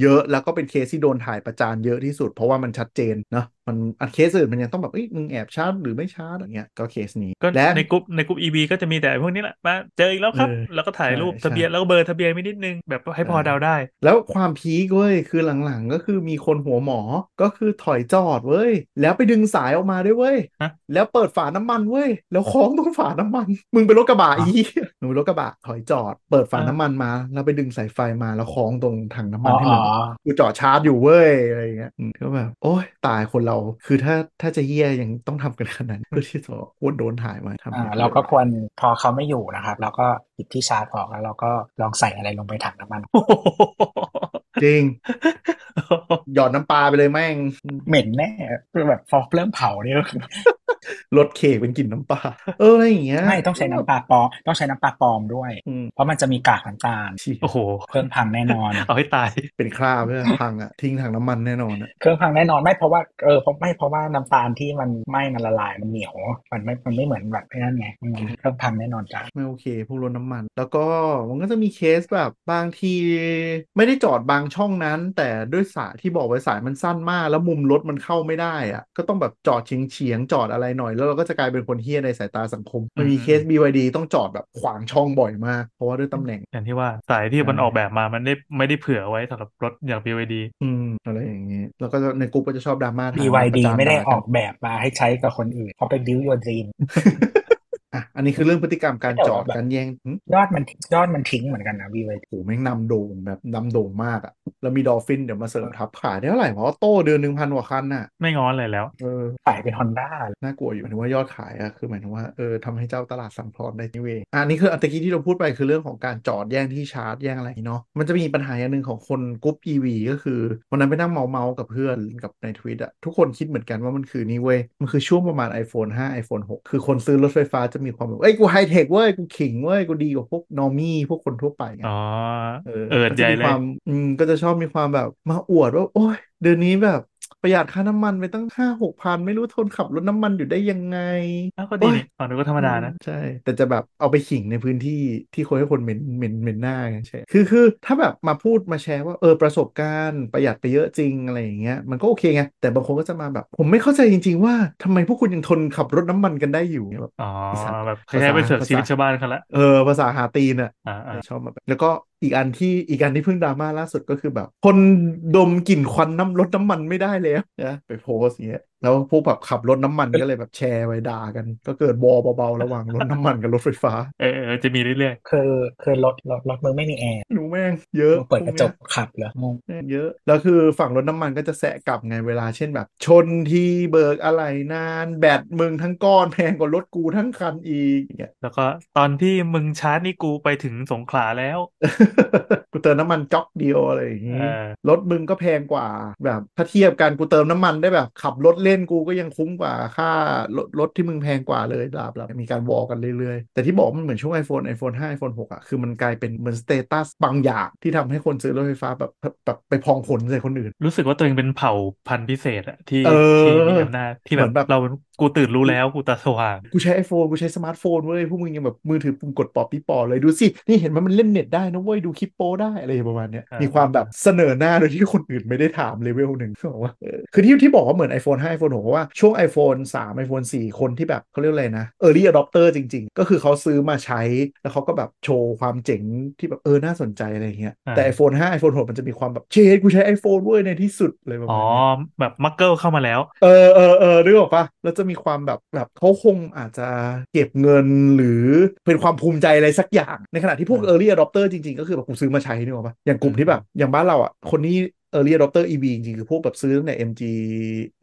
[SPEAKER 2] เยอะแล้วก็เป็นเคสที่โดนถ่ายประจานเยอะที่สุด เพราะว่ามันชัดเจนเนอะมันอันเคสอื่นมันยังต้องแบบเอ้ยมึงแอบชาร์จหรือไม่ชาร์จอย่างเงี้ยก็เคสนี้
[SPEAKER 4] ก็
[SPEAKER 2] และ
[SPEAKER 4] ในกลุ่มในกลุ่ม EV ก็จะมีแต่พวกนี้แหละมาเจออีกแล้วครับ
[SPEAKER 2] เออ
[SPEAKER 4] แล้วก็ถ่ายรูป
[SPEAKER 2] ใช่
[SPEAKER 4] ทะเบียน
[SPEAKER 2] ใช่
[SPEAKER 4] แล้วก็เบอร์ทะเบียนไม่นิดนึงแบบให้พอเดาได้
[SPEAKER 2] แล้วความพีคเว้ยคือหลังๆ ก็คือมีคนหัวหมอก็คือถอยจอดเว้ย แล้วไปดึงสายออกมาด้วยเว้ย
[SPEAKER 4] ฮะ
[SPEAKER 2] แล้วเปิดฝาน้ำมันเว้ย แล้วคล้องตรงฝาน้ำมัน มึงเป็นรถกระบะ
[SPEAKER 3] อ่ะ
[SPEAKER 2] อี มึงเป็นรถกระบะถอยจอด เปิดฝาน้ำมันมา แล้วไปดึงสายไฟมาแล้วคล้องตรงถังน้ำมั
[SPEAKER 3] อ๋
[SPEAKER 2] น
[SPEAKER 3] อ
[SPEAKER 2] ให้
[SPEAKER 3] อ๋
[SPEAKER 2] มั
[SPEAKER 3] อน
[SPEAKER 2] กูจอดชาร์จอยู่เว้ย อะไรอย่างเงี้ยอืมก็แบบโอ้ยตายคนเราคือถ้าถ้าจะเฮี้ยยังต้องทำกันขนาดนั้นเพื่อ ที่จะควรโดนถ่ายมาทำ
[SPEAKER 3] อ่า
[SPEAKER 2] เนี่ย
[SPEAKER 3] เราก็ควรพอเขาไม่อยู่นะครับเราก็หยิบที่ชาร์จออกแล้วเราก็ลองใส่อะไรลงไปถังน้ำมัน
[SPEAKER 2] จ ริงหยอดน้ำปลาไปเลยแม่ง
[SPEAKER 3] เหม็นแน่คือแบบพอเริ่มเผา เนี่ย
[SPEAKER 2] รถเคกเป็นกลิ่นน้ำปลาเอออะไรอย่างเงี้ย
[SPEAKER 3] ไม่ต้องใช้น้ำปลาปลอมต้องใช้น้ำปลาปลอมด้วย
[SPEAKER 2] อืม
[SPEAKER 3] เพราะมันจะมีกากน้ำตาล
[SPEAKER 2] เชี่ย
[SPEAKER 4] โอ้โห
[SPEAKER 3] เครื่องพังแน่นอน
[SPEAKER 4] เอาให้ตาย
[SPEAKER 2] เป็นคราบเนี่ยพังอ่ะ ทิ้งถังน้ำมันแน่นอนอ่ะ
[SPEAKER 3] เครื่องพังแน่นอนไม่เพราะว่าเออเพราะไม่เพราะว่าน้ำตาลที่มันไหม้มันละลายมันเหนียวมันไม่มันไม่เหมือนแบบไอ้นั่นไงอืมเครื่องพังแน่นอนจ้ะ
[SPEAKER 2] ไม่โอเค พวกรถน้ำมัน แล้วก็มันก็จะมีเคสแบบบางที ไม่ได้จอดบางช่องนั้น แต่ด้วยสายที่บอกไว้สายมันสั้นมาก แล้วมุมรถมันเข้าไม่ได้อ่ะ ก็ต้องแบบจอดเฉียงเฉียงๆจอดอะไร อะไรหน่อย แล้วเราก็จะกลายเป็นคนเฮี้ยในสายตาสังคมมันมี
[SPEAKER 4] อืม
[SPEAKER 2] เคส BYD ต้องจอดแบบขวางช่องบ่อยมาก เพราะว่าด้วยตำแหน่ง
[SPEAKER 4] อย่างที่ว่าสายที่มัน
[SPEAKER 2] ใช่
[SPEAKER 4] ออกแบบมามันได้ไม่ได้เผื่อไว้สำหรับรถอย่าง BYD
[SPEAKER 2] อืมอะไรอย่างเงี้ยแล้วก็จะในกลุ่มก็จะชอบดราม่าทาง
[SPEAKER 3] BYD
[SPEAKER 2] ประ จาน
[SPEAKER 3] ไม่ได้
[SPEAKER 2] ด่า
[SPEAKER 3] อน อกแบบมาให้ใช้กับคนอื่นเขาเป็น build your dream
[SPEAKER 2] อ่ะอันนี้คือเรื่องพฤติกรรมการ
[SPEAKER 3] แต่
[SPEAKER 2] จอ
[SPEAKER 3] ว่า
[SPEAKER 2] ด
[SPEAKER 3] แบบ
[SPEAKER 2] การแย่งหึ
[SPEAKER 3] ยอดมันยอดมันทิ้งเหมือนกันนะ BYD
[SPEAKER 2] โหแม่งนำโด่งแบบนำโด่งมากอ่ะ แล้วมีดอลฟินเดี๋ยวมาเสริมทับขายได้เท่าไหร่เพราะว่าโต้เดือนหนึ่งพันกว่าคันน่ะ
[SPEAKER 4] ไม่ง้อนเลยแล้ว
[SPEAKER 2] เออ
[SPEAKER 3] ขายเป็น Honda
[SPEAKER 2] น่ากลัวอยู่หมายถึงว่ายอดขายอ่ะคือหมายถึงว่าเออทำให้เจ้าตลาดสั่นคลอนได้นี่เวยอะอันนี้คืออันตะกี้ที่เราพูดไปคือเรื่องของการจอดแย่งที่ชาร์จแย่งอะไรอย่างงี้เนาะมันจะมีปัญหาอย่างหนึ่งของคนกรุ๊ป EV ก็คือวันนั้นไปนั่งเมาเมาๆกับเพื่อนกับในทวิตอ่ะทุกคนคิดเหมือนกันว่ามันคือนี่เว้ยมันคือช่วงประมาณ iPhone 5 iPhone 6 คือคนซื้อรถไฟฟ้าจะมีความแบบเอ้ยกูไฮเทคเว้ยกูขิงเว้ยกูดีกว่าพวก normie พวกคนทั่วไปไง
[SPEAKER 4] อ๋อ
[SPEAKER 2] เออ
[SPEAKER 4] เอิด
[SPEAKER 2] ก็
[SPEAKER 4] ให
[SPEAKER 2] จะมี
[SPEAKER 4] ญ่เล
[SPEAKER 2] ค
[SPEAKER 4] ย
[SPEAKER 2] วามอืมก็จะชอบมีความแบบมาอวดว่า โอ้ยเดือนนี้แบบประหยัดค่าน้ำมันไปตั้งห้าหกพันไม่รู้ทนขับรถน้ำมันอยู่ได้ยังไง
[SPEAKER 4] อ้าวก็ดี
[SPEAKER 2] โอ้ย
[SPEAKER 4] นี่ฟังดูก็ธรรมดานะ
[SPEAKER 2] อืใช่ แต่จะแบบเอาไปขิงในพื้นที่ที่คนให้คนเหม็นเหม็นเหม็นหน้าไงใช่คือคือถ้าแบบมาพูดมาแชร์ว่าเออประสบการณ์ประหยัดไปเยอะจริงอะไรอย่างเงี้ยมันก็โอเคไงแต่บางคนก็จะมาแบบ ผมไม่เข้าใจจริง ๆ ว่าทำไมพวกคุณยังทนขับรถน้ำมันกันได้อยู่เนี่ยแบบ
[SPEAKER 4] อ๋อ
[SPEAKER 2] อีสัตว์
[SPEAKER 4] แบบค
[SPEAKER 2] ภา
[SPEAKER 4] ล้า
[SPEAKER 2] ษาย
[SPEAKER 4] ๆไปเสิร์ฟ
[SPEAKER 2] ภาษา
[SPEAKER 4] ชีวิตชาวบ้านเขาละ
[SPEAKER 2] เออภาษาหาตีนอ่ะ
[SPEAKER 4] อ่าอ่า
[SPEAKER 2] ชอบมาแบบแล้วก็อีกอันที่อีกอันที่เพิ่งดราม่าล่าสุดก็คือแบบ คนดมกลิ่นควันน้ำรถน้ำมันไม่ได้แล้วนะไปโพสต์อย่างเงี้ยแล้วพวกแบบขับรถน้ำมันก็เลยแบบแชร์ไปด่ากัน ก็เกิดวอลเบาๆ ระหว่างรถน้ำมันกับรถไฟฟ้า
[SPEAKER 4] เออเออจะมีเรื่อย
[SPEAKER 3] คือคือรถรถรถมึงไม่มีแอร์
[SPEAKER 2] หนูแม่งเยอะ
[SPEAKER 3] มึงเปิดกระจก
[SPEAKER 2] พว
[SPEAKER 3] ขับเหรอ
[SPEAKER 2] กเนี้ยแม่งเยอะ แล้วคือฝั่งรถน้ำมันก็จะแซะกลับไงเวลาเช่นแบบ ชนทีเบิกอะไรนาน แบตมึงทั้งก้อนแพงกว่ารถกูทั้งคันอีกอย่างเงี้ย
[SPEAKER 4] ๆ แล้วก็ตอนที่มึงชาร์จนี่กูไปถึงสงขลาแล้ว
[SPEAKER 2] กูเติมน้ำมันจ๊อกเดียวอะไรอย่างนี้
[SPEAKER 4] เออ
[SPEAKER 2] รถมึงก็แพงกว่าแบบถ้าเทียบกันกูเติมน้ำมันได้แบบ ขับรถเล่นกูก็ยังคุ้มกว่าค่ารถรถที่มึงแพงกว่าเลยลาบลามีการวอลกันเรื่อยๆ แต่ที่บอกมันเหมือนช่วง iPhone iPhone 5 iPhone 6 อ่ะ คือมันกลายเป็นเหมือนสเตตัสบางอย่างที่ทำให้คนซื้อรถไฟฟ้าแบบแบบไปพองผลใส่คนอื่น
[SPEAKER 4] รู้สึกว่าตัวเองเป็นเผ่าพันธุ์พิเศษอะที่
[SPEAKER 2] เออ
[SPEAKER 4] ที่มีอำนาจที่แบ
[SPEAKER 2] เหมื
[SPEAKER 4] บ
[SPEAKER 2] อนแบบ
[SPEAKER 4] เรากูตื่นรู้แล้วกูตาสว่าง
[SPEAKER 2] กูใช้ iPhone กูใช้สมาร์ทโฟนเว้ยพวกมึงยังแบบมือถือปุ่มกดปอบปีปอเลยดูสิ นี่เห็นมันมันเล่นเน็ตได้นะเว้ย ดูคลิปโป้ได้อะไรประมาณเนี้ย
[SPEAKER 4] อ่ามี
[SPEAKER 2] มีความแบบเสนอหน้าโดยที่คนอื่นไม่ได้ถามเลเวลหนึ่งบอกว่าเออคือที่ที่บอกว่าเหมือน iPhone 5 iPhone 6เพราะว่าช่วง iPhone 3 iPhone 4 คนที่แบบเขาเรียกอะไรนะ Early Adopter จริง ๆ ก็คือเขาซื้อมาใช้ แล้วเขาก็แบบโชว์ความเจ๋งที่แบบเออน่าสนใจอะไรอย่างเงี้ยแต่ iPhone 5 iPhone 6มันจะมีความแบบเชดกูใช้ iPhone เว้ยในที่สุดเลยประ
[SPEAKER 4] อ๋
[SPEAKER 2] มาณ
[SPEAKER 4] อ
[SPEAKER 2] เนี้ย
[SPEAKER 4] แบบมักเกิลเข้ามาแล้ว
[SPEAKER 2] เออเออเออนึกออกปะแล้วจะมีความแบบแบบเขาคงอาจจะเก็บเงินหรือเป็นความภูมิใจอะไรสักอย่าง ในขณะที่พวก
[SPEAKER 4] อืม
[SPEAKER 2] Early Adopter จริงๆ ก็คือแบบกูซื้อมาใช้นึกออกปะอย่างกลุ่มที่แบบ อย่างบ้านเราอ่ะ คนนี้ Early Adopter EV จริงๆ คือพวกแบบซื้อตั้งแต่ MG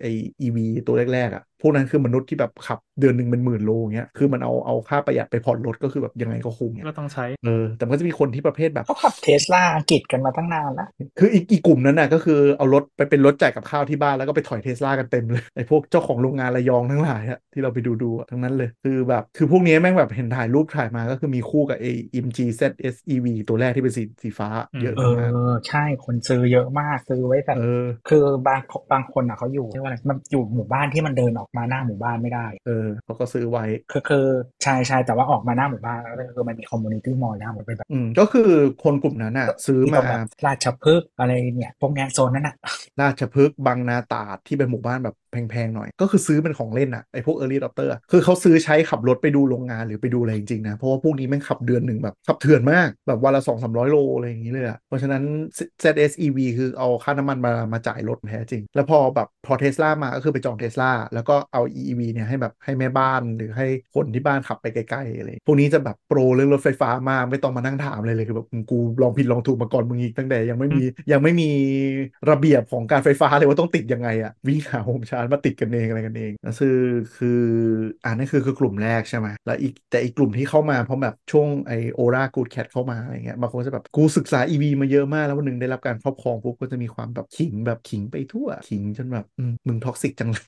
[SPEAKER 2] ไอ EV ตัวแรกๆอ่ะ พวกนั้นคือมนุษย์ที่แบบขับเดือนหนึ่งเป็นหมื่นโลอย่างเงี้ยคือมันเอาเอาค่าประหยัดไปผ่อนรถก็คือแบบยังไงก็คุ้มเนี่ย
[SPEAKER 4] ก็ต้องใช้
[SPEAKER 2] เออแต่มันก็จะมีคนที่ประเภทแบบ
[SPEAKER 3] เขาขับเทสลาอังกฤษกันมาตั้งนานแล้ว
[SPEAKER 2] คืออีกอีกกลุ่มนั้นน่ะก็คือเอารถไปเป็นรถจ่ายกับข้าวที่บ้านแล้วก็ไปถอยเทสลากันเต็มเลย ไอ้พวกเจ้าของโรงงานระยองทั้งหลายอะที่เราไปดูดูๆอะทั้งนั้นเลย คือแบบคือพวกนี้แม่งแบบเห็นถ่ายรูปถ่ายมาก็คือมีคู่กับไอ้ MG ZSEV ตัวแรกที่เป็นสีสีฟ้า
[SPEAKER 4] อืม
[SPEAKER 2] เยอะ
[SPEAKER 3] เอ
[SPEAKER 2] มาก
[SPEAKER 3] อ ใช่คนซื้อเยอะมากซื้อไว้แบบ
[SPEAKER 2] เออ
[SPEAKER 3] คือบางบางคนอ่ะเขาอยู่เรียกว่าอะไรมันอยู่หมู่บ้านที่มันเดินออกมาหน้าหมู่บ้านไม่ได้
[SPEAKER 2] เออเขาก็ซื้อไว้
[SPEAKER 3] คือคือใชายชายแต่ว่าออกมาหน้าหมู่บ้านแล้วก็คือมันมีคอมมูนิตี้มอลล์นะมันเป็นแบบ
[SPEAKER 2] อืมก็คือคนกลุ่มนั้นน่ะซื้อ
[SPEAKER 3] ที่
[SPEAKER 2] มา
[SPEAKER 3] ตรงแบบราชพฤกษ์อะไรเนี่ยพวกเนี้ยโซนนั้นอ่ะ
[SPEAKER 2] ราชพฤกษ์บางนาตราดที่เป็นหมู่บ้านแบบแพงๆหน่อย ก็คือซื้อเป็นของเล่นอะไอ้พวก early adopter อะคือเขาซื้อใช้ขับรถไปดูโรงงานหรือไปดูอะไรจริงๆนะ เพราะว่าพวกนี้แม่งขับเดือนหนึ่งแบบขับเถื่อนมาก แบบวันละ 2 3 0 0 โลอะไรอย่างนี้เลยอะเพราะฉะนั้น ZSEV คือเอาค่าน้ำมันมามาจ่ายรถแท้จริง แล้วพอแบบพอเทสลามาก็คือไปจองเทสลาแล้วก็เอา EV เนี่ยให้แบบให้แม่บ้านหรือให้คนที่บ้านขับไปไกลๆอะไรพวกนี้จะแบบโปรเรื่องรถไฟฟ้ามากไม่ต้องมานั่งถามเลยเลยคือแบบกูลองผิดลองถูกมาก่อนมึงอีกตั้งแต่ยังไม่มียังไม่มีระเบียบของการไฟฟ้าเลยว่าต้องติดยังไงอะวิ่งหาโฮมชาร์จมาติดกันเองอะไรกันเองนั่นคือคืออ่านั่นคือคือกลุ่มแรกใช่ไหมแล้วอีกแต่อีกกลุ่มที่เข้ามาเพราะแบบช่วงไอโอรากูดแคทเข้ามาอะไรเงี้ยบางคนก็จะแบบกูศึกษา EV มาเยอะมากแล้ววันหนึ่งได้รับการครอบครองปุ๊บก็จะมีความแบบขิงแบบขิงไปทั่วขิงจนแบบอืมมึงท็อกซิกจังเลย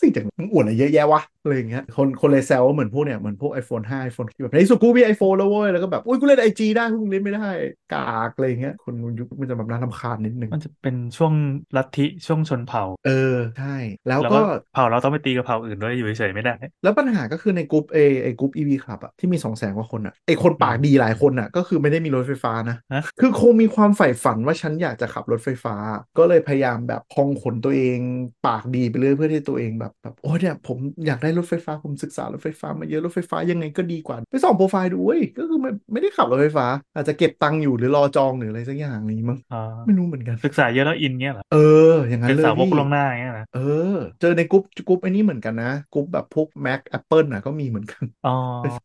[SPEAKER 2] สิ่งจากมึงอวดอะไรเยอะแยะวะอะไรอย่างเงี้ยคนคนเลยแซวว่าเหมือนพวกเนี่ยเหมือนพวก iPhone 5 iPhone ที่แบบในที่สุดกูมี iPhone แล้วเว้ย แล้วก็แบบ อุ้ยกูเล่นไอจีได้พวกมึงเล่นไม่ได้ กากอะไรอย่างเงี้ยคนยุคมันจะแบบน่ารำคาญนิดนึง
[SPEAKER 4] มันจะเป็นช่วงลัทธิช่วงชนเผ่า
[SPEAKER 2] เออ ใช่ แล้ว
[SPEAKER 4] แล้ว
[SPEAKER 2] ก็
[SPEAKER 4] ก็เผ่าเราต้องไปตีกับเผ่าอื่นด้วยอยู่เฉยๆไม่ได้
[SPEAKER 2] แล้วปัญหาก็คือในกลุ่มเอไอกลุ่มอีวีคลับอะที่มีสองแสนกว่าคนอะไอคนปากดีหลายคนอะก็คือไม่ได้มีรถไฟฟ้านะ
[SPEAKER 4] ฮะ
[SPEAKER 2] คือคงมีความใฝ่ฝันว่าฉันอยากจะขับรถไฟฟ้า ก็เลยพยายามแบบพองขนตัวเองปากดีไปเรื่อยเพื่อที่ตัวเองแบบแบบโอ้ยเนี่ยผมอยากได้รถไฟฟ้าผมศึกษารถไฟฟ้ามาเยอะรถไฟฟ้ายังไงก็ดีกว่า ไปส่องโปรไฟล์ดูเว้ยก็คือไม่ไม่ได้ขับรถไฟฟ้า อาจจะเก็บตังค์อยู่หรือรอจองหรืออะไรสักอย่างนี้มั้ง
[SPEAKER 4] อ่า
[SPEAKER 2] ไม่รู้เหมือนกัน
[SPEAKER 4] ศึกษาเยอะแล้วอินเงี้ยเหรอ
[SPEAKER 2] เออ อย่างนั้น
[SPEAKER 4] เป็น
[SPEAKER 2] เลย
[SPEAKER 4] สาวก
[SPEAKER 2] พี่
[SPEAKER 4] ล่วงหน้าเงี้ยนะ
[SPEAKER 2] เออ เจอในกรุ๊ปกรุ๊ปไอ้นี่เหมือนกันนะกรุ๊ปแบบพวก Mac Apple น่ะก็มีเหมือนกัน
[SPEAKER 4] อ๋อ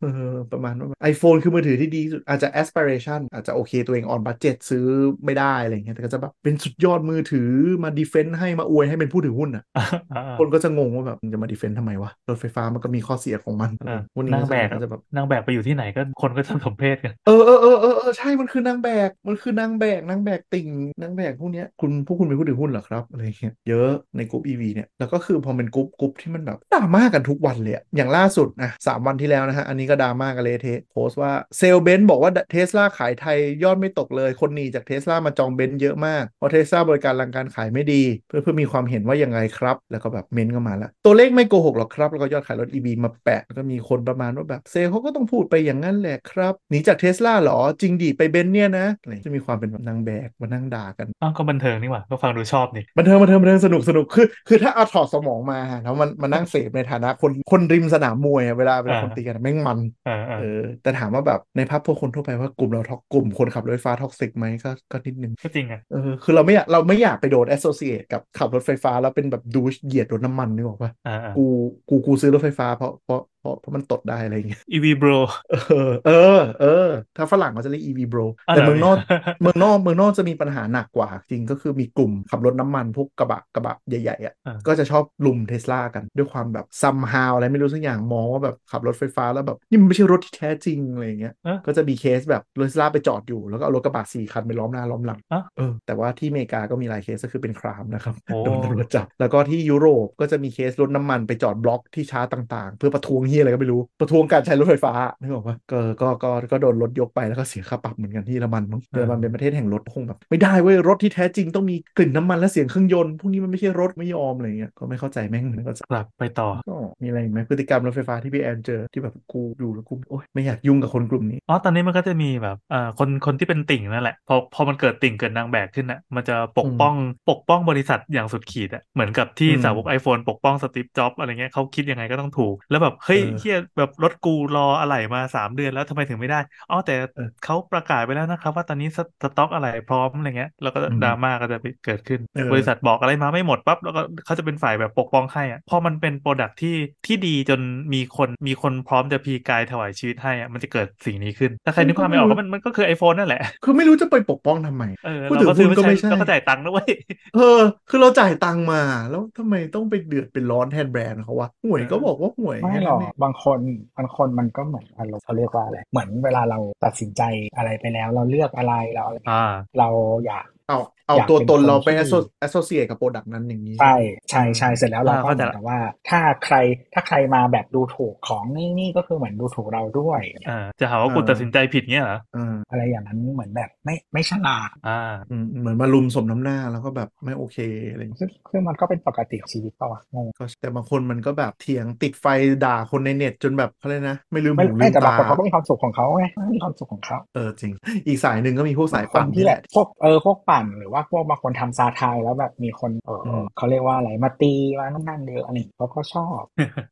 [SPEAKER 2] เออประมาณว่าไอโฟนคือมือถือที่ดีที่สุดอาจจะ aspiration อาจจะโอเคตัวเอง on budget ซื้อไม่ได้อะไรเงี้ยแต่ก็จะแบบเป็นสุดยอดมือถือมา defend ให้มาอวยให้เป็นผู้ถือหุ้นอ่ะ
[SPEAKER 4] อ่าๆ
[SPEAKER 2] คนก็จะงงว่าแบบมันจะมา defend ทำไมวะ รถไฟฟ้ามันก็มีข้อเสียของมัน
[SPEAKER 4] เออ
[SPEAKER 2] วันนี้
[SPEAKER 4] นั่งแบก
[SPEAKER 2] อาจจะแบบ
[SPEAKER 4] นางแบกไปอยู่ที่ไหนก็คนก็ทำสมเพศกัน
[SPEAKER 2] เออเออเออเออเออใช่มันคือนางแบก มันคือนางแบกนางแบกติ่งนางแบกพวกเนี้ยคุณพวกคุณเป็นผู้ถือหุ้นเหรอครับอะไรเงี้ยเยอะในกลุ่ม EV เนี่ยแล้วก็คือพอเป็นกลุ่มกลุ่มที่มันแบบดราม่ากันทุกวันเลยอะอย่างล่าสุดนะสามวันที่แล้วนะฮะ อันนี้ก็ดราม่ากันเลยเทะโพสต์ว่าเซลเบนซ์บอกว่าเทสลาขายไทยยอดไม่ตกเลย คนหนีจากเทสลามาจองเบนซ์เยอะมากเพราะเทสลาบริการหลังการขายไม่ดี เพื่อนเพื่อนมีความเห็นว่ายังไงครับ แล้วก็แบบเมนต์ก็มาละตัวเลขไม่โกหกหรอกครับ แล้วก็ยอดขายรถ EV มาแปะแล้วก็มีคนประมาณว่าแบบเซลลเขาก็ต้องพูดไปอย่างนั้นแหละครับหนีจากเทสลาหรอจริงดิไปเบนซ์เนี่ยนะอะไรจะมีความเป็นแบบนางแบกมานั่งด่ากัน
[SPEAKER 4] อ้าวก็บันเทิงนี่หว่า ก็ฟังดูชอบนี่
[SPEAKER 2] บันเทิงบันเทิงบันเทิงสนุกสนุกคือคือถ้าเอาถอดสมองมาแล้วมันมานั่งเสพในฐานะคนคนริมสนามมวยอะเวลาเวลา
[SPEAKER 4] อ่า
[SPEAKER 2] คนตีกันอะแม่งมัน
[SPEAKER 4] เออเออ
[SPEAKER 2] เออแต่ถามว่าแบบในภาพพวกคนทั่วไปว่ากลุ่มเราท็อกกลุ่มคนขับรถไฟฟ้าท็อกซิกไหมก็ก็นิดนึง
[SPEAKER 4] ก็จริงอ่ะ
[SPEAKER 2] เออคือเราไม่อยากเราไม่อยากไปโดน associate กับขับรถไฟฟ้า แล้วเป็นแบบดูเหยียดรถน้ำมันนึกออกปะ
[SPEAKER 4] อ่า
[SPEAKER 2] กูกูกูซื้อรถไฟฟ้าเพราะเพราะเพราะเพราะมันตดได้อะไรอย่างเงี้ย
[SPEAKER 4] อีวีบร
[SPEAKER 2] เออเออเออ ถ้าฝรั่งเขาจะเรียก EV bro
[SPEAKER 4] อ่ะ
[SPEAKER 2] แต่
[SPEAKER 4] หร
[SPEAKER 2] เมืองนอก
[SPEAKER 4] พี่
[SPEAKER 2] เมืองนอกเมืองนอกจะมีปัญหาหนักกว่า จริงก็คือมีกลุ่มขับรถน้ำมันพวกกระบะกระบะใหญ่ๆอ่ะ
[SPEAKER 4] อ่า
[SPEAKER 2] ก็จะชอบลุมเทสลากันด้วยความแบบ somehow อะไรไม่รู้สักอย่างมองว่าแบบขับรถไฟฟ้าแล้วแบบนี่มันไม่ใช่รถที่แท้จริงอะไรอย่างเงี้ย
[SPEAKER 4] อ่ะ
[SPEAKER 2] ก็จะมีเคสแบบรถเทสลาไปจอดอยู่ แล้วก็เอารถกระบะสี่คันไปล้อมหน้าล้อมหลัง
[SPEAKER 4] อ่ะ
[SPEAKER 2] เออแต่ว่าที่อเมริกาก็มีหลายเคสก็คือเป็นครามนะครับ
[SPEAKER 4] โอ้
[SPEAKER 2] โดนตำรวจจับ แล้วก็ที่ยุโรปก็จะมีเคสรถน้ำมันไปจอดบล็อกที่ชาร์จต่างๆ เพื่อประท้วงเฮียอะไรก็ไม่รู้ ประท้วงการใช้รถไฟฟ้านึกออกปะก็ก็ก็ก็โดนรถยกไปแล้วก็เสียค่าปรับเหมือนกันที่เยอรมันมั้งเยอรมันเป็นประเทศแห่งรถคงแบบไม่ได้เว้ยรถที่แท้จริงต้องมีกลิ่นน้ำมันและเสียงเครื่องยนต์พวกนี้มันไม่ใช่รถไม่ยอมอะไรเงี้ยก็ไม่เข้าใจแม่งเหมือนกัน
[SPEAKER 4] กลับไปต่อ
[SPEAKER 2] ก็มีอะไรอีกไหมพฤติกรรมรถไฟฟ้าที่พี่แอนเจอที่แบบกูดูแล้วกูโอ๊ยไม่อยากยุ่งกับคนกลุ่มนี้
[SPEAKER 4] อ๋อ ตอนนี้มันก็จะมีแบบเอ่อคนคนที่เป็นติ่งนั่นแหละ พอพอมันเกิดติ่งเกิดนางแบกขึ้นน่ะ มันจะปก
[SPEAKER 2] อืม
[SPEAKER 4] ป้องปกป้องบริษัทอย่างสุดขีดอะเหมือนกับที่
[SPEAKER 2] อืม
[SPEAKER 4] สาวก iPhone ปกป้องสตีฟจ็อบอะไรเงี้ยเขาคิดยังไงก็ต้องถูก แล้วแบบ เฮ้ย
[SPEAKER 2] เออ
[SPEAKER 4] เฮียแบบรถกูรออะไหล่มา 3 เดือนแล้วทำไมถึงไม่ได้ อ๋อ แต่
[SPEAKER 2] เออ
[SPEAKER 4] เขาประกาศไปแล้วนะครับ ว่าตอนนี้สสต็อกอะไหล่พร้อมอะไรเงี้ย แล้วก็
[SPEAKER 2] อืม
[SPEAKER 4] ดราม่าก็จะไปเกิดขึ้น
[SPEAKER 2] เออ
[SPEAKER 4] บริษัทบอกอะไรมาไม่หมดปั๊บแล้วก็เขาจะเป็นฝ่ายแบบปกป้องให้อะพอมันเป็นโปรดักที่ที่ดีจนมีคนมีคนพร้อมจะพีกายถวายชีวิตให้อะมันจะเกิดสิ่งนี้ขึ้น ถ้าใครนึกภาพไม่ออกก็มันมันก็คือ iPhone นั่นแหละ
[SPEAKER 2] คือไม่รู้จะไปปกป้องทำไม
[SPEAKER 4] เออ
[SPEAKER 2] พูด
[SPEAKER 4] เรา
[SPEAKER 2] ถึง
[SPEAKER 4] ก็ซื้อ
[SPEAKER 2] หุ้นก็ไม่
[SPEAKER 4] ไม่
[SPEAKER 2] ใช่
[SPEAKER 4] ใช่เราก็จ่ายตังค์นะเว้ย
[SPEAKER 2] เออ คือเราจ่ายตังค์มา แล้วทำไมต้องไปเดือดเป็นร้อนแทนแบรนด์เขาวะห่วยก็บอกว่าห่วย
[SPEAKER 3] ไม่หรอกบางคนบางคนมันก็เหมือนอารมณ์เขาเรียกว่าอะไรเหมือนเวลาเราตัดสินใจอะไรไปแล้ว เราเลือกอะไรเราอะไร
[SPEAKER 4] อ่า
[SPEAKER 3] เราอยาก
[SPEAKER 2] เอาเอา
[SPEAKER 3] อยาก
[SPEAKER 2] ตัวตน
[SPEAKER 3] เป็นคน
[SPEAKER 2] เราไป
[SPEAKER 3] ที่
[SPEAKER 2] แอสโซเซียกับโปรดักต์นั้นอย่างนี้
[SPEAKER 3] ใช่ใช่ใช่เสร็จแล้วเราก็
[SPEAKER 4] อ่าเข้า
[SPEAKER 3] เห
[SPEAKER 4] ใจ
[SPEAKER 3] มือน
[SPEAKER 4] ละ
[SPEAKER 3] กับว่า ถ้าใครถ้าใครมาแบบดูถูกของนี่นี่ก็คือเหมือนดูถูกเราด้วย
[SPEAKER 4] อ่าจะหาว่ากู
[SPEAKER 2] เออ
[SPEAKER 4] ตัดสินใจผิดเงี้ยเหรอ
[SPEAKER 2] อ่า
[SPEAKER 3] อะไรอย่างนั้นเหมือนแบบไม่ไม่ฉลาด
[SPEAKER 4] อ่า
[SPEAKER 2] อืมเหมือนมาลุมสมน้ำหน้าแล้วก็แบบไม่โอเคอะไรอย่างนี้
[SPEAKER 3] ซึ่งซึ่งมันก็เป็นปกติของชีวิตป่าวะงง
[SPEAKER 2] ก็แต่บางคนมันก็แบบเถียงติดไฟด่าคนในเน็ตจนแบบเขาเลยกนะ ไม่ลืม
[SPEAKER 3] ไม่
[SPEAKER 2] หูลื
[SPEAKER 3] ไม่
[SPEAKER 2] ม
[SPEAKER 3] แต่บาง
[SPEAKER 2] ตา
[SPEAKER 3] คนเขาก็มีความสุขของเขาไงเขามีความสุขของเขา
[SPEAKER 2] เออจริง อีกสายหนึ่งก็มีพวกสาย
[SPEAKER 3] คน
[SPEAKER 2] ปั่น
[SPEAKER 3] ที่
[SPEAKER 2] นี่
[SPEAKER 3] แบ
[SPEAKER 2] แห
[SPEAKER 3] บ
[SPEAKER 2] ละ
[SPEAKER 3] พวกเออพวกปั่นหรือว่าพวกบางคนทำซาทายแล้วแบบมีคนเอออ
[SPEAKER 2] ม
[SPEAKER 3] เขาเรียกว่าอะไรมาตีมานั่นๆเยอะอะไรอย่างเงี้ยเขาก็ชอบ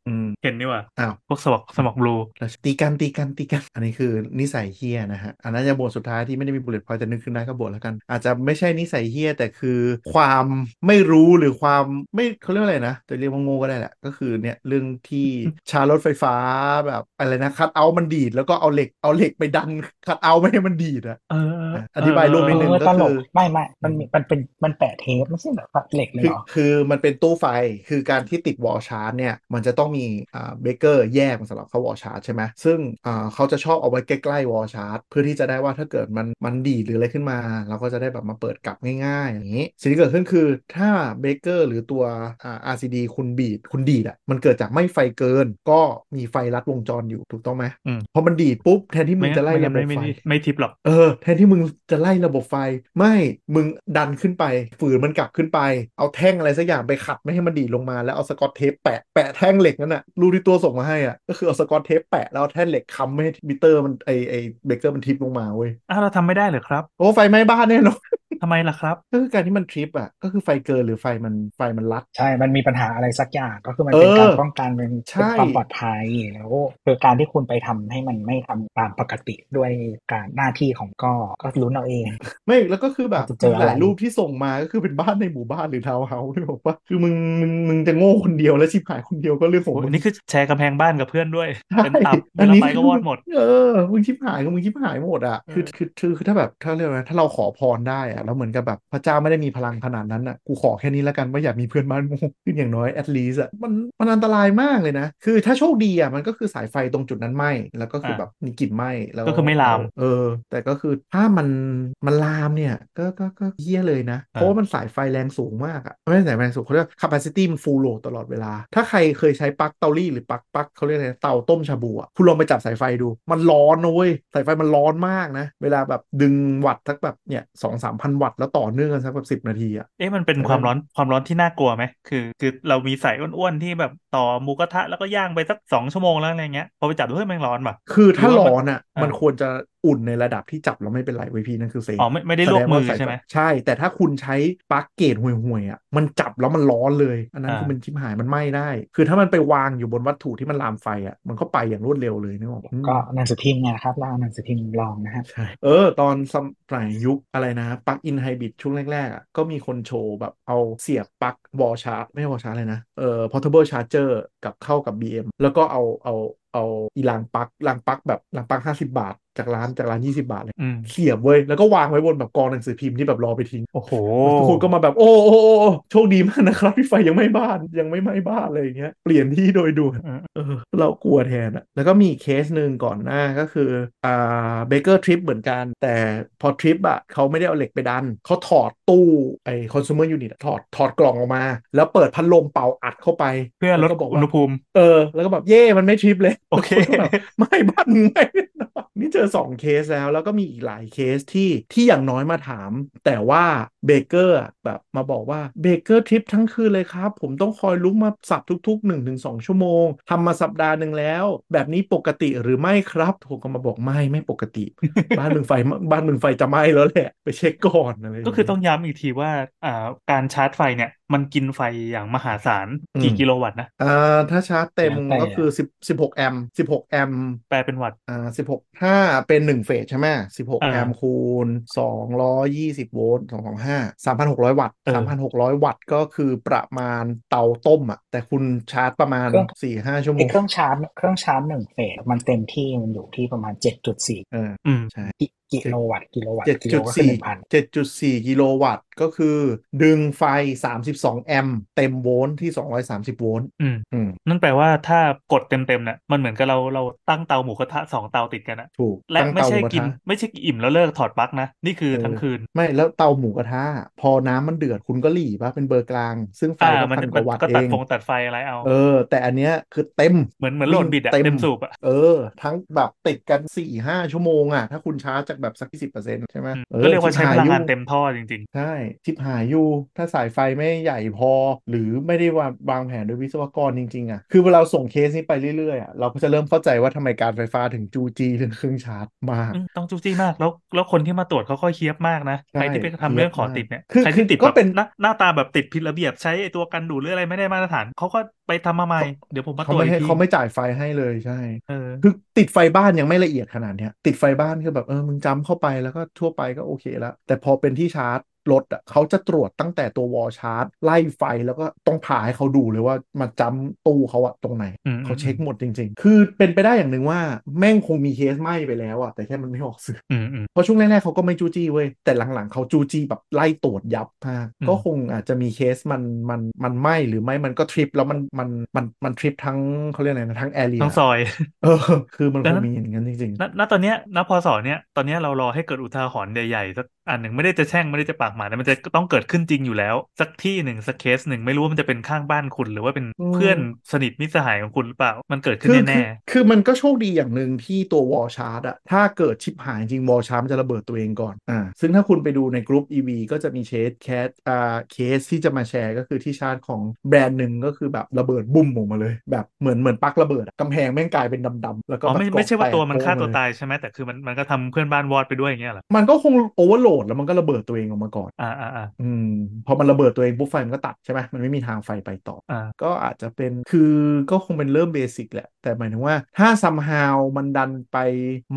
[SPEAKER 2] อืม
[SPEAKER 4] เห็นนี่หว่า
[SPEAKER 2] อ้าว
[SPEAKER 4] พวกสมอกสมอกบลู
[SPEAKER 2] แล้วตีกันตีกันตีกัน อันนี้คือนิสัยเฮียนะฮะ อันนั้นจะบทสุดท้ายที่ไม่ได้มีบุลเลตพอยต์แต่นึกขึ้นได้ก็บทแล้วกัน อาจจะไม่ใช่นิสัยเฮียแต่คือความไม่รู้หรือความไม่เขาเรียกว่าอะไรนะจะเรียกว่าโง่ก็ได้แหละ ก็คือเนี่ยเรื่อง ที่ชาร์จรถไฟฟ้าแบบอะไรนะคัดเอาท์มันดีด แล้วก็เอาเหล็กเอาเหล็กไปดันคัดเอาท์ไม่ให้มันดีดอะ
[SPEAKER 4] เออเออ
[SPEAKER 2] อธิบายรูปนิดนึง
[SPEAKER 3] เออ
[SPEAKER 2] ก็
[SPEAKER 3] ต
[SPEAKER 2] คือ
[SPEAKER 3] ลกไม่ไม่มันมีมันเป็นมันแปะเทปไม่ใช่เหรอครับเหล็กเลย
[SPEAKER 2] คือ
[SPEAKER 3] เหรอ
[SPEAKER 2] คือมันเป็นตู้ไฟ คือการที่ติดวอลชาร์จเนี่ย มันจะต้องมีอ่าเบรกเกอร์แยกมันสำหรับเข้าวอลชาร์จใช่ไหม ซึ่งอ่าเขาจะชอบเอาไว้ใกล้ๆวอลชาร์จเพื่อที่จะได้ว่าถ้าเกิดมันมันดีดหรืออะไรขึ้นมา เราก็จะได้แบบมาเปิดกลับง่ายๆ อย่างนี้ สิ่งที่เกิดขึ้นคือถ้าเบรกเกอร์หรือตัวอ่า RCD คุณบีดคุณดีดอะมันเกิดจากไม่ไฟเกิน ก็มีไฟลัดวงจรอยู่ถูกต้องไหม
[SPEAKER 4] อืม
[SPEAKER 2] พอมันดีดปุ๊บแทนที่มึ
[SPEAKER 4] ไม่
[SPEAKER 2] ง
[SPEAKER 4] งั้
[SPEAKER 2] จะ
[SPEAKER 4] น
[SPEAKER 2] ไล่
[SPEAKER 4] ไม่งั้
[SPEAKER 2] ระ
[SPEAKER 4] น
[SPEAKER 2] บบ
[SPEAKER 4] ไม่ไม่
[SPEAKER 2] ไฟ
[SPEAKER 4] ไม่ทิปหรอก
[SPEAKER 2] เออแทนที่มึงจะไล่ระบบไฟ ไม่ มึงดันขึ้นไป ฝืนมันกลับขึ้นไป เอาแท่งอะไรสักอย่างไปขัดไม่ให้มันดีดลงมาแล้วเอาสกอตเทปแปะแปะแท่งเหล็กนั่นน่ะรูที่ตัวส่งมาให้อ่ะก็คือเอาสกอตเทปแปะแล้วเอาแท่งเหล็กค้ำไม่ให้มิเตอร์มันไอไอเบรกเกอร์มันทริปลงมาเว้ย
[SPEAKER 4] อ้าวเราทำไม่ได้เหรอครับ
[SPEAKER 2] โอ้ไฟไหม้บ้านแน่นอน
[SPEAKER 4] ทำไมล่ะครับ
[SPEAKER 2] ก็คือการที่มันทริปอ่ะก็คือไฟเกินหรือไฟมันไฟมันลัด
[SPEAKER 3] ใช่ มันมีปัญหาอะไรสักอย่างก็คือมัน
[SPEAKER 2] เออ
[SPEAKER 3] เป็นการป้องกันเป็น
[SPEAKER 2] ใช่
[SPEAKER 3] เป็นความปลอดภัยแล้วคือการที่คุณไปทำให้มันไม่ทำตามปกติด้วยการหน้าที่ของก็ก็ลุ้นเอาเอง
[SPEAKER 2] ไม่แล้วก็คือแบบ
[SPEAKER 3] จะเจออะไร
[SPEAKER 2] หลายรูปที่ส่งมาก็คือเป็นบ้านในหมู่บ้านหรือทาวน์เฮาส์ที่บอกว่าคือมึงมึงมึงจะโง่คนเดียวแล้วชิบหายคนเดียวก็เรื่องของ
[SPEAKER 4] โอ้ย
[SPEAKER 2] มึง
[SPEAKER 4] นี่คือแชร์กำแพงบ้านกับเพื่อนด้วย
[SPEAKER 2] ใช่
[SPEAKER 4] เป็นตับเว
[SPEAKER 2] อัน
[SPEAKER 4] ลา
[SPEAKER 2] นี้
[SPEAKER 4] ไปก็วอดหมด
[SPEAKER 2] เออ มึงชิบหายก็มึงชิบหายหมดอ่ะ คือคือคือคือถ้าแบบถ้าเรียกว่าถ้าเราขอพรได้อ่ะ แล้วเหมือนกับแบบพระเจ้าไม่ได้มีพลังขนาดนั้นอ่ะ กูขอแค่นี้แล้วกันว่าอย่ามีเพื่อนบ้านกูขึ้นอย่างน้อย at least อ่ะ มันมันอันตรายมากเลยนะ คือถ้าโชคดีอ่ะ มันก็คือสายไฟตรงจุดนั้นไหม้ แล้วก็คือ
[SPEAKER 4] อ่ะ
[SPEAKER 2] แบบมีกลิ่นไหม้ แล้ว
[SPEAKER 4] ก็คือไม่ลาม
[SPEAKER 2] เออ แต่ก็คือถ้ามันมันลามเนี่ย ก็ก็ก็เหี้ยเลยนะ เพ
[SPEAKER 4] อ่า
[SPEAKER 2] ราะว่ามันสายไฟแรงสูงมากอ่ะ ไม่ใช่สายไฟแรงสูงเขาเรียก capacity มัน full load ตลอดเวลา ถ้าใครเคยใช้ปลั๊กเตารีดหรือปลั๊กปลั๊กเขาเรียกอะไรเตาต้มชาบูอ่ะ คุณลองไปจับสายไฟดู มันร้อนนะเว้ย สายไฟมันร้อนมากนะ เวลาแบบดึงวัตต์สักแบบเนี่ยสองสามพันวัตต์แล้วต่อเนื่องกันสักแบบสิบนาทีอ่ะ
[SPEAKER 4] เอ๊ะมันเป็น
[SPEAKER 2] แต่ว่า
[SPEAKER 4] ความร้อนความร้อนที่น่ากลัวไหมคือ คือเรามีสายอ้วนๆที่แบบต่อหมูกระทะแล้วก็ย่างไปสักสองชั่วโมงแล้วอะไรเงี้ยพอไปจับดูเฮ้ยมันร้อนว่ะ
[SPEAKER 2] คือถ้าร้อนอ่ะ
[SPEAKER 4] อ่ามั
[SPEAKER 2] มันควรจะอุ่นในระดับที่จับแล้วไม่เป็นไรเว้ยพี่นั่นคือเซฟ
[SPEAKER 4] อ๋อไม่ไม่ได้ลวกมือ
[SPEAKER 2] แสดงว่า
[SPEAKER 4] ใช่ไหม
[SPEAKER 2] ใช่ แต่ถ้าคุณใช้ปลั๊กเกจห่วยๆอ่ะมันจับแล้วมันร้อนเลย อันนั้น
[SPEAKER 4] อ่า
[SPEAKER 2] คือมันชิมหายมันไหม้ได้ คือถ้ามันไปวางอยู่บนวัตถุที่มันลามไฟอ่ะมันก็ไปอย่างรวดเร็วเลยนึกออกปะ
[SPEAKER 3] ก็หนังสือพิมพ์ไงนะครับเราเอาหนังสือพิมพ์ลองนะฮะ
[SPEAKER 2] ใช่เออ ตอนสมัยยุคอะไรนะปลั๊กอินไฮบริดช่วงแรกๆอ่ะก็มีคนโชว์แบบเอาเสียบปลั๊กวอลชาร์จไม่ใช่วอลชาร์จเลยนะเอ่อ portable charger กับเข้ากับ BM แล้วก็เอาเอาเอาอีรางปลั๊กรางปลั๊กแบบรางปลั๊ก50 บาท จากร้านจากร้าน 20 บาทเลย
[SPEAKER 4] อืม
[SPEAKER 2] เสียบเว้ยแล้วก็วางไว้บนแบบกองหนังสือพิมพ์ที่แบบรอไปทิ้ง
[SPEAKER 4] โอ้โห
[SPEAKER 2] ทุกคนก็มาแบบโอ้โอ้โอ้โอ้โชคดีมากนะครับพี่ไฟยังไม่บ้านยังไม่ไหม้บ้านอะไรอย่างเงี้ยเปลี่ยนที่โดยด่วน
[SPEAKER 4] เออ
[SPEAKER 2] เออเรากลัวแทนอะแล้วก็มีอีกเคสหนึ่งก่อนหน้าก็คืออ่าเบเกอร์ทริปเหมือนกัน แต่พอทริปอะเขาไม่ได้เอาเหล็กไปดัน เขาถอดตู้ไอคอน sumer unit อะถอดถอดกล่องออกมา แล้วเปิดพัดลมเป่าอัดเข้าไป
[SPEAKER 4] เพื่อลด
[SPEAKER 2] แวก็บอก
[SPEAKER 4] อุณ
[SPEAKER 2] ว่า
[SPEAKER 4] หภูมิ
[SPEAKER 2] เออแล้วก็แบบเย่มันไม่ทริปเลย
[SPEAKER 4] โอเค
[SPEAKER 2] แล้วก็แบบ ไม่บ้านมึงไม่นี่เจอ 2 เคสแล้ว แล้วก็มีอีกหลายเคสที่ที่อย่างน้อยมาถาม แต่ว่าเบเกอร์อะแบบมาบอกว่าเบเกอร์ทริปทั้งคืนเลยครับ ผมต้องคอยลุกมาสับทุกๆ 1-2 ชั่วโมงทำมาสัปดาห์หนึ่งแล้ว แบบนี้ปกติหรือไม่ครับผมก็มาบอกไม่ไม่ปกติ บ้านมึงไฟบ้านมึงไฟจะไหม้แล้วแหละไปเช็คก่อนอะไรย่าเย
[SPEAKER 4] ก็คือต้องย้ำอีกทีว่าอ่าการชาร์จไฟเนี่ย มันกินไฟอย่างมหาศาล
[SPEAKER 2] อืม
[SPEAKER 4] กี่กิโลวัตต์นะ
[SPEAKER 2] อ่าถ้าชาร์จเต็มก็คือ10 16แอมป์16แอมป์
[SPEAKER 4] แปลเป็นวัตต์
[SPEAKER 2] อ่าสิบหกถ้าเป็นหนึ่งเฟสใช่ไหมสิบหก
[SPEAKER 4] อ่า
[SPEAKER 2] แอมป์คูณสองร้อยยี่สิบโวลต์สองสองห้าสามพันหกร้อยวัตต์
[SPEAKER 4] เออ
[SPEAKER 2] สามพันหกร้อยวัตต์ก็คือประมาณเตาต้มอ่ะ แต่คุณชาร์จประมาณสี่ห้าชั่วโม
[SPEAKER 3] ไอง เครื่องชาร์จเครื่องชาร์จหนึ่งเฟสมันเต็มที่มันอยู่ที่ประมาณ 7.4
[SPEAKER 2] เออ
[SPEAKER 4] อืม
[SPEAKER 2] ใช่
[SPEAKER 3] กิกิโลวัตต์กิโลวัต
[SPEAKER 2] เจ็ด
[SPEAKER 3] ต์กิโล
[SPEAKER 2] จุด
[SPEAKER 3] ก็คือ
[SPEAKER 2] สี่
[SPEAKER 3] หนึ่งพัน
[SPEAKER 2] เจ็ดจุดสี่กิโลวัตต์ก็คือ ดึงไฟสามสิบสองแอมป์เต็มโวลต์ที่สองร้อยสามสิบโวลต์
[SPEAKER 4] อืม
[SPEAKER 2] อืม
[SPEAKER 4] นั่นแปลว่าถ้ากดเต็มๆเนี่ยมันเหมือนกับเราเราตั้งเตาหมูกระทะสองเตาติดกันอะ
[SPEAKER 2] ถูก
[SPEAKER 4] และ
[SPEAKER 2] ตั้ง
[SPEAKER 4] ไม่
[SPEAKER 2] เตาห
[SPEAKER 4] ใช่
[SPEAKER 2] มูกระ
[SPEAKER 4] กิน
[SPEAKER 2] ทะ
[SPEAKER 4] ไม่ใช่อิ่มแล้วเลิกถอดปลั๊กนะ นี่คือ
[SPEAKER 2] เออ
[SPEAKER 4] ทั้งคืน
[SPEAKER 2] ไม่แล้วเตาหมูกระทะพอน้ำมันเดือดคุณก็หลีป่ะเป็นเบอร์กลาง ซึ่งไฟ
[SPEAKER 4] อ่า
[SPEAKER 2] ก็
[SPEAKER 4] มัน
[SPEAKER 2] พันก
[SPEAKER 4] มั
[SPEAKER 2] ว่าน วัตต์
[SPEAKER 4] ก็
[SPEAKER 2] เอ
[SPEAKER 4] ตัด
[SPEAKER 2] ง
[SPEAKER 4] ฟงตัดไฟอะไรเอา
[SPEAKER 2] เออ แต่อันเนี้ยคือเต็ม
[SPEAKER 4] เหมือนเหมือนโหลดบิดอะ
[SPEAKER 2] เต็
[SPEAKER 4] เต็
[SPEAKER 2] ม
[SPEAKER 4] มสูบอะ
[SPEAKER 2] เออ ทั้งแบบติดกันสี่ห้าชั่วโมงอ่ะ ถ้าคุณช้าจากแบบสักสิบเปอร์เซ็นต์ใช่ไหม
[SPEAKER 4] อื
[SPEAKER 2] เอ
[SPEAKER 4] มก็
[SPEAKER 2] อ
[SPEAKER 4] เรียกว่า
[SPEAKER 2] ชิบ
[SPEAKER 4] ใช้
[SPEAKER 2] หาย
[SPEAKER 4] พลั
[SPEAKER 2] อง
[SPEAKER 4] งา
[SPEAKER 2] ยู่
[SPEAKER 4] นเต็มท่อจริง
[SPEAKER 2] ใช่ชิบหายอยู่ ถ้าสายไฟไม่ใหญ่พอ หรือไม่ได้วางวางแผนโดยวิศวกรจริงๆ อ่ะ คือเวลาส่งเคสนี้ไปเรื่อยๆอ่ะเราก็จะเริ่มเข้าใจว่าทำไมการไฟฟ้าถึงจูจีเรื่องเครื่องชาร์จมาก
[SPEAKER 4] ๆอืมต้องจู้จี้มากแล้วแล้วคนที่มาตรวจเขาก็เฮี้ยบมากนะ
[SPEAKER 2] ใช่
[SPEAKER 4] ใครที่ไปทำเรื่องขอติดเนี่ย
[SPEAKER 2] เฮี้ยบมาก
[SPEAKER 4] ใครที่ติด
[SPEAKER 2] คือคือก็
[SPEAKER 4] แบบ
[SPEAKER 2] เป็น
[SPEAKER 4] หน้าหน้าตาแบบติดผิดระเบียบใช้ไอ้ตัวกันดูดหรืออะไรไม่ได้มาตรฐานเขาก็ไปทำมาใหม่เดี๋ยวผมมาต
[SPEAKER 2] เขา
[SPEAKER 4] รวจ
[SPEAKER 2] ไม่
[SPEAKER 4] อีก
[SPEAKER 2] ให้
[SPEAKER 4] ที
[SPEAKER 2] เขาไม่จ่ายไฟให้เลยใช่
[SPEAKER 4] เออ
[SPEAKER 2] คือติดไฟบ้านยังไม่ละเอียดขนาดเนี้ยติดไฟบ้านคือแบบเออมึงจำเข้าไปแล้วก็ทั่วไปก็โอเคแล้ว แต่พอเป็นที่ชาร์จรถอ่ะเขาจะตรวจตั้งแต่ตัววอลชาร์จ ไล่ไฟแล้วก็ต้องผ่าให้เขาดูเลยว่ามาจำตู้เขาอะตรงไหน
[SPEAKER 4] อืม
[SPEAKER 2] เขาเช็คหมดจริง ๆ คือเป็นไปได้อย่างหนึ่งว่าแม่งคงมีเคสไหม้ไปแล้วอะแต่แค่มันไม่ออกสื่อ
[SPEAKER 4] อืมอืม
[SPEAKER 2] เพราะช่วงแรกๆเขาก็ไม่จู้จี้เว้ย แต่หลังๆเขาจู้จี้แบบไล่ตรวจยับมาก
[SPEAKER 4] อืม
[SPEAKER 2] ก็คงอาจจะมีเคสมันมันมันไหมหรือไม่มันก็ทริปแล้วมันมันมันมันทริปทั้งเขาเรียกอะไรนะทั้งแอเรีย
[SPEAKER 4] ทั้งซอย
[SPEAKER 2] เอ อคือมัน
[SPEAKER 4] ดั
[SPEAKER 2] ค
[SPEAKER 4] งนั้
[SPEAKER 2] ง
[SPEAKER 4] น
[SPEAKER 2] มีอย่างนั้นจริง
[SPEAKER 4] ณณตอนเนี้ยณพศเนี่ย ตอนเนี้ยเรารอให้เกิดอุทาหรณ์ใหญ่ๆสักอันหนึ่งไม่ได้จะแช่งไม่ได้จะปัง หมาเนี่ยมันจะต้องเกิดขึ้นจริงอยู่แล้ว สักที่หนึ่งสักเคสหนึ่งไม่รู้ว่ามันจะเป็นข้างบ้านคุณ หรือว่าเป็นเพื่อนสนิทมิตรสหายของคุณหรือเปล่า มันเกิดขึ้น
[SPEAKER 2] คือ
[SPEAKER 4] แน่
[SPEAKER 2] คือคือมันก็โชคดีอย่างหนึ่งที่ตัววอลชาร์ดอะถ้าเกิดชิปหายจริงวอลชาร์ดมันจะระเบิดตัวเองก่อนอ่าซึ่งถ้าคุณไปดูในกลุ่ม EV ก็จะมีเชสแคสอ่าเคสที่จะมาแชร์ก็คือที่ชาร์จของแบรนด์หนึ่งก็คือแบบระเบิดบุ้มออกมาเลย แบบเหมือนเหมือนปลั๊กระเบิดอะกำแพงแม่งกลายเป็นดำๆแล้ว
[SPEAKER 4] ๆ
[SPEAKER 2] ก็
[SPEAKER 4] อ๋อ
[SPEAKER 2] แบบ
[SPEAKER 4] ไม่ไม่ใช่ว่า
[SPEAKER 2] แก
[SPEAKER 4] ตัวมันฆ่า
[SPEAKER 2] โป้ง
[SPEAKER 4] ตัว
[SPEAKER 2] เลย
[SPEAKER 4] ตายใช่ไหมแต่คือมันมันก็ทำเพื่อนบ้านวอดไปด้วยอย่างเงี้ยเหรอ
[SPEAKER 2] มันก็คงโอเวอร์โหลดแล้วมันก็ระเบิดตัวเองออกมาก่อน
[SPEAKER 4] อ่าอ่าอ่า
[SPEAKER 2] อืมพอมันระเบิดตัวเองปุ๊บไฟมันก็ตัดใช่ไหมมันไม่มีทางไฟไปต่อ
[SPEAKER 4] อ่า
[SPEAKER 2] ก็อาจจะเป็นคือก็คงเป็นเริ่มเบสิกแหละ แต่หมายถึงว่าถ้า somehow มันดันไป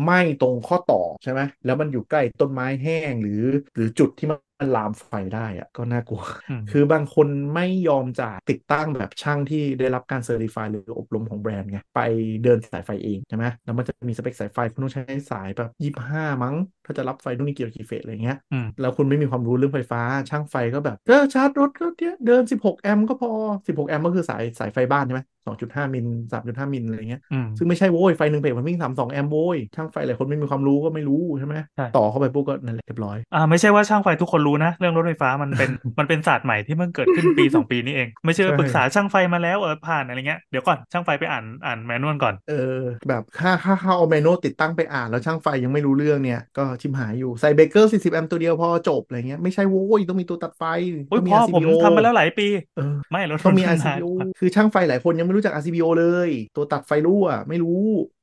[SPEAKER 2] ไหม้ตรงข้อต่อใช่ไหมแล้วมันอยู่ใกล้ต้นไม้แห้งหรือ หรือจุดที่มันลามไฟได้อะก็น่ากลัว
[SPEAKER 4] อืม
[SPEAKER 2] คือบางคนไม่ยอมจ่ายติดตั้งแบบช่างที่ได้รับการเซอร์ติฟายหรืออบรมของแบรนด์ไง ไปเดินสายไฟเองใช่ไหมแล้วมันจะมีสเปคสายไฟคุณต้องใช้สายแบบยี่ห้ามั้ง ถ้าจะรับไฟนู่นนี่กี่กี่เฟสอะไรเงี้ย
[SPEAKER 4] อืม
[SPEAKER 2] แล้วคุณไม่มีความรู้เรื่องไฟฟ้า ช่างไฟก็แบบเออชาร์จรถก็เนี่ยเดิน 16 แอมป์ก็พอ 16 แอมป์ก็คือสายสายไฟบ้านใช่ไหม2.5 มิล 3.5 มิลอะไรเงี้ย
[SPEAKER 4] อืม
[SPEAKER 2] ซึ่งไม่ใช่โว้ยไฟหนึ่งเพลมันวิ่งสามสองแอมป์โว้ยช่างไฟหลายคนไม่มีความรู้ก็ไม่รู้ใช่ไหม
[SPEAKER 4] ใช่
[SPEAKER 2] ต่อเข้าไปปุ๊บก็นั่นแหละเรียบร้อย
[SPEAKER 4] อ่าไม่ใช่ว่าช่างไฟทุกคนรู้นะ เรื่องรถไฟฟ้ามันเป็น มันเป็นศาสตร์ใหม่ที่เพิ่งเกิดขึ้นปีสองปีนี้เอง ไม่ใช่ว่า
[SPEAKER 2] ใช่
[SPEAKER 4] ปรึกษาช่างไฟมาแล้วเออผ่านอะไรเงี้ยเดี๋ยวก่อนช่างไฟไปอ่านอ่านแมนนวลก่อน
[SPEAKER 2] เออแบบค่าค่าค่าเอาเมนูติดตั้งไปอ่านแล้วช่างไฟยังไม่รู้เรื่องเนี่ย ก็ชิมหายอยู่ ใส่เบเกอร์ 40 แอมป์ตัวเดียวพอจบอะไรเงี้ยไม่ใช่โว้ยต้องมีตัวตัดไฟ
[SPEAKER 4] โอ้
[SPEAKER 2] ต้
[SPEAKER 4] ย
[SPEAKER 2] องมี
[SPEAKER 4] พ่อผม
[SPEAKER 2] RCBO
[SPEAKER 4] ทำมาแล้วหลายปี
[SPEAKER 2] เออ
[SPEAKER 4] ไม่รถ
[SPEAKER 2] ต้องมี
[SPEAKER 4] มันนาน
[SPEAKER 2] RCBO คือช่างไฟหลายคนยังไม่รู้จัก RCBO เลย ตัวตัดไฟรั่วไม่รู้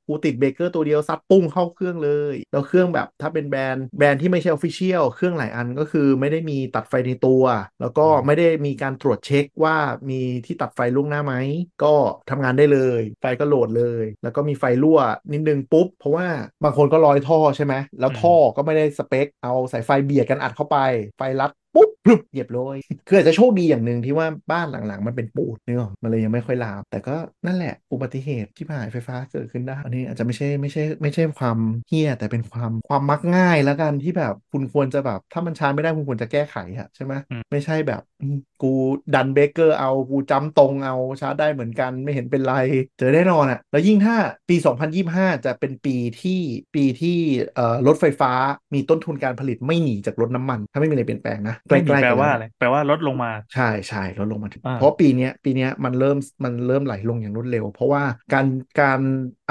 [SPEAKER 2] กูติดเบเกอร์ตัวเดียวซัดปุ้งเข้าเครื่องเลย แล้วเครื่องแบบถ้าเป็นแบรนด์แบรนด์ที่ไม่ใช่ออฟฟิเชียลเครื่องหลายอันก็คือไม่ได้มีตัดไฟในตัว แล้วก็ไม่ได้มีการตรวจเช็คว่ามีที่ตัดไฟล่วงหน้าไหม ก็ทำงานได้เลย ไฟก็โหลดเลย แล้วก็มีไฟรั่วนิดนึงปุ๊บ เพราะว่าบางคนก็ลอยท่อใช่ไหมแล้วท่อก็ไม่ได้สเปคเอาสายไฟเบียดกันอัดเข้าไปไฟรัด ปุ๊บพรึบเหยียบเลย คืออาจจะโชคดีอย่างหนึ่งที่ว่าบ้านหลังๆ มันเป็นปูนนึกออกมันเลยยังไม่ค่อยลาม แต่ก็นั่นแหละ อุบัติเหตุที่ผ่านไฟฟ้าเกิดขึ้นได้ อันนี้อาจจะไม่ใช่ไม่ใช่ไม่ใช่ความเฮี้ยแต่เป็นความความมักง่ายแล้วกันที่แบบคุณควรจะแบบ ถ้ามันชาร์จไม่ได้คุณควรจะแก้ไขอะใช่ไหม
[SPEAKER 4] อืม
[SPEAKER 2] ไม่ใช่แบบ อืมกูดันเบรกเกอร์เอากูจำตรงเอาชาร์จได้เหมือนกันไม่เห็นเป็นไร เจอแน่นอนอะแล้วยิ่งถ้าปี 2025 จะเป็นปีที่ปีที่เอ่อรถไฟฟ้ามีต้นทุนการผลิตไม่หนีจากรถน้ำมัน ถ้าไม่มีอะไรเปลี่ยนแปลงนะใก
[SPEAKER 4] ไม่
[SPEAKER 2] ล้ๆกัน
[SPEAKER 4] หนีแปล
[SPEAKER 2] แล้
[SPEAKER 4] ว่าอะ
[SPEAKER 2] ว
[SPEAKER 4] ไร
[SPEAKER 2] นะ
[SPEAKER 4] แปลว่าลดลงมา
[SPEAKER 2] ใช่ใช่ลดลงมาถึง
[SPEAKER 4] อ่า
[SPEAKER 2] เพราะปีเนี้ยปีเนี้ยมันเริ่มมันเริ่มไหลลงอย่างรวดเร็ว เพราะว่าการการ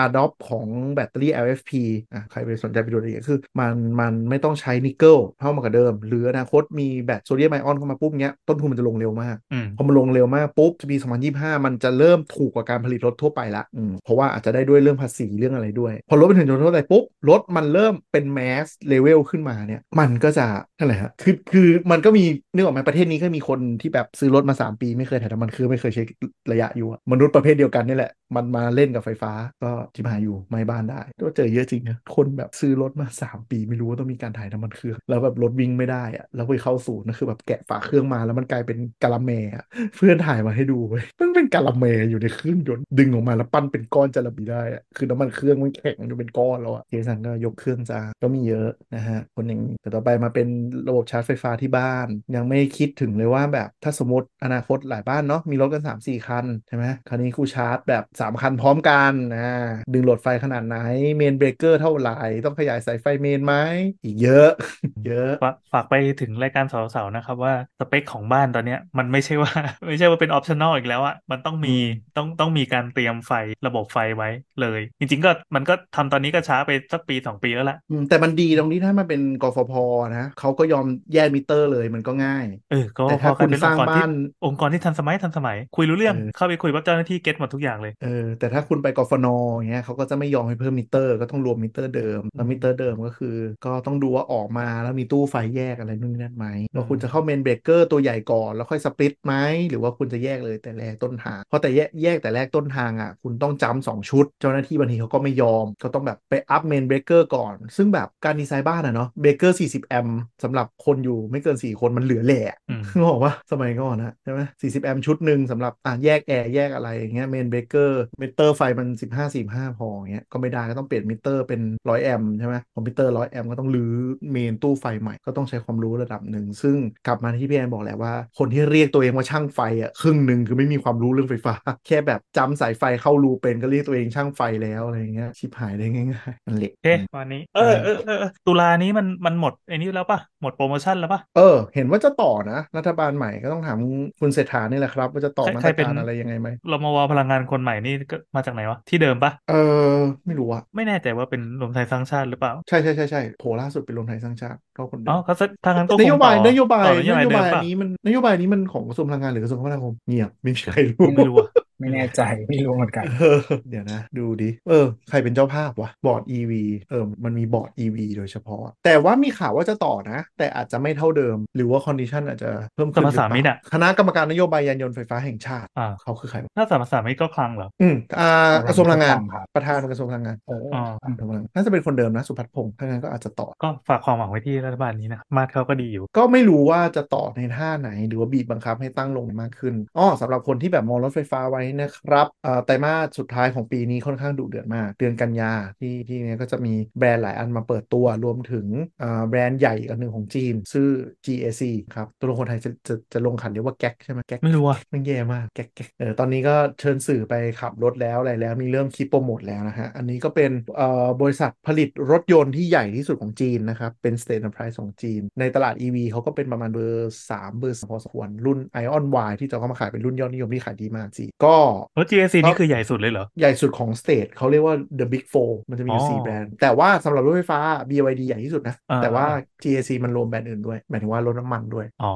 [SPEAKER 2] adopt ของแบตเตอรี่ LFP อ่ะใครไปสนใจไปดูรายละเอียดคือ มันมันไม่ต้องใช้นิกเกิลเท่ามากับเดิม หรืออนาคตมีแบตโซเดียมไอออนเข้ามาปุ๊บเนี้ยต้นทุนมันจะลงเร็วมาก
[SPEAKER 4] อืม
[SPEAKER 2] พอมันลงเร็วมากปุ๊บปี2025 มันจะเริ่มถูกกว่าการผลิตรถทั่วไปละอืมเพราะว่าอาจจะได้ด้วยเรื่องภาษีเรื่องอะไรด้วย พอรถเป็นถึงจุดเท่าไหร่ปุ๊บรถมันเริ่มเป็นแมสเลเวลขึ้นมาเนี่ย มันก็จะนั่นแหละฮะคือคือมันก็มีนึกออกไหมประเทศนี้ก็มีคนที่แบบซื้อรถมา 3 ปีไม่เคยถ่ายน้ำมันเครืองไม่เคยเช็คระยะอยู่อะมนุษย์ประเภทเดียวกันนี่แหละ มันมาเล่นกับไฟฟ้าก็จิมหายอยู่ไม่บ้านได้ก็เจอเยอะจริงนะคนแบบซื้อรถมา 3 ปีไม่รู้ว่าต้องมีการถ่ายน้ำมันเครื่องแล้วแบบรถวิ่งไม่ได้อะแล้วไปเข้าศูนย์นะคือแบบแกะฝาเครื่องมาแล้วมันกลายเป็นกะละแมอะ เพื่อนถ่ายมาให้ดูเว้ยมันเป็นกะละเมอยู่ในเครื่องยนต์ดึงออกมาแล้วปั้นเป็นก้อนจระบีได้อะคือน้ำมันเครื่องมันแข็งจนเป็นก้อนแล้วอะเจสันก็ยกเครื่องจ้าก็มีเยอะนะฮะ คนอย่างนี้แต่ต่อไปมาเป็นระบบชาร์จไฟฟ้าที่บ้าน ยังไม่คิดถึงเลยว่าแบบถ้าสมมติอนาคตหลายบ้านเนาะมีรถกัน 3 4 คันใช่ไหมคราวนี้กูชาร์จแบบ 3 คันพร้อมกันนะดึงโหลดไฟขนาดไหนเมนเบรกเกอร์เท่าไหร่ต้องขยายสายไฟเมนไหมอีกเยอะ เยอะ
[SPEAKER 4] ฝากฝากไปถึงรายการสาวๆนะครับว่าสเปคของบ้านตอนเนี้ยมันไม่ใช่ว่า ไม่ใช่ว่าเป็นออปชั่นอลอีกแล้วอะมันต้องมี
[SPEAKER 2] อืม
[SPEAKER 4] ต้องต้องมีการเตรียมไฟระบบไฟไว้เลย จริงๆก็มันก็ทำตอนนี้ก็ช้าไปสักปีสองปีแล้วล่ะ
[SPEAKER 2] อืมแต่มันดีตรงที่ถ้ามันเป็นกฟผนะเขาก็ยอมแยกมิเตอร์เลยมันก็ง่าย
[SPEAKER 4] เออก็
[SPEAKER 2] แต่
[SPEAKER 4] พอ
[SPEAKER 2] ถ้าก
[SPEAKER 4] ลาย
[SPEAKER 2] คุณ
[SPEAKER 4] เป็น
[SPEAKER 2] ส
[SPEAKER 4] อง
[SPEAKER 2] ร้าง
[SPEAKER 4] ค์กรที่
[SPEAKER 2] บ้าน
[SPEAKER 4] องค์กรที่ทันสมัยทันสมัย คุยรู้เรื่อง
[SPEAKER 2] เออ
[SPEAKER 4] เข้าไปคุยว่าเจ้าหน้าที่เก็ตหมดทุกอย่างเลย
[SPEAKER 2] เออแต่ถ้าคุณไปกฟนอย่างเงี้ยเขาก็จะไม่ยอมให้เพิ่มมิเตอร์ก็ต้องรวมมิเตอร์เดิม แล้วมิเตอร์เดิมก็คือ ก็ต้องดูว่าออกมาแล้วมีตู้ไฟแยกอะไรนู่นนี่นั่นไหม
[SPEAKER 4] อืม
[SPEAKER 2] ว่าคุณจะเข้าเมนเบรกเกอร์ตัวใหญ่ก่อนแล้วค่อยสปลิตไหมหรือว่าคุณจะแยกเลยแต่แรกต้นทางเพราะแต่แยกแยกแต่แรกต้นทางอ่ะคุณต้องจำสองชุด เจ้าหน้าที่บางทีเขาก็ไม่ยอม ก็ต้องแบบไปอัพเมนเบรกเกอร์ก่อน ซึ่งแบบการดีไซน์บ้านอะเนาะเบรกเกอร์40แอมป์สำหรับคนอยู่ไม่เกินสี่คนมันเหลือแหละ
[SPEAKER 4] อืม
[SPEAKER 2] นึกออกว่าสมัยก่อนนะใช่ไหมสี่สิบแอมป์ชุดหนึ่งสำหรับอ่ะแยกแอร์แยกอะไรอย่างเงี้ยเมนเบรกเกอร์มิเตอร์ไฟมันสิบห้าสิบห้าพออย่างเงี้ยก็ไม่ได้ก็ต้องเปลี่ยนมิเตอร์เป็นร้อยแอมป์ใช่ไหมคอมพิวเตอร์ร้อยแอมป์ก็ต้องรื้อเมนตู้ไฟใหม่ก็ต้องใช้ความรู้ระดับหนึ่ง ซึ่งกลับมาที่พี่แอนบอกแหละว่า คนที่เรียกตัวเองว่าช่างไฟอ่ะครึ่งหนึ่งคือไม่มีความรู้เรื่องไฟฟ้า แค่แบบจำสายไฟเข้ารูเป็นก็เรียกตัวเองช่างไฟแล้วอะไรอย่างเงี้ยชิบหายได้ง่ายๆนั่นแหละ
[SPEAKER 4] โอเควันนี้เออเออเออเออตุลานี้มันมันหมดไอ้นี่แล้วป่ะหมดโปรโมชั่นแล้วป่ะ
[SPEAKER 2] เออ เห็น ว่าจะต่อนะ รัฐบาลใหม่ก็ต้องถามคุณเศรษฐานี่แหละครับ ว่าจะต่อ
[SPEAKER 4] ใคร
[SPEAKER 2] มา
[SPEAKER 4] ใค
[SPEAKER 2] ต
[SPEAKER 4] ร
[SPEAKER 2] ร
[SPEAKER 4] เป็น
[SPEAKER 2] การอะไรยังไงไหม
[SPEAKER 4] รมวพลังงานคนใหม่นี่ก็มาจากไหนวะ ที่เดิมปะ
[SPEAKER 2] เออไม่รู้อะ
[SPEAKER 4] ไม่แน่ใจว่าเป็นรวมไทยสร้างชาติหรือเปล่า
[SPEAKER 2] ใช่ใช่ใช่ใช่โผล่ล่าสุดเป็นรวมไทยสร้างชาติก็คนเดิ
[SPEAKER 4] อ๋อ
[SPEAKER 2] ม
[SPEAKER 4] ก็แสทางนั้นก็คง
[SPEAKER 2] นโยบาย
[SPEAKER 4] ต่อน
[SPEAKER 2] โยบาย
[SPEAKER 4] ต่อนโย
[SPEAKER 2] น
[SPEAKER 4] บาย
[SPEAKER 2] โย
[SPEAKER 4] เดิม
[SPEAKER 2] บายอั
[SPEAKER 4] ปะ
[SPEAKER 2] นนี้มันนโยบายนี้มันของกระทรวงพลังงานหรือกระทรวงคมนาคมเงียบไม่มีใครรู้
[SPEAKER 4] ไม่รู้อะ
[SPEAKER 3] ไม่แน่ใจไม่รู้เหมือนกัน
[SPEAKER 2] เออ เดี๋ยวนะ ดูดิเออ ใครเป็นเจ้าภาพวะบอร์ด EV เออมันมีบอร์ด EV โดยเฉพาะ แต่ว่ามีข่าวว่าจะต่อนะ แต่อาจจะไม่เท่าเดิม หรือว่าคอนดิชันอาจจะเพิ่ม
[SPEAKER 4] ส
[SPEAKER 2] ขึ้นห
[SPEAKER 4] ม
[SPEAKER 2] รือ
[SPEAKER 4] สามิต
[SPEAKER 2] เป
[SPEAKER 4] ร
[SPEAKER 2] ล่า
[SPEAKER 4] อะ
[SPEAKER 2] คณะกรรมการนโยบายยานยนต์ไฟฟ้าแห่งชาติ
[SPEAKER 4] อ่า
[SPEAKER 2] เขาคือใครวะ
[SPEAKER 4] ถ้าสมสามิตรก็คลังเหรอ
[SPEAKER 2] อืมอ่ากระทรวงพลังงาน
[SPEAKER 3] ครับ
[SPEAKER 2] ประธานกระทรวงพลังงาน
[SPEAKER 3] เออ
[SPEAKER 4] อ๋อ
[SPEAKER 2] อ่ะกระทรวงพลังงานน่าจะเป็นคนเดิมนะสุพัฒน์พงษ์ถ้างั้นก็อาจจะต่อ
[SPEAKER 4] ก็ฝากความหวังไว้ที่รัฐบาลนี้นะมาดเขาก็ดีอยู่
[SPEAKER 2] ก็ไม่รู้ว่าจะต่อในท่าไหน หรือว่าบีบบังคับให้ตั้งลงมากขึ้นอ้อสำหรับคนที่แบบมองรถไฟฟ้าไว้นะครับเอ่อไตรมาสสุดท้ายของปีนี้ค่อนข้างดุเดือดมาก เดือนกันยาที่ที่เนี้ยก็จะมีแบรนด์หลายอันมาเปิดตัวรวมถึงเอ่อแบรนด์ใหญ่อีกอันหนึ่งของจีน ชื่อ GAC ครับ ตัวลงคนไทยจะจะจะลงขันเรียกว่าแก๊กใช่ไหมแก๊ก
[SPEAKER 4] ไม่รู้อะ
[SPEAKER 2] มันแย่มากแก๊กๆเออตอนนี้ก็เชิญสื่อไปขับรถแล้วอะไรแล้ว มีเริ่มคลิปโปรโมทแล้วนะฮะ อันนี้ก็เป็นเอ่อบริษัทผลิตรถยนต์ที่ใหญ่ที่สุดของจีนนะครับ เป็น State Enterprise ของจีน ในตลาด EV เขาก็เป็นประมาณเบอร์ 3 เบอร์สามพอสมควร รุ่น Ion Y ที่จะเข้ามาขายเป็นรุ่นยอดนิยมที่ขายดีมากจีนก็
[SPEAKER 4] รถ GAC นี่คือใหญ่สุดเลยเหรอ
[SPEAKER 2] ใหญ่สุดของ State เขาเรียกว่า The Big Four มันจะมีอ
[SPEAKER 4] อ๋
[SPEAKER 2] ยู่4
[SPEAKER 4] อ
[SPEAKER 2] แบรนด์ แต่ว่าสำหรับรถไฟฟ้า BYD ใหญ่ที่สุดนะ
[SPEAKER 4] อ่า
[SPEAKER 2] แต่ว่า GAC มันรวมแบรนด์อื่นด้วยหมายถึงว่ารถน้ำมันด้วย
[SPEAKER 4] อ๋อ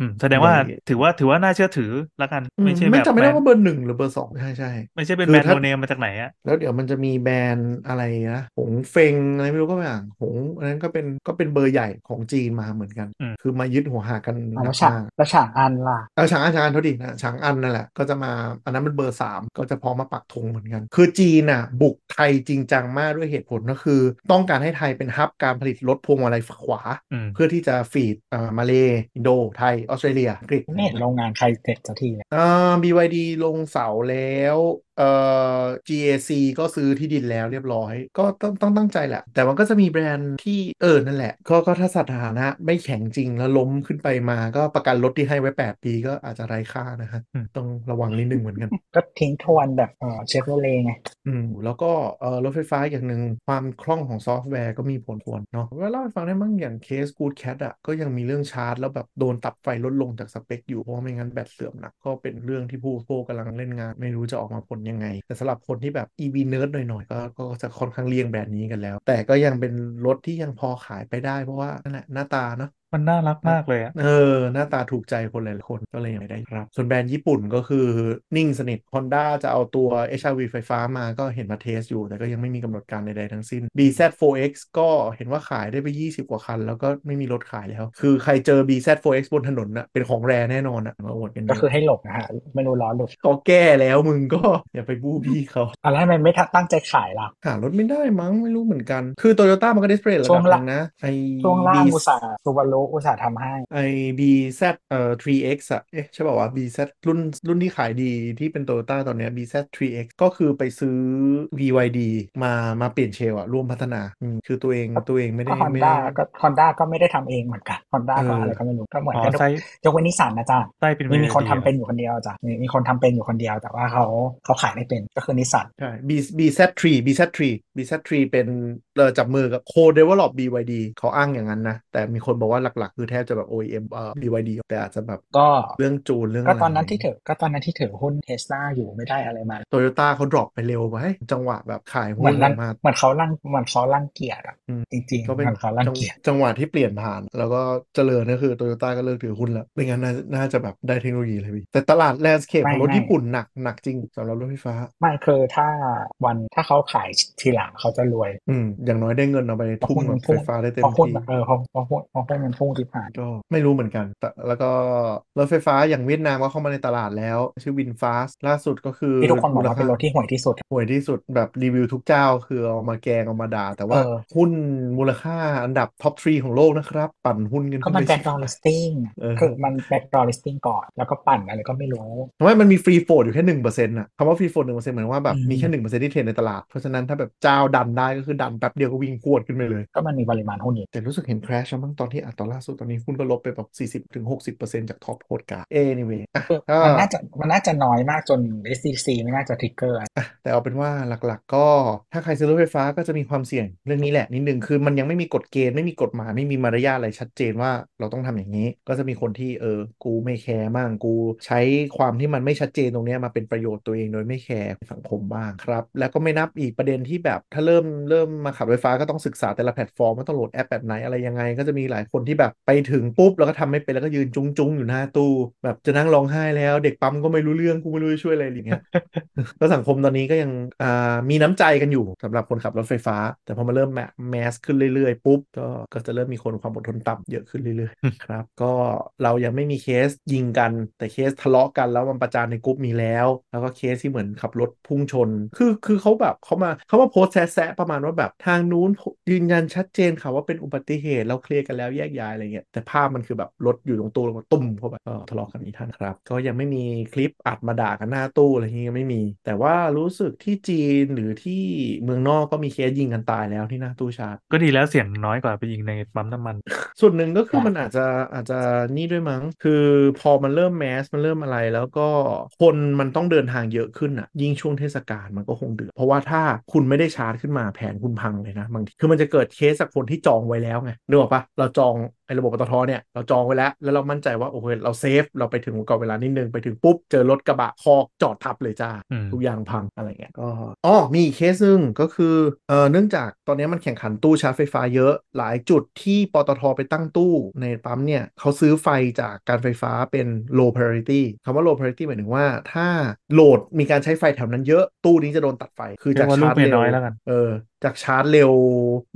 [SPEAKER 4] อืมแสดงว่า
[SPEAKER 2] ใหญ่
[SPEAKER 4] ถือว่าถือว่าน่าเชื่อถือละกัน
[SPEAKER 2] อื
[SPEAKER 4] ไม่ใช่
[SPEAKER 2] ไม่
[SPEAKER 4] แบบ
[SPEAKER 2] จำไม่
[SPEAKER 4] แบร
[SPEAKER 2] ได้
[SPEAKER 4] นด์
[SPEAKER 2] ว่าเบอร์หนึ่งหรือเบอร์สองใช่ใช่
[SPEAKER 4] ไม่ใช่เป็น
[SPEAKER 2] คือ
[SPEAKER 4] แบรนด์
[SPEAKER 2] ถ้า
[SPEAKER 4] โนเนมมาจากไหนอะ
[SPEAKER 2] แล้วเดี๋ยวมันจะมีแบรนด์อะไรนะหงเฟงอะไรไม่รู้ก็ไม่อ่างหงอันนั้นก็เป็นก็เป็นเบอร์ใหญ่ของจีนมาเหมือนกัน คือมายึดหัวหากันห
[SPEAKER 3] เอา
[SPEAKER 2] นั
[SPEAKER 3] แล้ว
[SPEAKER 2] ก
[SPEAKER 3] ฉาก
[SPEAKER 2] มาก
[SPEAKER 3] แล้วฉากอันล่ะ
[SPEAKER 2] เออฉางอันฉางอันเท่าดีนะฉางอันนั่นแหละก็จะมาอันนั้นเป็นเบอร์ 3 ก็จะพร้อมมาปักธงเหมือนกัน คือจีนน่ะบุกไทยจริงจังมากด้วยเหตุผลก็คือ ต้องการให้ไทยเป็นฮับการผลิตรถพวงมาลัยขวา
[SPEAKER 4] อืม
[SPEAKER 2] เพื่อที่จะฟีดเอ่อมาเลย์อินโด ไทย ออสเตรเลียอังกฤษ
[SPEAKER 3] ไม่เห็นโรงงานใครเสร็จสักทีเลย
[SPEAKER 2] อ่า BYD ลงเสาแล้วเอ่อ GAC ก็ซื้อที่ดินแล้วเรียบร้อย ก็ต้องต้องตั้งใจแหละ แต่มันก็จะมีแบรนด์ที่เออนั่นแหละ ก็ก็ถ้าสถานะไม่แข็งจริงแล้วล้มขึ้นไปมาก็ประกันรถที่ให้ไว้ 8 ปีก็อาจจะไร้ค่านะฮะต้องระวังนิดนึงเหมือนกัน
[SPEAKER 3] ก็ทิ้งทวนแบบเออเชฟโรเลไง
[SPEAKER 2] อืมแล้วก็เอ่อรถไฟฟ้าอย่างหนึ่งความคล่องของซอฟต์แวร์ก็มีผลควรเนาะเวลาเล่าให้ฟังได้มั้งอย่างเคส Good Cat อ่ะก็ยังมีเรื่องชาร์จ แล้วแบบโดนตัดไฟลดลงจากสเปคอยู่ เพราะว่าไม่งั้นแบตเสื่อมหนักก็เป็นเรื่องที่ผู้โพกกำลังเล่นงาน ไม่รู้จะออกมาผลยังไง แต่สำหรับคนที่แบบ EV nerd หน่อยๆ ก็ก็จะค่อนข้างเลี่ยงแบรนด์นี้กันแล้ว แต่ก็ยังเป็นรถที่ยังพอขายไปได้เพราะว่านั่นแหละหน้าตาเนาะ
[SPEAKER 4] มันน่ารักมากเลยอะ
[SPEAKER 2] เออ หน้าตาถูกใจคนหลายๆคนก็เลยยังไม่ได้ครับ ส่วนแบรนด์ญี่ปุ่นก็คือนิ่งสนิท Honda จะเอาตัว HR-V ไฟฟ้ามาก็เห็นมาเทสอยู่ แต่ก็ยังไม่มีกำหนดการใดๆทั้งสิ้น BZ4X ก็เห็นว่าขายได้ไป 20 กว่าคัน แล้วก็ไม่มีรถขายแล้ว คือใครเจอ BZ4X บนถนนน่ะเป็นของแรแน่นอนอ่ะมาอวดกัน
[SPEAKER 3] ก็
[SPEAKER 2] เย
[SPEAKER 3] คือ
[SPEAKER 2] อะ
[SPEAKER 3] ให้หลบนะฮะ ไม่รู้ร้อนหลบ
[SPEAKER 2] ก็แก้แล้วมึงก็ อย่าไปบู้บี้เขา
[SPEAKER 3] อะไรทำไมไม่ตั้งใจขายล่ะ
[SPEAKER 2] หารถไม่ได้มั้งไม่รู้เหมือนกันคือ Toyota มันก็ desperate ระดับหนึงนะไอ้
[SPEAKER 3] ช่วงล่าง
[SPEAKER 2] B-
[SPEAKER 3] อุตสาห์ซูบารุอุตสาห์ทำให้
[SPEAKER 2] ไอ้ BZ เอ่อ 3X อะเอ๊ะใช่ป่าววะ BZ รุ่นรุ่นที่ขายดีที่เป็น Toyota ตอนเนี้ย BZ 3X ก็คือไปซื้อ BYD มามาเปลี่ยนเชลอะร่วมพัฒนาอืมคือตัวเองตัวเองไม่
[SPEAKER 3] ก็
[SPEAKER 2] ได้
[SPEAKER 3] ฮอน
[SPEAKER 2] ไม่
[SPEAKER 3] ด้า
[SPEAKER 2] ได้
[SPEAKER 3] ก็ฮอนด้าก็ไม่ได้ทำเองเหมือนกันฮอนด้า
[SPEAKER 2] เอ
[SPEAKER 3] ก็
[SPEAKER 2] ออ
[SPEAKER 3] อะไรก็ไม่รู้ก็เหมือน
[SPEAKER 4] อ๋อ
[SPEAKER 3] กันทุก
[SPEAKER 4] ไส้
[SPEAKER 3] ยกเว้นนิสสันนะจ๊ะ
[SPEAKER 4] ไส้เป็น
[SPEAKER 3] มี
[SPEAKER 4] เว
[SPEAKER 3] มีคนทำ
[SPEAKER 4] ดีอะ
[SPEAKER 3] เป็นอยู่คนเดียวจ้ะมีมีคนทำเป็นอยู่คนเดียว แต่ว่าเขาเขาขายไม่เป็นก็คือนิสสัน
[SPEAKER 2] ใช่ B BZ 3 BZ 3 BZ 3เป็นเอ่อจับมือกับ Co-develop BYD เขาอ้างอย่างนั้นนะ แต่มีคนบอกว่าหลักๆ คือแทบจะแบบ OEM เอ่อ BYD แต่อาจจะแบบ
[SPEAKER 3] ก็
[SPEAKER 2] เรื่องจูนเรื่อง
[SPEAKER 3] ก็
[SPEAKER 2] อะไร
[SPEAKER 3] ตอนนั้นที่ถือก็ตอนนั้นที่ถือหุ้นเทสลาอยู่ไม่ได้อะไรมา
[SPEAKER 2] โตโยต้าเขาดรอปไปเร็วไปจังหวะแบบขาย
[SPEAKER 3] เห
[SPEAKER 2] หุ้
[SPEAKER 3] มือน น
[SPEAKER 2] อ
[SPEAKER 3] รั
[SPEAKER 2] อง กมา
[SPEAKER 3] เหมือนเขารังเหมือนเขารังเกียจอ่ะ
[SPEAKER 2] อืม
[SPEAKER 3] จริง
[SPEAKER 2] ก็
[SPEAKER 3] ๆ
[SPEAKER 2] เป็น
[SPEAKER 3] เหมือนเขารัง
[SPEAKER 2] จัง
[SPEAKER 3] เกียจ
[SPEAKER 2] จังหวะที่เปลี่ยนผ่าน แล้วก็เจริญก็คือโตโยต้าก็เลิกถือหุ้นแล้วไม่งั้นน่าน่าจะแบบได้เทคโนโลยีเลยพี่แต่ตลาดแลนด์สเคปของรถญี่ปุ่นหนักหนักจริงสำหรับรถไฟฟ้า
[SPEAKER 3] ไม่คือถ้าวันถ้าเขาขายทีหลังเขาจะรวย
[SPEAKER 2] อืม อย่างน้อยได้เงินเอาไป
[SPEAKER 3] เพราะ
[SPEAKER 2] ทุ่ม
[SPEAKER 3] หุ้น
[SPEAKER 2] แบบไฟ
[SPEAKER 3] มันพุ่ง
[SPEAKER 2] ฟ้าได้เต็
[SPEAKER 3] เพ
[SPEAKER 2] ม
[SPEAKER 3] ราะหุ้น
[SPEAKER 2] ที่
[SPEAKER 3] เออเพราะเพราะหุ้นเพราะหุ้นมันพุ่งที่ผ่าน
[SPEAKER 2] ก็ไม่รู้เหมือนกันแต่แล้วก็รถไฟฟ้าอย่างเวียดนามก็เข้ามาในตลาดแล้ว ชื่อวินฟาสล่าสุดก็คือ
[SPEAKER 3] ที่ทุกคนบอก
[SPEAKER 2] มูล
[SPEAKER 3] ว่า
[SPEAKER 2] ค่
[SPEAKER 3] เป็นรถที่ห่วยที่สุด
[SPEAKER 2] ห่วยที่สุดแบบรีวิวทุกเจ้า คือเอามาแกงเอามาด่า แต่ว่า
[SPEAKER 3] เออ
[SPEAKER 2] หุ้นมูลค่าอันดับท็อปทรีของโลกนะครับ ปั่นหุ้นกัน
[SPEAKER 3] ก็
[SPEAKER 2] ขึ้น
[SPEAKER 3] มัน
[SPEAKER 2] ไป
[SPEAKER 3] แบ็ก
[SPEAKER 2] สิ
[SPEAKER 3] ดอ r ลิสติ้ง
[SPEAKER 2] เออ
[SPEAKER 3] คือมันแบ็กดอ r ลิสติ้งก่อน แล้วก็ปั่นอะไรก็ไม่รู้
[SPEAKER 2] ทำไมมันมีฟรีโฟลดอยู่แค่หนึ่งเปอร์เซ็นต์่ะคำว่าฟรีโฟลดหนึ่งเปอร์เซ็นต์เหมือนว่าแบบ
[SPEAKER 3] อืม
[SPEAKER 2] มีแค่หนึ่งเปอร์เซ็นต์ที่เทรดในตลาด เพราะฉะนั้นถ้าแบบเจ้าดันได้ก็คือดันแป๊บเดียวก็วิ่งพรวดขึ้นไปเลย
[SPEAKER 3] ก็มันมีปริมาณหุ้นอยู่
[SPEAKER 2] แต่รู้สึกเห็น crash แล้วมั้งตอนที่อัดตอน ล่าสุดตอนนี้หุ้นก็ลบไปแบบสี่สิบถึงหกสิบเปอร์เซ็นต์จากท็อปโคตรกา anyway อ่ะก็
[SPEAKER 3] มันน่าจะมันน่าจะน้อยมากจน SDC ไม่น่าจะทริกเกอร์
[SPEAKER 2] อ่ะแต่เอาเป็นว่าหลักๆ ก็ถ้าใครซื้อรถไฟฟ้าก็จะมีความเสี่ยงเรื่องนี้แหละนิดนึงคือมันยังไม่มีกฎเกณฑ์ไม่มีกฎหมายไม่มีมารยาทอะไรชัดเจนว่าเราต้องทำอย่างนี้ ก็จะมีคนที่เออกูไม่แคร์มั่งกูใช้ความที่มันไม่ชัดเจนตรงเนี้ยมาเป็นประโยชน์ตัวเองโดยไม่แคร์สังคมบ้างครับ แล้วก็ไม่นับอีกประเด็นที่แบบถ้าเริ่มเริ่มมาขับรถไฟฟ้าก็ต้องศึกษาแต่ละแพลตฟอร์มว่าต้องโหลดแอปแบบไหนอะไรยังไง ก็จะมีหลายคนที่แบบไปถึงปุ๊บแล้วก็ทำไม่เป็นแล้วก็ยืนจุ้งๆอยู่หน้าตู้แบบจะนั่งร้องไห้แล้ว เด็กปั๊มก็ไม่รู้เรื่องกูไม่รู้จะช่วยอะไรอย่างเงี้ย ก็สังคมตอนนี้ก็ยังอ่ามีน้ำใจกันอยู่สำหรับคนขับรถไฟฟ้า แต่พอมาเริ่มแมแมสขึ้นเรื่อยๆ ปุ๊บ ก็ก็จะเริ่มมีคนความอดทนต่ำเยอะขึ้นเรื่อยๆ ครับ ก็เรายังไม่มีเคสยิงกัน แต่เคสทะเลาะกันแล้วมันประจานในกรุ๊ปมีแล้ว แล้วก็เคสที่เหมือนขับรถพุ่งชน คือคือเขาแบบเขามาเขามาโพสต์แซะๆประมาณว่าแบบทางนู้นยืนยันชัดเจนค่ะว่าเป็นอุบัติเหตุเราเคลียร์กันแล้วแยกย้ายอะไรเงี้ยแต่ภาพมันคือแบบรถอยู่ตรงตู้แล้วก็ตุ่มเข้าไปก็ทะเลาะกันนี้ท่านครับ ก็ยังไม่มีคลิปอัดมาด่ากันหน้าตู้อะไรอย่างเงี้ยไม่มี แต่ว่ารู้สึกที่จีนหรือที่เมืองนอกก็มีเคสยิงกันตายแล้วที่หน้าตู้ชาร์จ
[SPEAKER 4] ก็ดีแล้วเสี่ยงน้อยกว่าไปยิงในปั๊มน้ำมัน
[SPEAKER 2] ส่วนหนึ่งก็คือมันอาจจะอาจจะนี่ด้วยมั้ง คือพอมันเริ่มแมส มันเริ่มอะไรแล้วก็คนมันต้องเดินทางเยอะขึ้นอ่ะ ยิ่งช่วงเทศกาลมันก็คงเดือดเพราะว่าถ้าคุณไม่ได้ชาร์จขึ้นมาแผนคุณพังเลยนะบางทีคือมันจะเกิดเคสจากคนที่จองไว้แล้วไงนึกออกปะเราจองไอ้ระบบปตทเนี่ยเราจองไว้แล้ว แล้วเรามั่นใจว่าโอเคเราเซฟเราไปถึงก่อนเวลานิดนึงไปถึงปุ๊บเจอรถกระบะคอกจอดทับเลยจ้า
[SPEAKER 4] อืม
[SPEAKER 2] ทุกอย่างพังอะไรเงี้ยก็อ๋อมีอีกเคสหนึ่งก็คือเอ่อเนื่องจากตอนนี้มันแข่งขันตู้ชาร์จไฟฟ้าเยอะ หลายจุดที่ปตทไปตั้งตู้ในปั๊มเนี่ยเขาซื้อไฟจากการไฟฟ้าเป็น low priority คำว่า low priority หมายถึงว่าถ้าโหลดมีการใช้ไฟแถวนั้นเยอะตู้นี้จะโดนตัดไฟคือจาก
[SPEAKER 4] เรียกว่าลู
[SPEAKER 2] ชาก ร์จ
[SPEAKER 4] เมีย
[SPEAKER 2] เร็
[SPEAKER 4] น้
[SPEAKER 2] ว
[SPEAKER 4] อยแล้วกัน
[SPEAKER 2] เออจากชาร์จเร็ว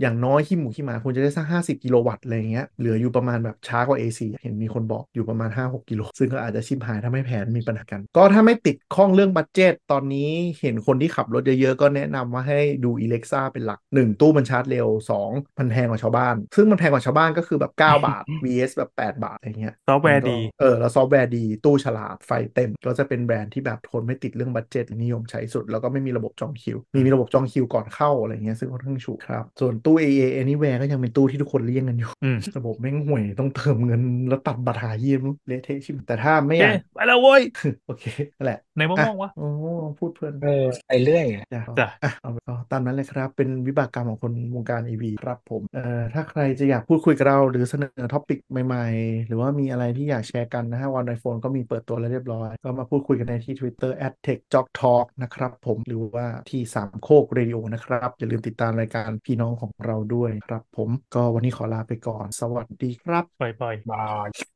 [SPEAKER 2] อย่างน้อยขี้หมูขี้หมาควรจะได้สัก 50 กิโลวัตต์อะไรอย่างเงี้ยเหลืออยู่ประมาณแบบช้ากว่า AC เห็นมีคนบอกอยู่ประมาณ 5-6 กิโล ซึ่งก็อาจจะชิมหายถ้าไม่แผนมีปัญหากัน ก็ถ้าไม่ติดข้องเรื่องบัตเจตตอนนี้เห็นคนที่ขับรถเยอะๆ ก็แนะนำว่าให้ดู Alexa เป็นหลัก 1 ตู้มันชาร์จเร็ว 2 มันแพงกว่าชาวบ้าน ซึ่งมันแพงกว่าชาวบ้านก็คือแบบ 9 บาท vs แบบ 8 บาทอะไรเงี้ย
[SPEAKER 4] ซอฟต์แวร์
[SPEAKER 2] มันก็
[SPEAKER 4] ดี
[SPEAKER 2] เออ แล้วซอฟต์แวร์ดี ตู้ฉลาด ไฟเต็ม ก็จะเป็นแบรนด์ที่แบบทนไม่ติดเรื่องบัตเจ็ตนิยมใช้สุด แล้วก็ไม่มีระบบจองคิว มีมีระบบจองคิวก่อนเข้าอะไรเงี้ยซึ่งค่อนข้างฉุกครับ ส่วนตู้ AA Anywhere ก็ยังเป็นตู้ที่ทุกคนเลี่ยงกันอยู่
[SPEAKER 4] อืม
[SPEAKER 2] ระบบแม่งห่วยต้องเติมเงินแล้วตัดบัตรหาเยี่ยมรู้เละเทะชิบแต่ถ้าไม่อยา
[SPEAKER 4] เอ๊ะ
[SPEAKER 2] ก
[SPEAKER 4] ไปแล้วเว้ย
[SPEAKER 2] โอเคนั่นแหละ
[SPEAKER 4] ในมะม่วงวะ
[SPEAKER 2] โอ้พูดเพลิน
[SPEAKER 3] เออไปเรื่อยอะ
[SPEAKER 2] จ้ะ
[SPEAKER 4] จ้ะ
[SPEAKER 2] อ่ะเอาเอาตามนั้นเลยครับ เป็นวิบากกรรมของคนวงการ EV ครับผมเอ่อถ้าใครจะอยากพูดคุยกับเรา หรือเสนอท็อปิกใหม่ๆ หรือว่ามีอะไรที่อยากแชร์กันนะฮะวันไอโฟนก็มีเปิดตัวแล้วเรียบร้อย ก็มาพูดคุยกันในที่ Twitter @techjocktalk นะครับผมหรือว่าที่สามโคกเรดิโอนะครับ อย่าลืมติดตามรายการพี่น้องของเราด้วยครับผมก็วันนี้ขอลาไปก่อน สวัสดีครับ
[SPEAKER 4] ปล่อยๆ